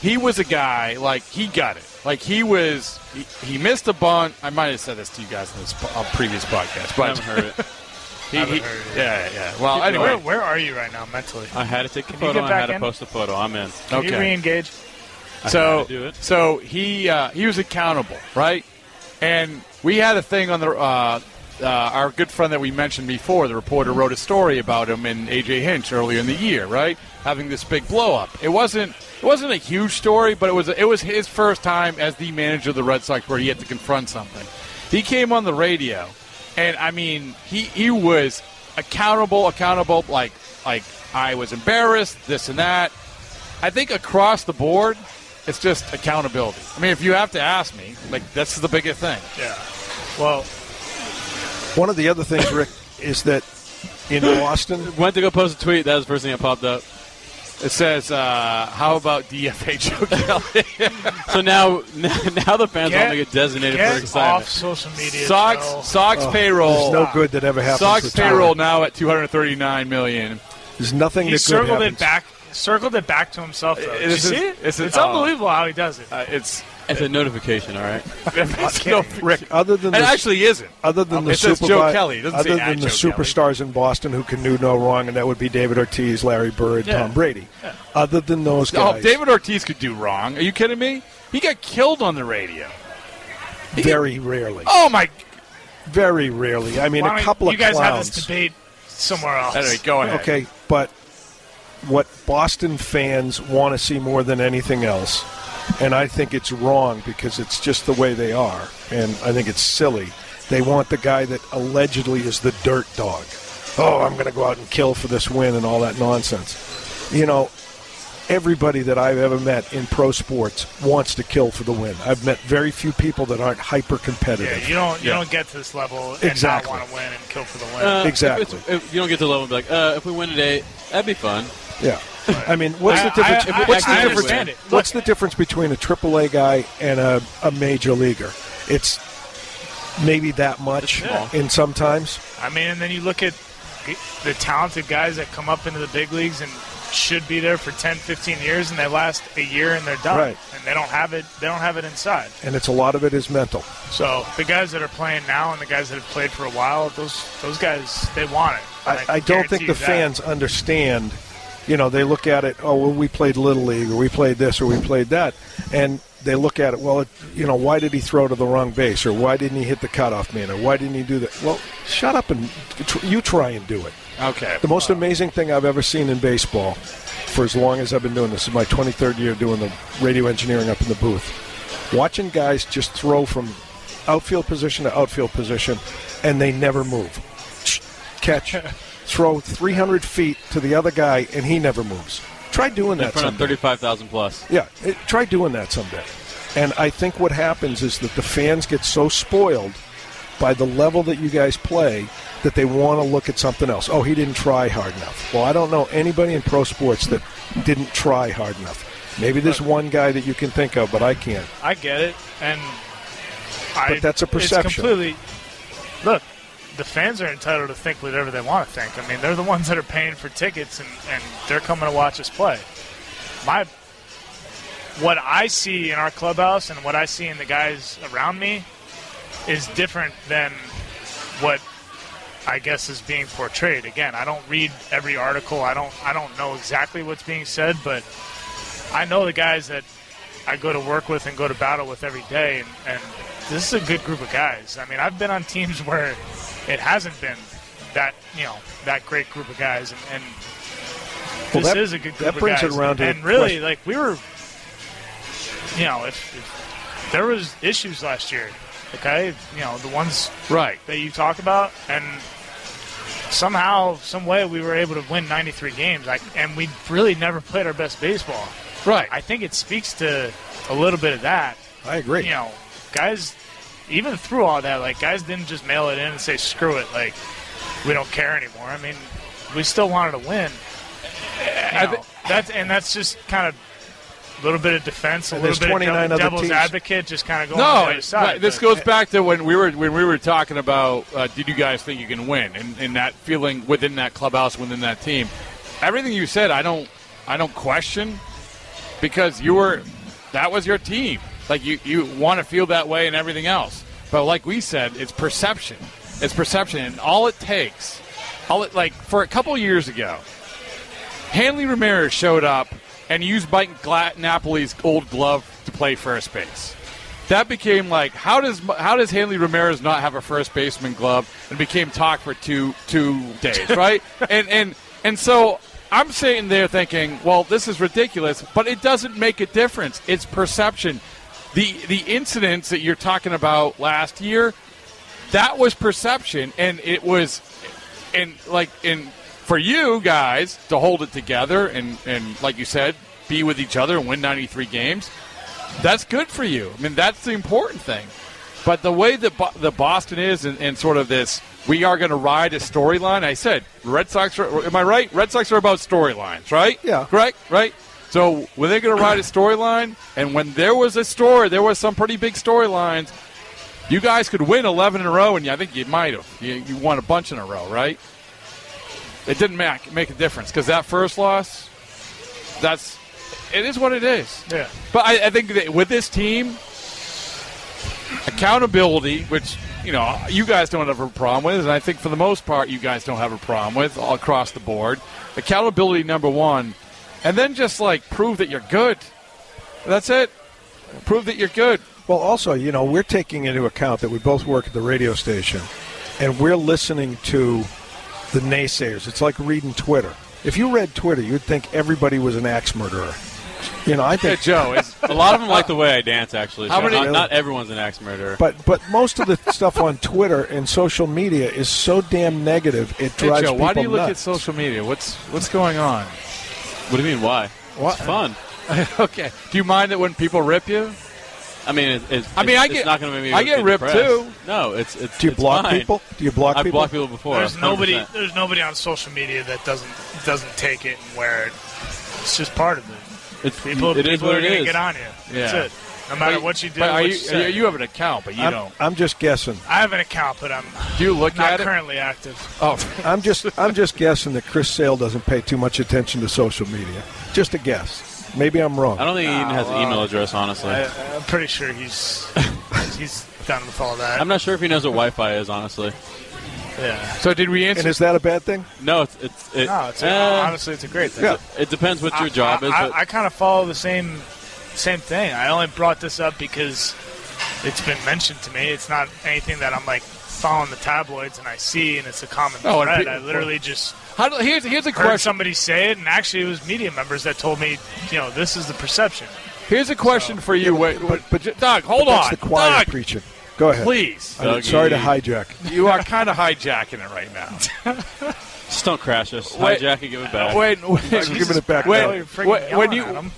Speaker 5: he was a guy like he got it. Like he was, he, he missed a bunt. I might have said this to you guys in this po- uh, previous podcast, but
Speaker 6: I haven't heard it.
Speaker 5: He,
Speaker 6: Haven't
Speaker 5: he-
Speaker 6: heard it.
Speaker 5: yeah, yeah, yeah. Well,
Speaker 6: Keep
Speaker 5: anyway,
Speaker 7: where, where are you right now mentally?
Speaker 6: I had to take the
Speaker 7: Can you
Speaker 6: photo.
Speaker 7: get
Speaker 6: I
Speaker 7: back
Speaker 6: had to
Speaker 7: in?
Speaker 6: post the photo. I'm in.
Speaker 7: Can you re-engage?
Speaker 6: I
Speaker 5: so
Speaker 6: gotta do it.
Speaker 5: so he uh, he was accountable, right? And we had a thing on the uh, uh, our good friend that we mentioned before. The reporter
Speaker 6: Mm-hmm.
Speaker 5: wrote a story about him and AJ Hinch earlier in the year, right? Having this big blow up. It wasn't it wasn't a huge story, but it was it was his first time as the manager of the Red Sox where he had to confront something. He came on the radio, and I mean he he was accountable, accountable like like I was embarrassed, this and that. I think across the board, it's just accountability. I mean, if you have to ask me, like this is the biggest thing.
Speaker 7: Yeah. Well,
Speaker 8: One of the other things, Rick, is that in Boston,
Speaker 6: Went to go post a tweet. That was the first thing that popped up.
Speaker 5: It says, uh, "How about DFA Joe Kelly?"
Speaker 6: So now, now the fans
Speaker 5: Get-
Speaker 6: want to get designated
Speaker 5: get
Speaker 6: for excitement.
Speaker 5: off
Speaker 7: social media,
Speaker 5: Sox
Speaker 7: Joe.
Speaker 5: Sox
Speaker 8: Oh,
Speaker 5: payroll.
Speaker 8: there's no good that ever happens
Speaker 5: Sox
Speaker 8: to Tyler.
Speaker 5: payroll now at 239 million.
Speaker 8: There's nothing
Speaker 7: He
Speaker 8: that good
Speaker 7: circled
Speaker 8: happens.
Speaker 7: it back, circled it back to himself. Though. Did you
Speaker 5: This is-
Speaker 7: see it?
Speaker 5: this is-
Speaker 7: it's
Speaker 5: oh.
Speaker 7: unbelievable how he does it.
Speaker 5: it's
Speaker 6: it's a notification, all right.
Speaker 5: It's no-
Speaker 8: Rick, other than
Speaker 5: It
Speaker 8: the,
Speaker 5: actually isn't.
Speaker 8: Other than the
Speaker 5: It says
Speaker 8: supervi-
Speaker 5: Joe Kelly. It doesn't
Speaker 8: other
Speaker 5: say
Speaker 8: than
Speaker 5: at
Speaker 8: the
Speaker 5: Joe Kelly.
Speaker 8: superstars in Boston who can do no wrong, and that would be David Ortiz, Larry Bird,
Speaker 5: Yeah.
Speaker 8: Tom Brady. Other than those
Speaker 5: Oh,
Speaker 8: guys,
Speaker 5: David Ortiz could do wrong. Are you kidding me? He got killed on the radio.
Speaker 8: very rarely,
Speaker 5: Oh my!
Speaker 8: very rarely. I mean, a
Speaker 7: Why don't
Speaker 8: couple
Speaker 7: you
Speaker 8: of
Speaker 7: guys
Speaker 8: clowns.
Speaker 7: have this debate somewhere else.
Speaker 8: Okay, but what Boston fans want to see more than anything else, and I think it's wrong because it's just the way they are, and I think it's silly. They want the guy that allegedly is the dirt dog. Oh, I'm going to go out and kill for this win and all that nonsense. You know, everybody that I've ever met in pro sports wants to kill for the win. I've met very few people that aren't hyper competitive.
Speaker 7: Yeah, you don't you don't get to this level and
Speaker 8: Exactly.
Speaker 7: not want to win and kill for the win.
Speaker 6: Uh, if it's- if you don't get to level and be like, uh, if we win today, that'd be fun.
Speaker 8: Yeah. I mean, what's
Speaker 6: I-
Speaker 8: the difference?
Speaker 6: I- I-
Speaker 8: what's,
Speaker 6: I
Speaker 8: the
Speaker 6: understand
Speaker 8: difference
Speaker 6: it.
Speaker 8: what's the difference between a AAA guy and a, a major leaguer? It's maybe that much,
Speaker 7: small.
Speaker 8: and sometimes
Speaker 7: I mean, and then you look at g- the talented guys that come up into the big leagues and should be there for 10, 15 years, and they last a year and they're done,
Speaker 8: Right.
Speaker 7: and they don't have it. They don't have it inside.
Speaker 8: and it's a lot of it is mental.
Speaker 7: So the guys that are playing now and the guys that have played for a while, those those guys they want it.
Speaker 8: I, I don't think
Speaker 7: guarantee
Speaker 8: the
Speaker 7: you that.
Speaker 8: fans understand. You know, they look at it. Oh, well, we played little league, or we played this, or we played that, and they look at it. Well, it, you know, why did he throw to the wrong base, or why didn't he hit the cutoff man, or why didn't he do that? Well, shut up and tr- you try and do it.
Speaker 5: Okay.
Speaker 8: The most amazing thing I've ever seen in baseball, for as long as I've been doing this, is my 23rd year doing the radio engineering up in the booth. Watching guys just throw from outfield position to outfield position, and they never move. Catch, throw 300 feet to the other guy, and he never moves. Try doing
Speaker 6: In
Speaker 8: that
Speaker 6: front of
Speaker 8: someday.
Speaker 6: thirty-five thousand plus.
Speaker 8: Yeah, it, try doing that someday. And I think what happens is that the fans get so spoiled by the level that you guys play that they want to look at something else. Oh, he didn't try hard enough. Well, I don't know anybody in pro sports that didn't try hard enough. Maybe there's one guy that you can think of, but I can't.
Speaker 7: I get it, and I,
Speaker 8: But that's a
Speaker 7: It's
Speaker 8: perception.
Speaker 7: completely. Look, the fans are entitled to think whatever they want to think. I mean, they're the ones that are paying for tickets, and, and they're coming to watch us play. My, what I see in our clubhouse and what I see in the guys around me is different than what I guess is being portrayed. Again, I don't read every article. I don't. I don't know exactly what's being said, but I know the guys that I go to work with and go to battle with every day, and, and this is a good group of guys. I mean, I've been on teams where it hasn't been that you know that great group of guys, and, and
Speaker 8: Well,
Speaker 7: this
Speaker 8: that-
Speaker 7: is a good group
Speaker 8: that brings
Speaker 7: of
Speaker 8: it
Speaker 7: guys.
Speaker 8: around to
Speaker 7: and
Speaker 8: the
Speaker 7: really,
Speaker 8: question.
Speaker 7: like we were, you know, if, if there was issues last year, okay, you know, the ones
Speaker 5: Right.
Speaker 7: that you talk about, and somehow, some way, we were able to win 93 games, like, and we really never played our best baseball.
Speaker 5: Right.
Speaker 7: I think it speaks to a little bit of that.
Speaker 8: I agree.
Speaker 7: You know, guys, even through all that, like, guys didn't just mail it in and say, "Screw it," like, we don't care anymore. I mean, we still wanted to win. You know, that's and that's just kind of. A little bit of defense, a
Speaker 8: And
Speaker 7: little
Speaker 8: there's
Speaker 7: bit of
Speaker 8: 29
Speaker 7: devil-
Speaker 8: other
Speaker 7: devil's
Speaker 8: teams.
Speaker 7: advocate, just kind of going on
Speaker 5: No,
Speaker 7: the other
Speaker 5: it-
Speaker 7: side.
Speaker 5: right, this
Speaker 7: but-
Speaker 5: goes back to when we were when we were talking about uh, did you guys think you can win and, and that feeling within that clubhouse within that team. Everything you said, I don't I don't question because you were that was your team. Like you you want to feel that way and everything else. But like we said, it's perception. It's perception, and all it takes, all it like for a couple years ago, Hanley Ramirez showed up and used Mike Gla- Napoli's old glove to play first base. That became like how does how does Hanley Ramirez not have a first baseman glove and became talk for two two days, right? and and and so I'm sitting there thinking, well, this is ridiculous, but it doesn't make a difference. It's perception. The the incidents that you're talking about last year, that was perception and it was and like in for you guys to hold it together and and like you said be with each other and win 93 games that's good for you i mean that's the important thing but the way that Bo- the boston is and, and sort of this we are going to ride a storyline. I said Red Sox. Are, am I right? Red Sox are about storylines, right? Yeah. Correct. Right. So were they going to ride a storyline? And when there was a story, there was some pretty big storylines. You guys could win 11 in a row, and I think you might have. You, you won a bunch in a row, right? It didn't make, make a difference because that first loss, that's it is what it is.
Speaker 7: Yeah.
Speaker 5: But I, I think that with this team, accountability, which you know you guys don't have a problem with, and I think for the most part you guys don't have a problem with all across the board. Accountability number one, and then just like prove that you're good. That's it. Prove that you're good.
Speaker 8: Well, also, you know, we're taking into account that we both work at the radio station, and we're listening to the naysayers. It's like reading Twitter. If you read Twitter, you'd think everybody was an axe murderer. You know, I
Speaker 6: Yeah,
Speaker 8: think
Speaker 6: Joe. It's, a lot of them like the way I dance. Actually,
Speaker 8: How
Speaker 6: so
Speaker 8: many-
Speaker 6: not, not everyone's an axe murderer.
Speaker 8: But but most of the stuff on Twitter and social media is so damn negative it
Speaker 5: Hey,
Speaker 8: drives
Speaker 5: Joe,
Speaker 8: people
Speaker 5: why do you look at
Speaker 8: nuts.
Speaker 5: social media? What's what's going on?
Speaker 6: What do you mean? Why?
Speaker 5: What?
Speaker 6: It's fun.
Speaker 5: okay. Do you mind that when people rip you?
Speaker 6: I mean, it's, it's,
Speaker 5: I mean, I
Speaker 6: it's
Speaker 5: get-
Speaker 6: not going to make me.
Speaker 5: I get ripped,
Speaker 6: depressed.
Speaker 5: too.
Speaker 6: No, it's it's.
Speaker 8: Do you
Speaker 6: it's
Speaker 8: block
Speaker 6: fine.
Speaker 8: people? Do you block
Speaker 6: I've
Speaker 8: people?
Speaker 6: blocked people before.
Speaker 7: There's nobody.
Speaker 6: 100%.
Speaker 7: There's nobody on social media that doesn't doesn't take it and wear it. It's just part of it.
Speaker 6: It's,
Speaker 7: people.
Speaker 5: it is
Speaker 7: people
Speaker 5: what
Speaker 7: are
Speaker 5: it
Speaker 7: gonna
Speaker 5: is.
Speaker 7: get on you.
Speaker 5: Yeah.
Speaker 7: That's it. No matter
Speaker 5: But-
Speaker 7: what you do,
Speaker 5: but are
Speaker 7: what
Speaker 5: you-
Speaker 7: you, say.
Speaker 5: you have an account, but you
Speaker 8: I'm,
Speaker 5: don't.
Speaker 8: I'm just guessing.
Speaker 7: I have an account, but I'm.
Speaker 5: Do you look
Speaker 7: not
Speaker 5: at it?
Speaker 7: currently active.
Speaker 5: Oh,
Speaker 8: I'm just I'm just guessing that Chris Sale doesn't pay too much attention to social media. Just a guess. Maybe I'm wrong.
Speaker 6: I don't think he even has an
Speaker 7: Oh,
Speaker 6: email address. Honestly,
Speaker 7: I,
Speaker 5: uh,
Speaker 7: I'm pretty sure he's he's done with all that.
Speaker 6: I'm not sure if he knows what Wi-Fi is. Honestly,
Speaker 7: Yeah.
Speaker 5: So did we
Speaker 8: answer- And is that a bad thing?
Speaker 6: No, it's it's it,
Speaker 7: No, it's a,
Speaker 5: Um,
Speaker 6: eh,
Speaker 7: honestly, it's a great thing.
Speaker 6: Yeah. It depends what your
Speaker 7: I-
Speaker 6: job
Speaker 7: I,
Speaker 6: is,
Speaker 7: I,
Speaker 6: but-
Speaker 7: I kind of follow the same same thing. I only brought this up because it's been mentioned to me. It's not anything that I'm like following the tabloids and I see, and it's a common
Speaker 5: Oh, and
Speaker 7: thread.
Speaker 5: pe-
Speaker 7: I literally just
Speaker 5: How do, here's here's a
Speaker 7: heard
Speaker 5: question.
Speaker 7: somebody say it, and actually it was media members that told me, you know, this is the perception.
Speaker 5: Here's a question for you. wait, but, Doug, hold
Speaker 8: But that's
Speaker 5: on.
Speaker 8: the choir
Speaker 5: Doug,
Speaker 8: preaching. Go ahead.
Speaker 5: Please.
Speaker 8: I'm sorry to hijack.
Speaker 5: You are kind of hijacking it right now.
Speaker 6: just don't crash us.
Speaker 5: Wait.
Speaker 6: Hijack and give it back.
Speaker 5: Wait, wait,
Speaker 6: Jesus
Speaker 8: giving it back
Speaker 5: Wait,
Speaker 8: now.
Speaker 5: wait,
Speaker 8: Freaking
Speaker 5: wait, when
Speaker 8: yelling
Speaker 5: you
Speaker 8: at 'em.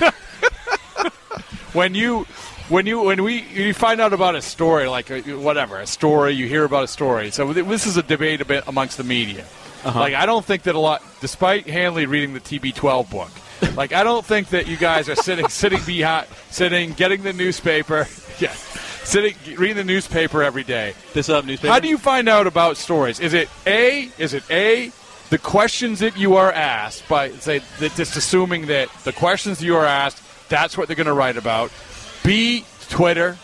Speaker 5: wait, wait. when you when you when we you find out about a story like uh, whatever a story you hear about a story. So th- this is a debate a bit amongst the media.
Speaker 6: Uh-huh.
Speaker 5: Like I don't think that a lot, despite Hanley reading the TB12 book. Like I don't think that you guys are sitting sitting behind sitting getting the newspaper. Yeah. Sitting reading the newspaper every day.
Speaker 6: This up newspaper.
Speaker 5: How do you find out about stories? Is it a? Is it a? The questions that you are asked by say that just assuming that the questions you are asked, that's what they're going to write about. B. Twitter.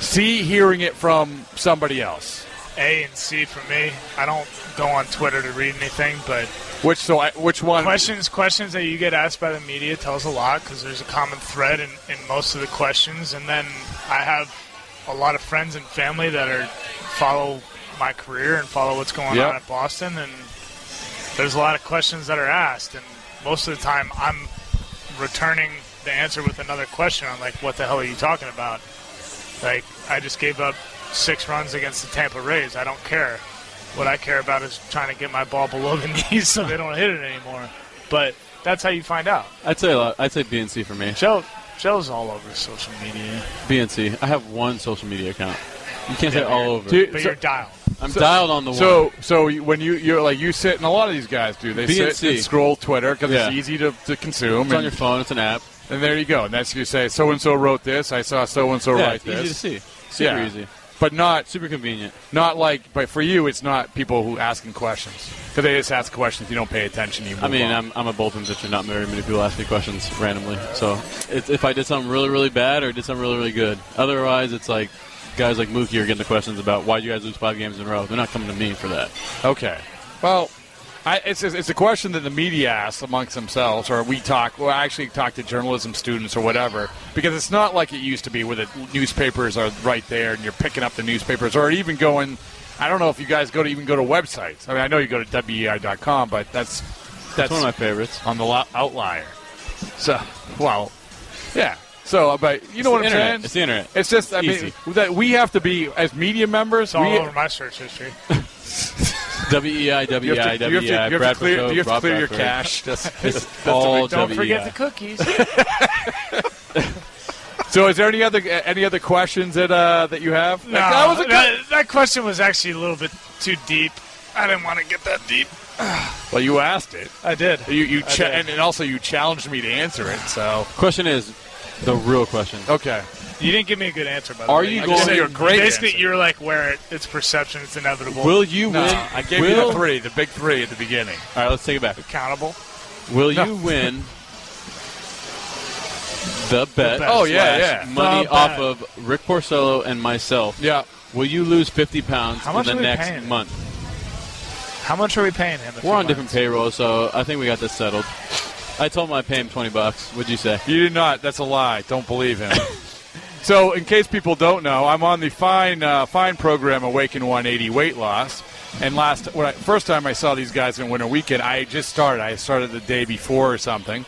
Speaker 5: C. Hearing it from somebody else.
Speaker 7: A and C for me. I don't go on Twitter to read anything, but
Speaker 5: Which so I, which one?
Speaker 7: questions questions that you get asked by the media tells a lot because there's a common thread in, in most of the questions and then i have a lot of friends and family that are follow my career and follow what's going
Speaker 5: Yep.
Speaker 7: on at boston and there's a lot of questions that are asked and most of the time i'm returning the answer with another question on like what the hell are you talking about like i just gave up six runs against the tampa rays i don't care what I care about is trying to get my ball below the knees so they don't hit it anymore. But that's how you find out.
Speaker 6: I'd say a lot- I'd say BNC for me.
Speaker 7: Joe, Joe's all over social media.
Speaker 6: BNC. I have one social media account. You can't say
Speaker 7: Yeah,
Speaker 6: all
Speaker 7: you're-
Speaker 6: over.
Speaker 5: Dude,
Speaker 7: But
Speaker 5: So-
Speaker 7: you're dialed.
Speaker 6: I'm dialed on the one.
Speaker 5: So so when you you're like you sit and a lot of these guys do they sit
Speaker 6: BNC.
Speaker 5: and scroll Twitter because
Speaker 6: Yeah.
Speaker 5: it's easy to, to consume.
Speaker 6: It's on
Speaker 5: and-
Speaker 6: your phone. It's an app.
Speaker 5: And there you go. And that's you say so and so wrote this. I saw so and so
Speaker 6: Yeah, it's
Speaker 5: write
Speaker 6: easy
Speaker 5: this.
Speaker 6: to see. Super
Speaker 5: Yeah.
Speaker 6: easy.
Speaker 5: But not
Speaker 6: Super convenient.
Speaker 5: not like. But for you, it's not people who asking questions because they just ask questions. You don't pay attention. You. Move
Speaker 6: I mean,
Speaker 5: on.
Speaker 6: I'm, I'm a bullpen pitcher. Not very many people ask me questions randomly. So it's, if I did something really, really bad or did something really, really good. Otherwise, it's like guys like Mookie are getting the questions about why you guys lose five games in a row. They're not coming to me for that.
Speaker 5: okay. Well, I, it's it's a question that the media asks amongst themselves, or we talk. Well, I actually talk to journalism students or whatever because it's not like it used to be where the newspapers are right there and you're picking up the newspapers or even going. I don't know if you guys go to even go to websites. I mean, I know you go to wei.com, but that's that's,
Speaker 6: That's one of my favorites.
Speaker 5: on the lo- outlier. So, well, yeah. So, uh, but you know
Speaker 6: It's
Speaker 5: what I'm
Speaker 6: the internet.
Speaker 5: saying?
Speaker 6: It's the internet.
Speaker 5: It's just, I
Speaker 6: Easy.
Speaker 5: mean, that we have to be as media members.
Speaker 7: It's all
Speaker 5: we,
Speaker 7: over my search history.
Speaker 6: WEI,
Speaker 5: you have
Speaker 6: WEI,
Speaker 5: to, you have to- you
Speaker 6: WEI,
Speaker 5: have to
Speaker 6: E Brad
Speaker 5: clear,
Speaker 6: Pichot,
Speaker 5: you have to
Speaker 6: Rob
Speaker 5: clear your
Speaker 6: Bradford. E
Speaker 5: cache. That's, that's,
Speaker 6: It's all
Speaker 7: Don't
Speaker 6: WEI.
Speaker 7: forget the cookies.
Speaker 5: So, is there any other any other questions that uh, that you have?
Speaker 7: No,
Speaker 5: Like, that was a good-
Speaker 7: that, that question was actually a little bit too deep. I didn't want to get that deep.
Speaker 5: well, you asked it.
Speaker 7: I did.
Speaker 5: You you
Speaker 7: I
Speaker 5: cha-
Speaker 7: did.
Speaker 5: And, and also you challenged me to answer it. So
Speaker 6: Question is the real question.
Speaker 5: okay,
Speaker 7: You didn't give me a good answer, by the
Speaker 6: Are
Speaker 7: way.
Speaker 6: you
Speaker 7: I
Speaker 6: going-
Speaker 7: just said
Speaker 6: You're a great
Speaker 7: Basically,
Speaker 6: answer.
Speaker 7: you're like where it, it's perception, it's inevitable.
Speaker 6: Will you
Speaker 5: No,
Speaker 6: win?
Speaker 5: I gave you
Speaker 6: will,
Speaker 5: the three, the big three at the beginning.
Speaker 6: All right, let's take it back.
Speaker 7: Accountable.
Speaker 6: Will you win the bet?
Speaker 5: Oh, yeah,
Speaker 6: slash
Speaker 5: yeah.
Speaker 6: Money
Speaker 5: The
Speaker 6: off
Speaker 5: bet.
Speaker 6: of Rick Porcello and myself.
Speaker 5: Yeah.
Speaker 6: Will you lose fifty pounds
Speaker 7: How much
Speaker 6: in
Speaker 7: are
Speaker 6: the
Speaker 7: we
Speaker 6: next
Speaker 7: paying?
Speaker 6: month?
Speaker 7: How much are we paying him? if
Speaker 6: We're
Speaker 7: we
Speaker 6: on
Speaker 7: win?
Speaker 6: different payroll, so I think we got this settled. I told him I pay him twenty bucks. What'd you say?
Speaker 5: You did not. That's a lie. Don't believe him. so, in case people don't know, I'm on the fine uh, fine program Awaken 180 Weight Loss. And last, when I, first time I saw these guys in Winter Weekend, I had just started. I started the day before or something,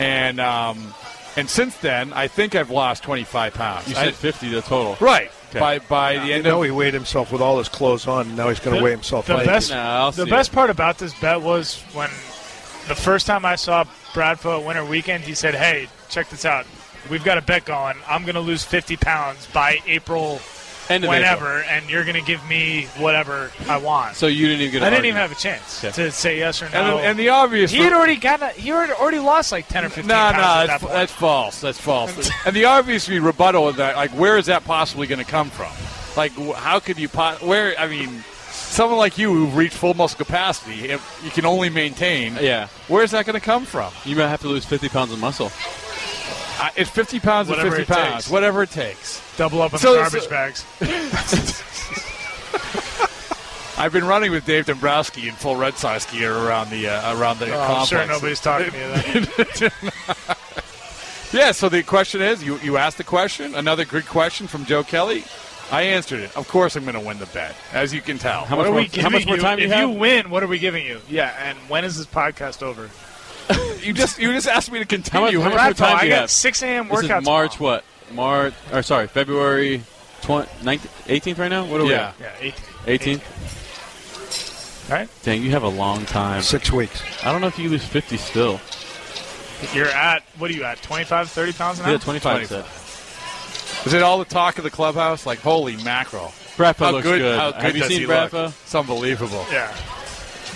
Speaker 5: and um, and since then, I think I've lost 25 pounds.
Speaker 6: You
Speaker 5: I-
Speaker 6: said fifty the total.
Speaker 5: right by by the
Speaker 8: You
Speaker 5: end
Speaker 8: know
Speaker 5: of
Speaker 8: he weighed himself with all his clothes on, and now he's going to
Speaker 7: The-
Speaker 8: weigh himself.
Speaker 7: The
Speaker 8: naked.
Speaker 7: best, the best part about this bet was when the first time I saw Bradford at Winter Weekend, he said, "Hey, check this out. We've got a bet going. I'm going to lose 50 pounds by April,
Speaker 6: End of
Speaker 7: whenever, and you're going to give me whatever I want."
Speaker 6: So you didn't even get.
Speaker 7: I
Speaker 6: an
Speaker 7: didn't even
Speaker 6: argument.
Speaker 7: have a chance
Speaker 6: Okay.
Speaker 7: to say yes or no.
Speaker 5: and, and the obvious
Speaker 7: he had already got a, he already, already lost like 10 or 15
Speaker 5: No,
Speaker 7: pounds.
Speaker 5: no,
Speaker 7: at that
Speaker 5: that's,
Speaker 7: point.
Speaker 5: that's false. That's false. and the obviously rebuttal of that, like, where is that possibly going to come from? Like, wh- how could you? Po- where? I mean, someone like you who reached full muscle capacity, if you can only maintain.
Speaker 6: Yeah.
Speaker 5: Where is that going to come from?
Speaker 6: You might have to lose fifty pounds of muscle.
Speaker 5: I, it's 50 pounds or
Speaker 7: Whatever
Speaker 5: 50
Speaker 7: it
Speaker 5: pounds,
Speaker 7: takes.
Speaker 5: whatever it takes.
Speaker 7: Double up on
Speaker 5: So-
Speaker 7: the garbage
Speaker 5: so-
Speaker 7: bags.
Speaker 5: I've been running with Dave Dombrowski in full Red Sox gear around the uh, around the
Speaker 7: Oh, I'm
Speaker 5: complex.
Speaker 7: sure nobody's talking to you. Then.
Speaker 5: Yeah, so the question is you, you asked the question, another good question from Joe Kelly. I answered it. Of course, I'm going to win the bet, as you can tell.
Speaker 6: How much more- how much more time
Speaker 7: if
Speaker 6: you have?
Speaker 7: you win, what are we giving you? Yeah, and when is this podcast over?
Speaker 5: You just you just asked me to
Speaker 6: How much,
Speaker 5: continue.
Speaker 6: how much more
Speaker 7: Brad,
Speaker 6: time
Speaker 7: I
Speaker 6: do you
Speaker 7: got
Speaker 6: have?
Speaker 7: 6 a.m.
Speaker 6: This
Speaker 7: workouts
Speaker 6: is March what? March or sorry, February 20, 19th, 18th right now? What are
Speaker 5: Yeah.
Speaker 7: Yeah, eight.
Speaker 6: we at? 18th?
Speaker 7: All right,
Speaker 6: Dang, you have a long time.
Speaker 8: Six weeks.
Speaker 6: I don't know if you lose 50 still.
Speaker 7: you're at what are you at? 25, 30 pounds an hour.
Speaker 6: Yeah, 25 I said.
Speaker 5: Is it all the talk of the clubhouse? Like holy mackerel!
Speaker 6: Bradfo looks good.
Speaker 5: How
Speaker 6: Have
Speaker 5: good
Speaker 6: you
Speaker 5: does
Speaker 6: seen
Speaker 5: he look?
Speaker 6: Bradfo?
Speaker 5: It's unbelievable.
Speaker 7: Yeah,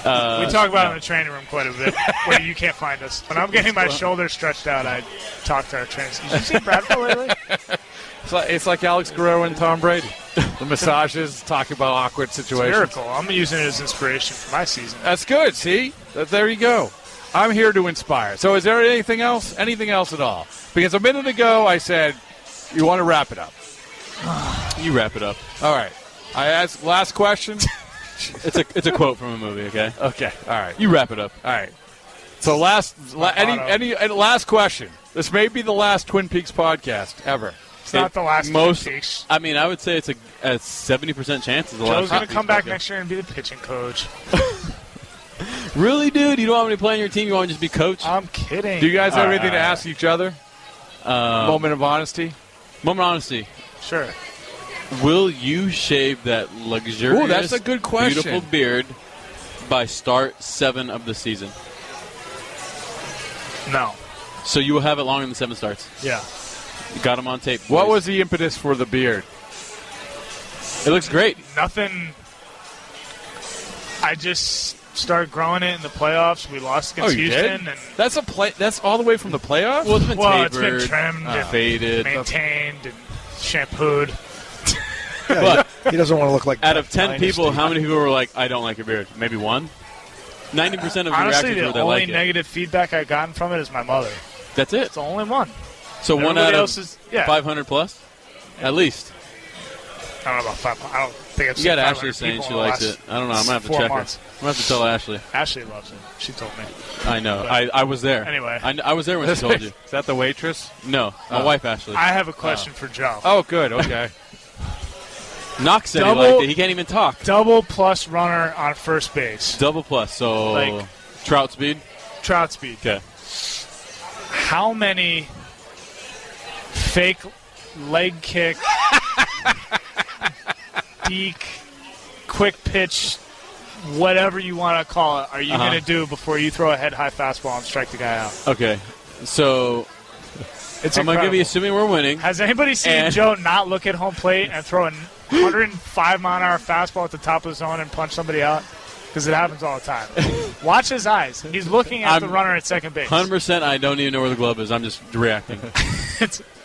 Speaker 6: Uh,
Speaker 7: we talk about it in the training room quite a bit. where you can't find us. When I'm getting my shoulders stretched out, I talk to our trainers. Did you see Bradford lately?
Speaker 5: It's like, it's like Alex Guerrero and Tom Brady. The massages, talking about awkward
Speaker 7: It's a
Speaker 5: situations.
Speaker 7: miracle. I'm using it as inspiration for my season.
Speaker 5: That's good. See, Th- there you go. I'm here to inspire. So, is there anything else? Anything else at all? Because a minute ago I said you want to wrap it up.
Speaker 6: You wrap it up.
Speaker 5: All right. I asked last question.
Speaker 6: It's a it's a quote from a movie, okay?
Speaker 5: okay. All right.
Speaker 6: You wrap it up.
Speaker 5: All right. So last la- any,
Speaker 7: motto.
Speaker 5: any any last question. This may be the last Twin Peaks podcast ever.
Speaker 7: It's not the last
Speaker 6: most.
Speaker 7: Twin Peaks.
Speaker 6: I mean, I would say it's a a 70% chance. Is the last
Speaker 7: Joe's gonna
Speaker 6: Twin Peaks
Speaker 7: come back
Speaker 6: podcast.
Speaker 7: next year and be the pitching coach.
Speaker 6: Really, dude? You don't want me to play on your team? You want to just be coach?
Speaker 7: I'm kidding. Uh,
Speaker 5: Do you guys have
Speaker 6: All right,
Speaker 5: anything to
Speaker 6: all right.
Speaker 5: ask each other? Moment of honesty.
Speaker 6: Moment of honesty.
Speaker 7: sure.
Speaker 6: Will you shave that luxurious,
Speaker 5: Ooh, that's a good question.
Speaker 6: beautiful beard by start seven of the season?
Speaker 7: No.
Speaker 6: So you will have it longer than seven starts.
Speaker 7: Yeah.
Speaker 6: You got him on tape.
Speaker 5: What
Speaker 6: boys.
Speaker 5: was the impetus for the beard?
Speaker 6: It looks great.
Speaker 7: nothing. I just started growing it in the playoffs. We lost
Speaker 6: Oh,
Speaker 7: against Houston and
Speaker 5: Oh, That's a play. That's all the way from the playoffs.
Speaker 6: Well, it's been
Speaker 7: well, it's
Speaker 6: tapered,
Speaker 7: been trimmed,
Speaker 6: uh,
Speaker 7: and
Speaker 6: faded.
Speaker 7: maintained, and shampooed.
Speaker 6: But
Speaker 8: He doesn't want to look like
Speaker 6: out of ten
Speaker 8: Dynasty.
Speaker 6: people, how many people were like, "I don't like your beard"? Maybe one. Ninety percent of the
Speaker 7: Honestly,
Speaker 6: reactions
Speaker 7: the
Speaker 6: were
Speaker 7: only
Speaker 6: they like it.
Speaker 7: negative feedback I gotten from it is my mother.
Speaker 6: That's it.
Speaker 7: It's the only one.
Speaker 6: So one
Speaker 7: Everybody
Speaker 6: out
Speaker 7: else
Speaker 6: of
Speaker 7: is- yeah.
Speaker 6: five hundred plus, at least.
Speaker 7: I don't know about five. I don't think I've
Speaker 6: You
Speaker 7: seen
Speaker 6: got Ashley
Speaker 7: 500
Speaker 6: saying
Speaker 7: people
Speaker 6: she
Speaker 7: in the
Speaker 6: likes it.
Speaker 7: last
Speaker 6: I don't know. I'm gonna have to
Speaker 7: four
Speaker 6: check
Speaker 7: months.
Speaker 6: her. I'm gonna have to tell Ashley.
Speaker 7: Ashley loves it. She told me.
Speaker 6: I know. I, I was there.
Speaker 7: Anyway.
Speaker 6: I, kn- I was there when she told you.
Speaker 5: Is that the waitress?
Speaker 6: No, my wife Ashley.
Speaker 7: Uh, I have a question for Joe.
Speaker 5: Oh, good. Okay.
Speaker 6: Knox said
Speaker 7: Double-
Speaker 6: he liked it. He can't even talk.
Speaker 7: Double plus runner on first base.
Speaker 6: Double plus. So
Speaker 7: Like-
Speaker 6: trout speed.
Speaker 7: Trout speed.
Speaker 6: Okay.
Speaker 7: how many fake leg kick, deke, quick pitch, whatever you want to call it, are you
Speaker 6: Uh-huh.
Speaker 7: going to do before you throw a head high fastball and strike the guy out?
Speaker 6: Okay. So
Speaker 7: It's
Speaker 6: I'm gonna
Speaker 7: incredible.
Speaker 6: give you assuming we're winning.
Speaker 7: Has anybody seen
Speaker 6: And-
Speaker 7: Joe not look at home plate and throw a 105 mile an hour fastball at the top of the zone and punch somebody out? Because it happens all the time. Watch his eyes. He's looking at the
Speaker 6: I'm-
Speaker 7: runner at second base.
Speaker 6: Hundred percent. I don't even know where the glove is. I'm just reacting.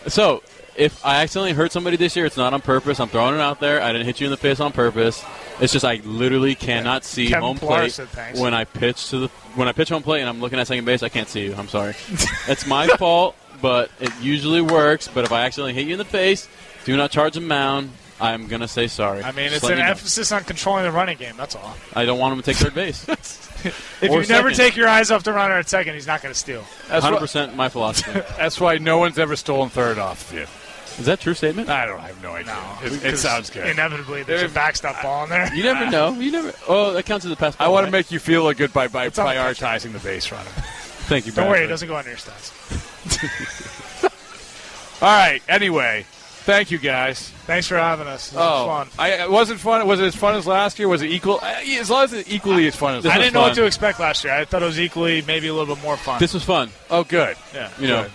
Speaker 6: so if I accidentally hurt somebody this year, it's not on purpose. I'm throwing it out there. I didn't hit you in the face on purpose. It's just I literally cannot see
Speaker 7: Kevin
Speaker 6: home
Speaker 7: Pillar
Speaker 6: plate
Speaker 7: said thanks.
Speaker 6: when I pitch to the when I pitch home plate and I'm looking at second base. I can't see you. I'm sorry. That's my fault, but it usually works. But if I accidentally hit you in the face, do not charge the mound. I'm gonna say sorry.
Speaker 7: I mean,
Speaker 6: Just
Speaker 7: it's
Speaker 6: letting
Speaker 7: an
Speaker 6: you know.
Speaker 7: emphasis on controlling the running game. That's all.
Speaker 6: I don't want him to take third base.
Speaker 7: If you never take your eyes off the runner at second, he's not going to steal.
Speaker 6: hundred percent my philosophy.
Speaker 5: That's why no one's ever stolen third off of you.
Speaker 6: Is that a true statement?
Speaker 5: I don't. I have no idea. It- it,
Speaker 7: Because
Speaker 5: sounds good.
Speaker 7: Inevitably, there's a backstop ball in there.
Speaker 6: You never know. You never. Oh, that counts as a pass.
Speaker 5: I want to make you feel good by, by prioritizing the base runner.
Speaker 6: Thank you.
Speaker 7: Don't worry, it
Speaker 5: Bradford.
Speaker 7: doesn't go under your stats.
Speaker 5: All right. Anyway, thank you guys.
Speaker 7: Thanks for having us. This
Speaker 5: oh,
Speaker 7: was fun.
Speaker 5: I it wasn't fun. Was it as fun as last year? Was it equal? I- As long as it's equally as fun as
Speaker 7: I
Speaker 5: last
Speaker 7: didn't know what to
Speaker 5: year.
Speaker 7: expect last year. I thought it was equally, maybe a little bit more fun.
Speaker 6: This was fun.
Speaker 5: Oh, good.
Speaker 7: Yeah.
Speaker 6: You know,
Speaker 7: Good.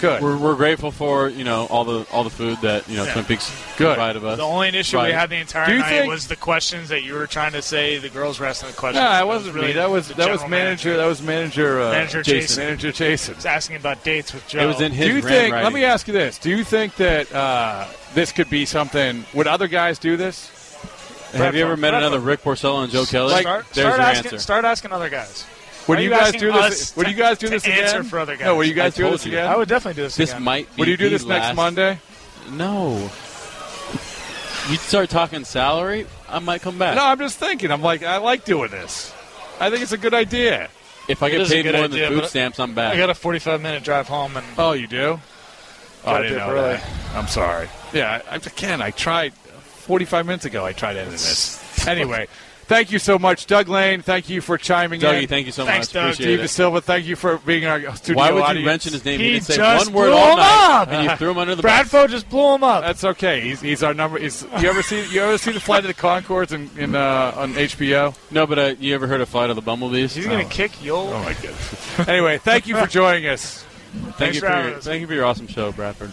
Speaker 5: Good.
Speaker 6: We're, we're grateful for you know all the all the food that you know
Speaker 7: Yeah.
Speaker 6: Twin Peaks
Speaker 7: Good.
Speaker 6: provided us.
Speaker 7: The only issue we
Speaker 6: provided.
Speaker 7: had the entire
Speaker 5: Do you
Speaker 7: night
Speaker 5: think-
Speaker 7: was the questions that you were trying to say. The girls were asking the questions.
Speaker 5: No,
Speaker 7: That
Speaker 5: that wasn't
Speaker 7: really
Speaker 5: me. That was
Speaker 7: the
Speaker 5: that was
Speaker 7: general
Speaker 5: manager. That was manager. Uh,
Speaker 7: Manager Jason.
Speaker 5: Manager Jason.
Speaker 7: was asking about dates with Joe.
Speaker 5: Do you think? Let me ask you this: Do you think that uh, this could be something? Would other guys do this?
Speaker 6: Have you ever met
Speaker 5: Bradford.
Speaker 6: another Rick Porcello and Joe Kelly?
Speaker 5: Like,
Speaker 6: There's
Speaker 7: start
Speaker 6: your
Speaker 7: asking,
Speaker 6: answer.
Speaker 7: Start asking other guys.
Speaker 5: Would
Speaker 7: Why are
Speaker 5: you guys
Speaker 7: asking
Speaker 5: do this-
Speaker 7: us
Speaker 5: would
Speaker 7: to-
Speaker 5: you guys do
Speaker 7: to
Speaker 5: this
Speaker 7: Answer
Speaker 5: again?
Speaker 7: for other guys.
Speaker 5: No, would you guys
Speaker 6: I
Speaker 5: do
Speaker 6: told
Speaker 5: this
Speaker 6: you.
Speaker 5: again?
Speaker 7: I would definitely do this.
Speaker 6: This
Speaker 7: again.
Speaker 6: might. Be
Speaker 5: Would you do
Speaker 6: the
Speaker 5: this next
Speaker 6: last-
Speaker 5: Monday?
Speaker 6: No. You start talking salary, I might come back.
Speaker 5: No, I'm just thinking. I'm like, I like doing this. I think it's a good idea.
Speaker 6: If I
Speaker 7: It
Speaker 6: get
Speaker 7: is a
Speaker 6: paid
Speaker 7: good
Speaker 6: more
Speaker 7: idea,
Speaker 6: than the food
Speaker 7: but
Speaker 6: stamps, I'm
Speaker 7: I
Speaker 6: back.
Speaker 7: got a 45 minute drive home and
Speaker 5: Oh, you do? Oh, I
Speaker 7: Gotta
Speaker 5: didn't
Speaker 7: do it
Speaker 5: know
Speaker 7: early.
Speaker 5: that. I'm sorry. Yeah, I, I- again, I tried 45 minutes ago. I tried ending this. Anyway, thank you so much, Doug Lane. Thank you for chiming in.
Speaker 6: Dougie, thank you so
Speaker 7: Thanks,
Speaker 6: much.
Speaker 7: Doug.
Speaker 6: Appreciate
Speaker 5: Steve
Speaker 6: it.
Speaker 5: De Silva, thank you for being our studio
Speaker 6: Why would
Speaker 5: audience.
Speaker 6: you mention his name? He,
Speaker 7: He
Speaker 6: didn't say
Speaker 7: just
Speaker 6: one word
Speaker 7: blew
Speaker 6: all
Speaker 7: him
Speaker 6: night, Uh,
Speaker 7: up.
Speaker 6: and you threw him under the bus.
Speaker 7: Bradford just blew him up.
Speaker 5: That's okay. He's, he's our number. He's, you ever see you ever see the flight of the Concords in, in uh, on HBO?
Speaker 6: No, but uh, you ever heard of Flight of the Bumblebees?
Speaker 7: He's gonna kick you.
Speaker 5: Oh my goodness. anyway, thank you for joining us.
Speaker 6: Thank
Speaker 7: Thanks
Speaker 6: you
Speaker 7: for
Speaker 6: for
Speaker 7: having
Speaker 6: your,
Speaker 7: us.
Speaker 6: thank you for your awesome show, Bradford.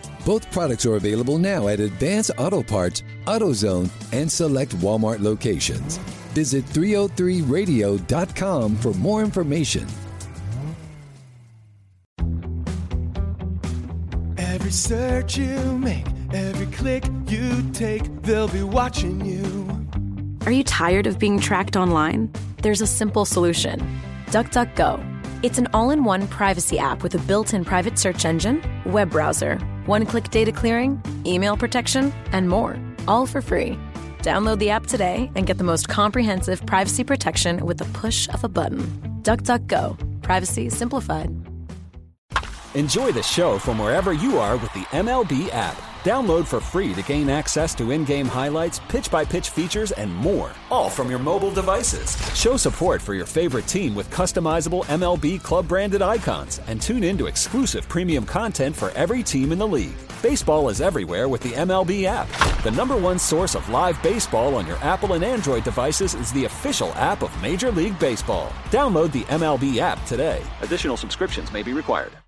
Speaker 1: Both products are available now at Advance Auto Parts, AutoZone, and select Walmart locations. Visit 303radio.com for more information.
Speaker 2: Every search you make, every click you take, they'll be watching you.
Speaker 3: Are you tired of being tracked online? There's a simple solution DuckDuckGo. It's an all in one privacy app with a built in private search engine, web browser, one click data clearing, email protection, and more. All for free. Download the app today and get the most comprehensive privacy protection with the push of a button. DuckDuckGo. Privacy simplified.
Speaker 13: Enjoy the show from wherever you are with the MLB app. Download for free to gain access to in game highlights, pitch by pitch features, and more, all from your mobile devices. Show support for your favorite team with customizable MLB club branded icons and tune in to exclusive premium content for every team in the league. Baseball is everywhere with the MLB app. The number one source of live baseball on your Apple and Android devices is the official app of Major League Baseball. Download the MLB app today.
Speaker 14: Additional subscriptions may be required.